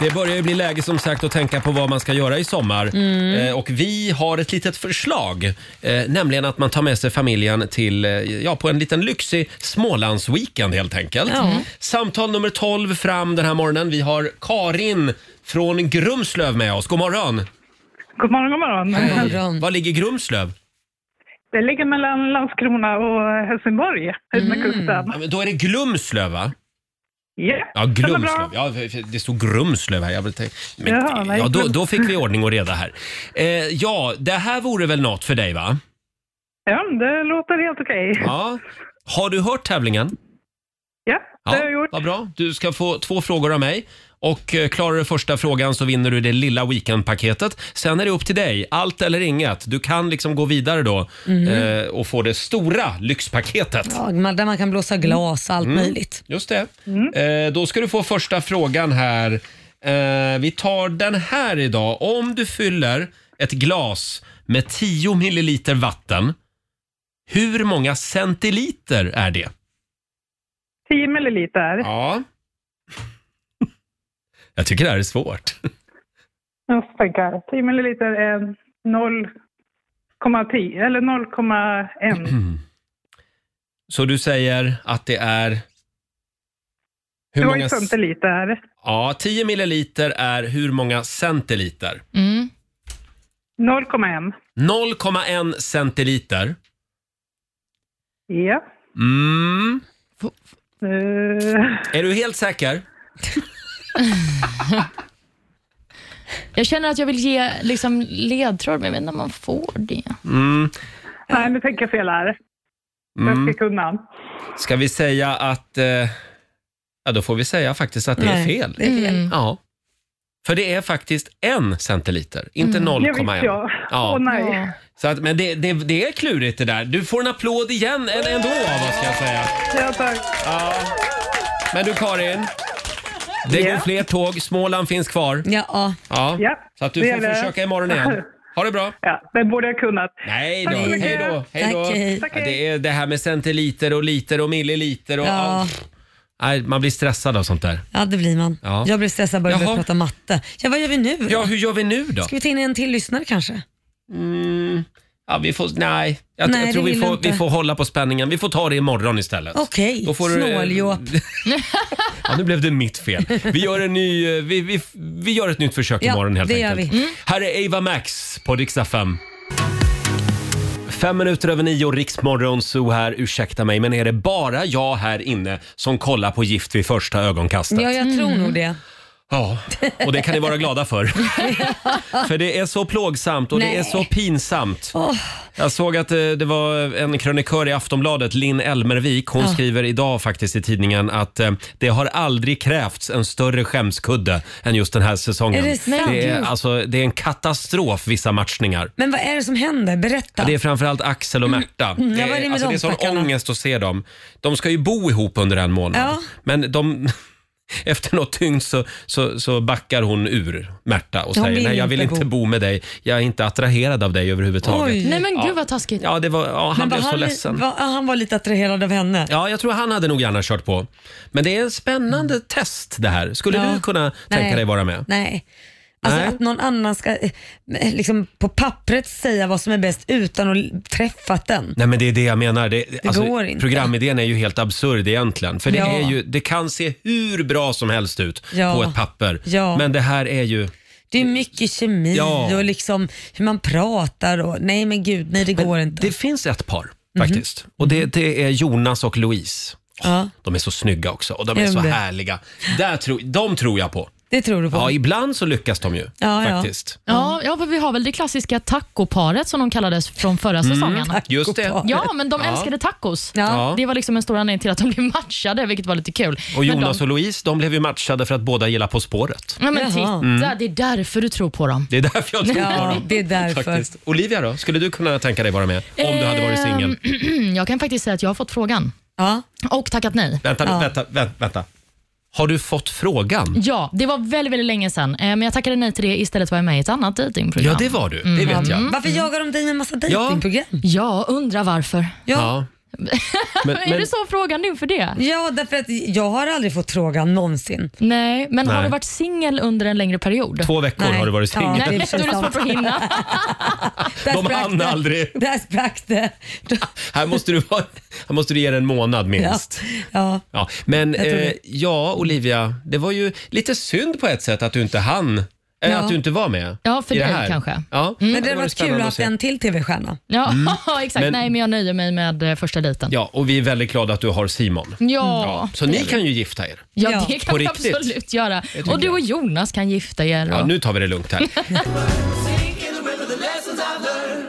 [SPEAKER 1] Det börjar ju bli läge som sagt att tänka på vad man ska göra i sommar.
[SPEAKER 5] Mm.
[SPEAKER 1] Eh, och vi har ett litet förslag. Eh, nämligen att man tar med sig familjen till, eh, ja, på en liten lyxig Smålandsweekend helt enkelt.
[SPEAKER 5] Ja.
[SPEAKER 1] Samtal nummer 12 fram den här morgonen. Vi har Karin från Grumslöv med oss. God morgon!
[SPEAKER 6] God morgon, god morgon.
[SPEAKER 1] Hej. Var ligger Grumslöv?
[SPEAKER 6] Det ligger mellan Landskrona och Helsingborg, utmed kusten.
[SPEAKER 1] Mm. Ja, men då är det Glumslöv va?
[SPEAKER 6] Ja,
[SPEAKER 1] Ja,
[SPEAKER 6] stämmer
[SPEAKER 1] Glumslöv.
[SPEAKER 6] bra.
[SPEAKER 1] Ja, det stod Grumslöv här. Jag vill tänka- men,
[SPEAKER 6] Jaha, nej,
[SPEAKER 1] ja, då,
[SPEAKER 6] Grums-
[SPEAKER 1] då fick vi ordning och reda här. Eh, ja, det här vore väl något för dig va?
[SPEAKER 6] Ja, det låter helt okej.
[SPEAKER 1] Ja. Har du hört tävlingen?
[SPEAKER 6] Ja, det har jag gjort.
[SPEAKER 1] Vad bra. Du ska få två frågor av mig. Och eh, klarar du första frågan så vinner du det lilla weekendpaketet. Sen är det upp till dig, allt eller inget. Du kan liksom gå vidare då
[SPEAKER 2] Mhm.
[SPEAKER 1] eh, och få det stora lyxpaketet.
[SPEAKER 2] Ja, man- där man kan blåsa glas och allt
[SPEAKER 1] Mm,
[SPEAKER 2] möjligt.
[SPEAKER 1] Just det. Eh, då ska du få första frågan här. Eh, vi tar den här idag. Om du fyller ett glas med 10 milliliter vatten, hur många centiliter är det?
[SPEAKER 6] 10 milliliter.
[SPEAKER 1] Ja. Jag tycker det här är svårt.
[SPEAKER 6] Jag måste tänka. 10 milliliter är 0,10 eller 0,1.
[SPEAKER 1] [clears throat] Så du säger att det är...
[SPEAKER 6] Det var ju
[SPEAKER 1] s-
[SPEAKER 6] centiliter.
[SPEAKER 1] Ja, 10
[SPEAKER 6] Mm.
[SPEAKER 1] milliliter är hur många centiliter?
[SPEAKER 6] 0,1.
[SPEAKER 1] 0,1 centiliter.
[SPEAKER 6] Ja.
[SPEAKER 1] Mm.
[SPEAKER 6] Eh,
[SPEAKER 1] Är du helt säker?
[SPEAKER 3] Jag känner att jag vill ge liksom, ledtråd, men jag vet inte om man får det.
[SPEAKER 1] Mm.
[SPEAKER 6] nej, nu tänker jag fel här. Jag
[SPEAKER 1] Mm.
[SPEAKER 6] ska kunna. han.
[SPEAKER 1] Ska vi säga att... Eh, ja, då får vi säga faktiskt att det är
[SPEAKER 6] Nej,
[SPEAKER 1] fel.
[SPEAKER 6] det är fel. Mm.
[SPEAKER 1] Ja. För det är faktiskt en centiliter, inte
[SPEAKER 6] Mm. Det visste
[SPEAKER 1] 0,1.
[SPEAKER 6] jag. Åh, nej.
[SPEAKER 1] Så att, men det, det, det är klurigt det där. Du får en applåd igen än- ändå av oss, ska jag säga.
[SPEAKER 6] Ja, tack.
[SPEAKER 1] Ja. Men du Karin, det går fler tåg. Småland finns kvar.
[SPEAKER 2] Ja.
[SPEAKER 1] Ja.
[SPEAKER 6] Ja,
[SPEAKER 1] Så att du
[SPEAKER 6] det
[SPEAKER 1] får
[SPEAKER 6] gör det.
[SPEAKER 1] försöka imorgon igen. Ha det bra!
[SPEAKER 6] Ja, det borde jag kunnat.
[SPEAKER 1] Nej då,
[SPEAKER 6] Tack så mycket.
[SPEAKER 1] hej då. Hej då.
[SPEAKER 6] Tack, hej.
[SPEAKER 1] Ja, det, är det här med centiliter och liter och milliliter och
[SPEAKER 2] Ja.
[SPEAKER 1] allt. Nej, man blir stressad av sånt där.
[SPEAKER 2] Ja, det blir man.
[SPEAKER 1] Ja.
[SPEAKER 2] Jag blir stressad bara jag börjar
[SPEAKER 1] Jaha.
[SPEAKER 2] prata matte. Ja, vad gör vi nu då?
[SPEAKER 1] Ja, hur gör vi nu då?
[SPEAKER 2] Ska vi ta in en till lyssnare kanske?
[SPEAKER 1] Mm. Ja, vi får, nej, jag,
[SPEAKER 2] Nej,
[SPEAKER 1] jag tror
[SPEAKER 2] det
[SPEAKER 1] vi
[SPEAKER 2] vill jag
[SPEAKER 1] får,
[SPEAKER 2] inte.
[SPEAKER 1] vi får hålla på spänningen. Vi får ta det imorgon istället.
[SPEAKER 2] Okej,
[SPEAKER 1] Då får du, eh,
[SPEAKER 2] snåljåp.
[SPEAKER 1] [laughs] Ja, nu blev det mitt fel. Vi gör, en ny, eh, vi, vi, vi gör ett nytt försök
[SPEAKER 2] Ja,
[SPEAKER 1] imorgon helt
[SPEAKER 2] det gör
[SPEAKER 1] enkelt.
[SPEAKER 2] vi. Mm.
[SPEAKER 1] Här är Ava Max på Dixa 5. Fem minuter över nio, Riksmorgon Zoo här. Ursäkta mig, men är det bara jag här inne som kollar på Gift vid första ögonkastet?
[SPEAKER 2] Ja, jag tror nog det.
[SPEAKER 1] Ja, och det kan ni vara
[SPEAKER 2] [laughs]
[SPEAKER 1] glada för. För det är så plågsamt och det
[SPEAKER 2] Nej.
[SPEAKER 1] är så pinsamt.
[SPEAKER 2] Åh.
[SPEAKER 1] Jag såg att eh, det var en krönikör i Aftonbladet, Linn Elmervik. Hon
[SPEAKER 2] Ja.
[SPEAKER 1] skriver idag faktiskt i tidningen att eh, det har aldrig krävts en större skämskudde än just den här säsongen.
[SPEAKER 2] Är det sant?
[SPEAKER 1] är, alltså, det är en katastrof vissa matchningar.
[SPEAKER 2] Men vad är det som händer? Berätta.
[SPEAKER 1] Ja, det är framförallt Axel och Märta.
[SPEAKER 2] Mm,
[SPEAKER 1] Det
[SPEAKER 2] ja, vad är det
[SPEAKER 1] är,
[SPEAKER 2] med
[SPEAKER 1] alltså,
[SPEAKER 2] de
[SPEAKER 1] det är sån
[SPEAKER 2] stackarna?
[SPEAKER 1] ångest att se dem. De ska ju bo ihop under en månad.
[SPEAKER 2] Ja.
[SPEAKER 1] Men de, [laughs] efter något tyngd så, så, så backar hon ur Märta
[SPEAKER 3] Hon
[SPEAKER 1] och säger
[SPEAKER 3] vill
[SPEAKER 1] nej jag vill
[SPEAKER 3] inte
[SPEAKER 1] inte bo med dig. Jag är inte attraherad av dig överhuvudtaget.
[SPEAKER 3] Nej men
[SPEAKER 1] ja.
[SPEAKER 3] gud vad taskigt.
[SPEAKER 1] Ja, det var, ja, han
[SPEAKER 2] Men var
[SPEAKER 1] blev så
[SPEAKER 2] li-
[SPEAKER 1] ledsen.
[SPEAKER 2] Var, ja, ah, han var lite attraherad av henne.
[SPEAKER 1] Ja, jag tror han hade nog gärna kört på. Men det är en spännande test det här. Skulle
[SPEAKER 2] Mm. Ja.
[SPEAKER 1] du kunna
[SPEAKER 2] Nej.
[SPEAKER 1] tänka dig vara med?
[SPEAKER 2] Nej. Alltså
[SPEAKER 1] Nej.
[SPEAKER 2] att någon annan ska eh, liksom på pappret säga vad som är bäst utan att träffat den.
[SPEAKER 1] Nej men det är det jag menar. Det, alltså,
[SPEAKER 2] går inte.
[SPEAKER 1] Programidén är ju helt absurd egentligen. För det,
[SPEAKER 2] Ja.
[SPEAKER 1] är ju, det kan se hur bra som helst ut
[SPEAKER 2] Ja.
[SPEAKER 1] på ett papper.
[SPEAKER 2] Ja.
[SPEAKER 1] Men det här är ju...
[SPEAKER 2] Det är mycket kemi
[SPEAKER 1] Ja.
[SPEAKER 2] och liksom hur man pratar och nej men gud, nej det går inte. Mhm.
[SPEAKER 1] Det finns ett par faktiskt. Och det, det är Jonas och Louise.
[SPEAKER 2] Ja,
[SPEAKER 1] De är så snygga också och de
[SPEAKER 2] Är
[SPEAKER 1] är
[SPEAKER 2] de
[SPEAKER 1] så
[SPEAKER 2] det?
[SPEAKER 1] härliga. Där tro, de tror jag på.
[SPEAKER 2] det tror du på.
[SPEAKER 1] Ja, ibland så lyckas de ju
[SPEAKER 3] Ja, ja.
[SPEAKER 1] faktiskt.
[SPEAKER 3] Ja, ja, för vi har väl det klassiska tacoparet som de kallades från förra
[SPEAKER 1] Mm,
[SPEAKER 3] säsongen.
[SPEAKER 1] [laughs] just det.
[SPEAKER 3] Ja, men de
[SPEAKER 1] Ja.
[SPEAKER 3] älskade tacos.
[SPEAKER 1] Ja.
[SPEAKER 3] Det var liksom en stor anledning till att de blev matchade, vilket var lite kul.
[SPEAKER 1] Och Jonas
[SPEAKER 3] men
[SPEAKER 1] och Louise, de blev ju matchade för att båda gillar På spåret.
[SPEAKER 3] de, ja, men titta,
[SPEAKER 1] Mm.
[SPEAKER 3] det är därför du tror på dem.
[SPEAKER 1] Det är därför jag tror
[SPEAKER 3] Ja,
[SPEAKER 1] på dem.
[SPEAKER 3] det är därför.
[SPEAKER 1] Faktiskt. Olivia då, skulle du kunna tänka dig vara med? Om du hade varit singel?
[SPEAKER 3] Ehm, [clears throat] Jag kan faktiskt säga att jag har fått frågan.
[SPEAKER 2] Ja.
[SPEAKER 3] Och tackat nej.
[SPEAKER 1] Vänta, nu,
[SPEAKER 3] Ja.
[SPEAKER 1] vänta, vänta, vänta. Har du fått frågan?
[SPEAKER 3] Ja, det var väldigt, väldigt länge sedan. Eh, Men jag tackade nej till det. Istället var jag med i ett annat dejtingprogram.
[SPEAKER 1] Ja, det var du. Det vet jag.
[SPEAKER 3] Mm.
[SPEAKER 2] Varför jagar de dig med en massa
[SPEAKER 1] Mm. Ja.
[SPEAKER 2] dejtingprogram?
[SPEAKER 3] Ja, undrar varför. [laughs]
[SPEAKER 1] Men,
[SPEAKER 3] är det så frågan nu för det?
[SPEAKER 2] Ja, därför att jag har aldrig fått frågan någonsin.
[SPEAKER 3] Nej, men har
[SPEAKER 1] Nej.
[SPEAKER 3] du varit singel under en längre period?
[SPEAKER 1] Två veckor har du varit singel.
[SPEAKER 3] Nej, då är det svårt att hinna.
[SPEAKER 1] [laughs] De hann aldrig.
[SPEAKER 2] Där sprack det.
[SPEAKER 1] Här måste du, vara, här måste du ge det en månad minst.
[SPEAKER 2] Ja. Ja.
[SPEAKER 1] Ja. Men
[SPEAKER 2] Jag tror
[SPEAKER 1] eh,
[SPEAKER 2] det.
[SPEAKER 1] ja, Olivia, det var ju lite synd på ett sätt att du inte hann, eller
[SPEAKER 2] Ja.
[SPEAKER 1] att du inte var med.
[SPEAKER 3] Ja, för
[SPEAKER 1] i det
[SPEAKER 3] dig
[SPEAKER 1] här.
[SPEAKER 3] kanske. Mm.
[SPEAKER 1] Ja.
[SPEAKER 2] Men det hade varit kul att
[SPEAKER 1] spännande
[SPEAKER 2] ha
[SPEAKER 1] att
[SPEAKER 2] haft
[SPEAKER 1] se.
[SPEAKER 2] en till TV-stjärna. [laughs]
[SPEAKER 3] [laughs] Ja,
[SPEAKER 1] Mm.
[SPEAKER 3] exakt.
[SPEAKER 1] Men-
[SPEAKER 3] Nej, men jag nöjer mig med eh, första dejten.
[SPEAKER 1] Ja, och vi är väldigt glada att du har Simon.
[SPEAKER 3] Ja.
[SPEAKER 1] Så ni kan ju gifta er.
[SPEAKER 3] Ja, det
[SPEAKER 1] På
[SPEAKER 3] kan vi
[SPEAKER 1] riktigt.
[SPEAKER 3] absolut göra.
[SPEAKER 1] tycker
[SPEAKER 3] Och du och Jonas kan gifta er.
[SPEAKER 1] Ja,
[SPEAKER 3] och-
[SPEAKER 1] nu tar vi det
[SPEAKER 2] [laughs]
[SPEAKER 1] lugnt här.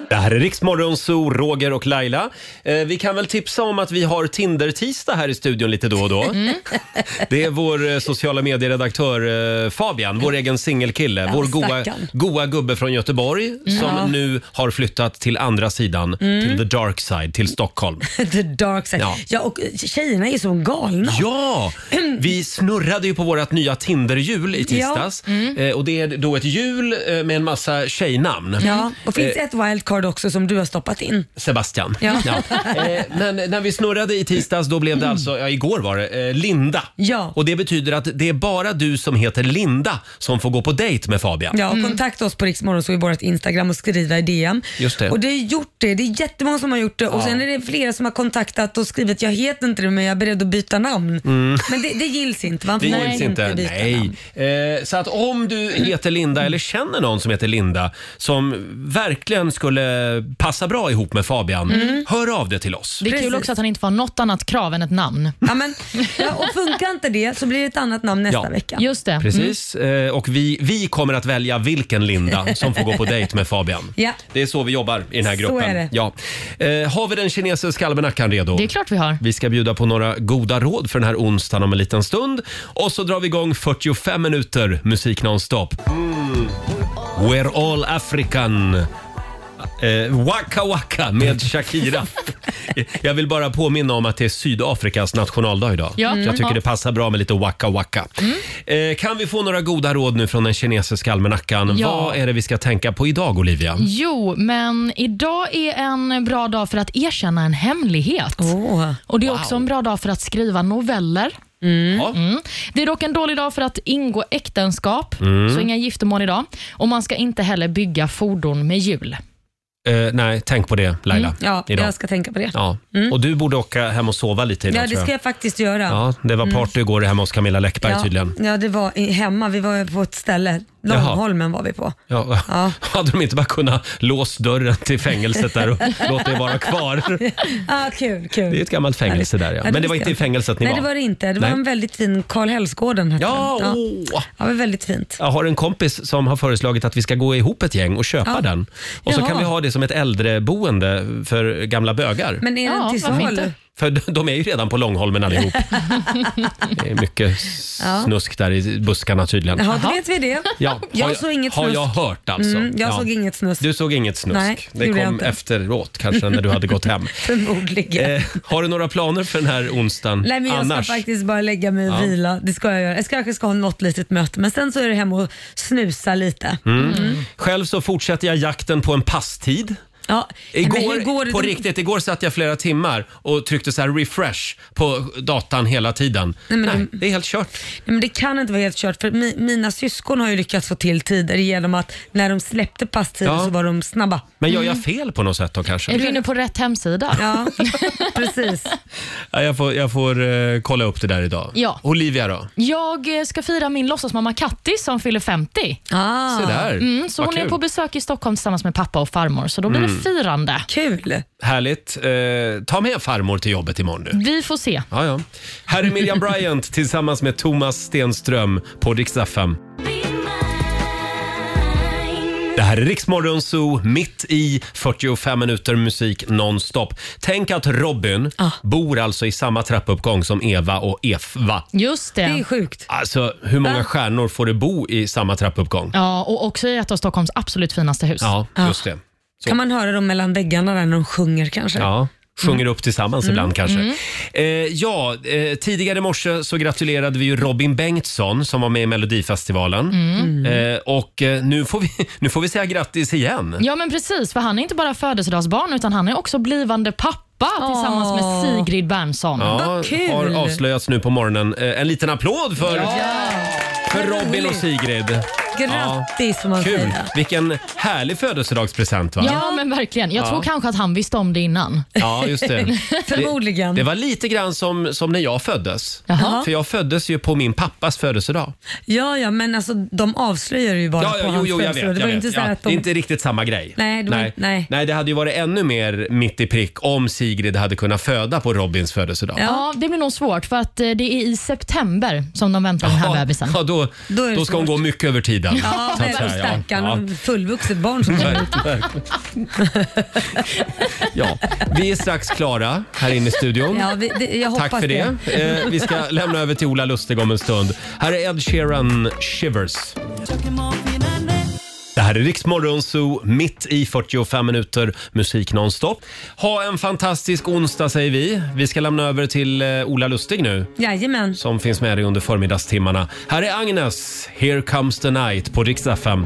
[SPEAKER 1] Det här är Riksmorgon Zoo, Roger och Laila. Eh, vi kan väl tipsa om att vi har Tinder-tisdag här i studion lite då och då.
[SPEAKER 2] Mm.
[SPEAKER 1] [laughs] Det är vår eh, sociala medieredaktör eh, Fabian, vår egen singelkille.
[SPEAKER 2] Ja,
[SPEAKER 1] vår goa,
[SPEAKER 2] stackarn.
[SPEAKER 1] goa gubbe från Göteborg som
[SPEAKER 2] Ja.
[SPEAKER 1] nu har flyttat till andra sidan,
[SPEAKER 2] Mm.
[SPEAKER 1] till the dark side, till Stockholm.
[SPEAKER 2] The dark side.
[SPEAKER 1] Ja.
[SPEAKER 2] Ja. och tjejerna är så galna. [clears throat]
[SPEAKER 1] Ja, vi snurrade ju på vårt nya Tinderhjul i tisdags.
[SPEAKER 2] Ja, mm.
[SPEAKER 1] Eh, och det är då ett hjul eh, med en massa tjejnamn.
[SPEAKER 2] Ja, och finns det
[SPEAKER 1] Eh,
[SPEAKER 2] ett wildcard också som du har stoppat in?
[SPEAKER 1] Sebastian.
[SPEAKER 2] Ja. [laughs] Mm.
[SPEAKER 1] Eh, men när vi snurrade i tisdags då blev det alltså, ja igår var det, eh, Linda.
[SPEAKER 2] Ja.
[SPEAKER 1] Och det betyder att det är bara du som heter Linda som får gå på dejt med Fabian.
[SPEAKER 2] Ja, och
[SPEAKER 3] Mm.
[SPEAKER 2] kontakta oss på Riksmorgon så i vårt Instagram och skriva i DM.
[SPEAKER 1] Just det.
[SPEAKER 2] Och det har gjort det. Det är jättemånga som har gjort det. Och
[SPEAKER 1] Ja.
[SPEAKER 2] sen är det flera som har kontaktat och skrivit, jag heter inte det men jag är beredd att byta namn.
[SPEAKER 1] Mm.
[SPEAKER 2] Men det, det gills inte. Man
[SPEAKER 1] Det
[SPEAKER 2] får
[SPEAKER 1] gills inte.
[SPEAKER 2] byta namn.
[SPEAKER 1] Nej. Eh, så att om du heter Linda eller känner någon som heter Linda som verkligen skulle passa bra ihop med Fabian,
[SPEAKER 3] Mm.
[SPEAKER 1] hör av dig till oss.
[SPEAKER 3] Det är kul
[SPEAKER 2] Precis.
[SPEAKER 3] också att han inte får ha något annat krav än ett namn.
[SPEAKER 2] Ja, men, ja, och funkar inte det så blir det ett annat namn nästa
[SPEAKER 1] Ja.
[SPEAKER 2] vecka.
[SPEAKER 3] Just det.
[SPEAKER 1] Precis, eh, och vi, vi kommer att välja vilken Linda som får gå på dejt med Fabian.
[SPEAKER 2] Ja.
[SPEAKER 1] Det är så vi jobbar i den här
[SPEAKER 3] Så
[SPEAKER 1] gruppen.
[SPEAKER 3] är det.
[SPEAKER 1] Ja. Eh, har vi den kinesiska almanackan redo?
[SPEAKER 3] Det är klart vi har.
[SPEAKER 1] Vi ska bjuda på några goda råd för den här onsdagen om en liten stund. Och så drar vi igång 45 minuter musik nonstop.
[SPEAKER 2] Mm.
[SPEAKER 1] We're all African. Eh, waka Waka med
[SPEAKER 2] [laughs]
[SPEAKER 1] Shakira. Jag vill bara påminna om att det är Sydafrikas nationaldag idag.
[SPEAKER 3] Ja.
[SPEAKER 1] Så jag tycker
[SPEAKER 3] Mm.
[SPEAKER 1] det passar bra med lite Waka Waka.
[SPEAKER 2] Mm.
[SPEAKER 1] Eh, kan vi få några goda råd nu från den kinesiska almanackan?
[SPEAKER 3] Ja.
[SPEAKER 1] Vad är det vi ska tänka på idag, Olivia?
[SPEAKER 2] Mm.
[SPEAKER 3] Jo, men idag är en bra dag för att erkänna en hemlighet.
[SPEAKER 2] Oh.
[SPEAKER 3] och Det är också en bra dag för att skriva noveller. Mm. Det är dock en dålig dag för att ingå äktenskap,
[SPEAKER 1] Mm.
[SPEAKER 3] så inga giftermål idag. Och Man ska inte heller bygga fordon med hjul.
[SPEAKER 1] Eh, nej, tänk på det Laila.
[SPEAKER 2] Mm, ja,
[SPEAKER 1] idag.
[SPEAKER 2] jag ska tänka på det.
[SPEAKER 1] Ja.
[SPEAKER 2] Mm.
[SPEAKER 1] Och du borde åka hem och sova lite idag
[SPEAKER 2] ja, det
[SPEAKER 1] tror jag.
[SPEAKER 2] ska jag faktiskt göra.
[SPEAKER 1] Ja, det var
[SPEAKER 2] Mm.
[SPEAKER 1] party igår hemma hos Camilla Läckberg
[SPEAKER 2] ja.
[SPEAKER 1] tydligen.
[SPEAKER 2] Ja, det var i- hemma. Vi var på ett ställe.
[SPEAKER 1] Jaha.
[SPEAKER 2] Långholmen var vi på.
[SPEAKER 1] Ja. [laughs] Hade de inte bara kunnat låsa dörren till
[SPEAKER 2] [laughs]
[SPEAKER 1] fängelset där och låta det vara kvar?
[SPEAKER 2] ah, kul, kul.
[SPEAKER 1] Det är ett gammalt fängelse där ja.
[SPEAKER 2] Ja,
[SPEAKER 1] Men det var
[SPEAKER 2] visste
[SPEAKER 1] inte i
[SPEAKER 2] jag.
[SPEAKER 1] fängelset ni
[SPEAKER 2] Nej,
[SPEAKER 1] var?
[SPEAKER 2] det var det inte. Det var
[SPEAKER 1] Nej.
[SPEAKER 2] en väldigt fin Karlhällsgården hette
[SPEAKER 1] Ja,
[SPEAKER 2] den. ja. ja, det var väldigt fint.
[SPEAKER 1] Jag har en kompis som har föreslagit att vi ska gå ihop ett gäng och köpa
[SPEAKER 2] Ja.
[SPEAKER 1] den. Och så
[SPEAKER 2] Jaha.
[SPEAKER 1] kan vi ha det som ett äldreboende för gamla bögar.
[SPEAKER 2] Men är den till
[SPEAKER 3] varför
[SPEAKER 2] salu?
[SPEAKER 3] inte?
[SPEAKER 1] För de- de är ju redan på
[SPEAKER 2] [laughs]
[SPEAKER 1] Långholmen allihop. Det är mycket
[SPEAKER 2] Ja.
[SPEAKER 1] snusk där i buskarna tydligen.
[SPEAKER 2] Jaha, då vet vi det.
[SPEAKER 1] Ja,
[SPEAKER 2] jag
[SPEAKER 1] har jag-
[SPEAKER 2] såg inget
[SPEAKER 1] har
[SPEAKER 2] snusk.
[SPEAKER 1] jag hört alltså?
[SPEAKER 2] Mm, jag
[SPEAKER 1] Ja.
[SPEAKER 2] såg inget snusk.
[SPEAKER 1] Du såg inget snusk?
[SPEAKER 2] Nej, det
[SPEAKER 1] det
[SPEAKER 2] gjorde jag
[SPEAKER 1] kom
[SPEAKER 2] inte.
[SPEAKER 1] efteråt kanske när du hade
[SPEAKER 2] [laughs]
[SPEAKER 1] gått hem.
[SPEAKER 2] Förmodligen.
[SPEAKER 1] Eh, har du några planer för den här onsdagen
[SPEAKER 2] Nej, men jag
[SPEAKER 1] annars?
[SPEAKER 2] ska faktiskt bara lägga mig och
[SPEAKER 1] Ja.
[SPEAKER 2] vila. Det ska jag göra. Jag ska- kanske ska ha något litet möte, men sen så är det hem och snusa lite.
[SPEAKER 1] Mm. Själv så fortsätter jag jakten på en passtid.
[SPEAKER 2] Ja. men
[SPEAKER 1] Igår,
[SPEAKER 2] hur går det-
[SPEAKER 1] på riktigt, igår satt jag flera timmar och tryckte så här refresh på datan hela tiden.
[SPEAKER 2] Nej, men
[SPEAKER 1] Nej,
[SPEAKER 2] du-
[SPEAKER 1] det är helt kört.
[SPEAKER 2] Nej, men det kan inte vara helt kört, för mi, mina syskon har ju lyckats få till tider genom att när de släppte passtider
[SPEAKER 1] Ja.
[SPEAKER 2] så var de snabba.
[SPEAKER 1] Men gör
[SPEAKER 2] Mm.
[SPEAKER 1] jag fel på något sätt då kanske?
[SPEAKER 3] Är du inne på rätt hemsida?
[SPEAKER 1] [laughs]
[SPEAKER 2] Ja, precis.
[SPEAKER 1] Ja, Jag får, jag får eh, kolla upp det där idag.
[SPEAKER 3] Ja.
[SPEAKER 1] Olivia då?
[SPEAKER 3] Jag eh, ska fira min låtsasmamma Katti som fyller 50.
[SPEAKER 2] Ah.
[SPEAKER 1] Se där.
[SPEAKER 3] Mm, så
[SPEAKER 1] Vad
[SPEAKER 3] hon är
[SPEAKER 1] kul.
[SPEAKER 3] på besök i Stockholm tillsammans med pappa och farmor, så då blir
[SPEAKER 1] Mm.
[SPEAKER 3] det firande.
[SPEAKER 2] Kul!
[SPEAKER 1] Härligt. Eh, ta med farmor till jobbet imorgon nu.
[SPEAKER 3] Vi får se.
[SPEAKER 1] Ja, ja. Här är Miriam Bryant tillsammans med Thomas Stenström på Rix FM. Det här är Riksmorgon Zoo, mitt i 45 minuter musik nonstop. Tänk att Robin bor alltså i samma trappuppgång som Eva och Eva.
[SPEAKER 3] Just det.
[SPEAKER 2] Det är sjukt.
[SPEAKER 1] Alltså, hur många
[SPEAKER 3] Va?
[SPEAKER 1] stjärnor får det bo i samma trappuppgång?
[SPEAKER 3] Ja, och också i ett av Stockholms absolut finaste hus.
[SPEAKER 1] Ja, just det. Så.
[SPEAKER 2] Kan man höra dem mellan väggarna där när de sjunger kanske?
[SPEAKER 1] Ja, sjunger upp tillsammans
[SPEAKER 2] Mm.
[SPEAKER 1] ibland kanske.
[SPEAKER 2] Mm.
[SPEAKER 1] Eh, ja, eh, tidigare i morse så gratulerade vi ju Robin Bengtsson som var med i Melodifestivalen.
[SPEAKER 3] Mm.
[SPEAKER 1] Eh, och eh, nu får, vi, [laughs] nu får vi säga grattis igen.
[SPEAKER 3] Ja, men precis. För han är inte bara födelsedagsbarn, utan han är också blivande pappa tillsammans med Sigrid Bernson.
[SPEAKER 1] Ja, har avslöjats nu på morgonen. Eh, en liten applåd för, för Robin och Sigrid.
[SPEAKER 2] Grattis får man
[SPEAKER 1] Kul!
[SPEAKER 2] säga.
[SPEAKER 1] Vilken härlig födelsedagspresent va?
[SPEAKER 3] Ja, men verkligen. Jag
[SPEAKER 1] Ja.
[SPEAKER 3] tror kanske att han visste om det innan.
[SPEAKER 1] Ja, just det.
[SPEAKER 2] [laughs] Förmodligen.
[SPEAKER 1] Det, det var lite grann som, som när jag föddes.
[SPEAKER 2] Jaha.
[SPEAKER 1] För jag föddes ju på min pappas födelsedag.
[SPEAKER 2] Ja, ja, men alltså de avslöjar ju bara
[SPEAKER 1] Ja,
[SPEAKER 2] på
[SPEAKER 1] ja, jo,
[SPEAKER 2] hans
[SPEAKER 1] jo, jag
[SPEAKER 2] födelsedag.
[SPEAKER 1] vet.
[SPEAKER 2] Det
[SPEAKER 1] Jag
[SPEAKER 2] var ju
[SPEAKER 1] vet.
[SPEAKER 2] inte så här
[SPEAKER 1] ja,
[SPEAKER 2] att
[SPEAKER 1] Det är
[SPEAKER 2] de...
[SPEAKER 1] inte riktigt samma grej.
[SPEAKER 2] Nej, det var inte- nej.
[SPEAKER 1] det hade ju varit ännu mer mitt i prick om Sigrid hade kunnat föda på Robins födelsedag.
[SPEAKER 3] Ja. det blir nog svårt för att eh, det är i september som de väntar den här bebisen.
[SPEAKER 1] Ja, då,
[SPEAKER 3] Då är
[SPEAKER 1] då,
[SPEAKER 3] det
[SPEAKER 1] ska hon gå
[SPEAKER 3] svårt.
[SPEAKER 1] mycket över tiden. [laughs]
[SPEAKER 2] Ja,
[SPEAKER 1] så att
[SPEAKER 2] men
[SPEAKER 1] säga, ja.
[SPEAKER 2] stackarn.
[SPEAKER 1] Ja. Mm.
[SPEAKER 2] Fullvuxet barn som kommer ut.
[SPEAKER 1] Ja. Vi är strax klara här inne i studion.
[SPEAKER 2] Ja, vi, det, jag hoppas
[SPEAKER 1] Tack för det. Eh, vi ska lämna över till Ola Lustig om en stund. Här är Ed Sheeran, Shivers. Det här är Riksmorgon Zoo, mitt i 45 minuter musik nonstop. Ha en fantastisk onsdag säger vi. Vi ska lämna över till eh, Ola Lustig nu
[SPEAKER 2] Jajamän.
[SPEAKER 1] som finns med dig under förmiddagstimmarna. Här är Agnes, Here comes the night på Rix FM.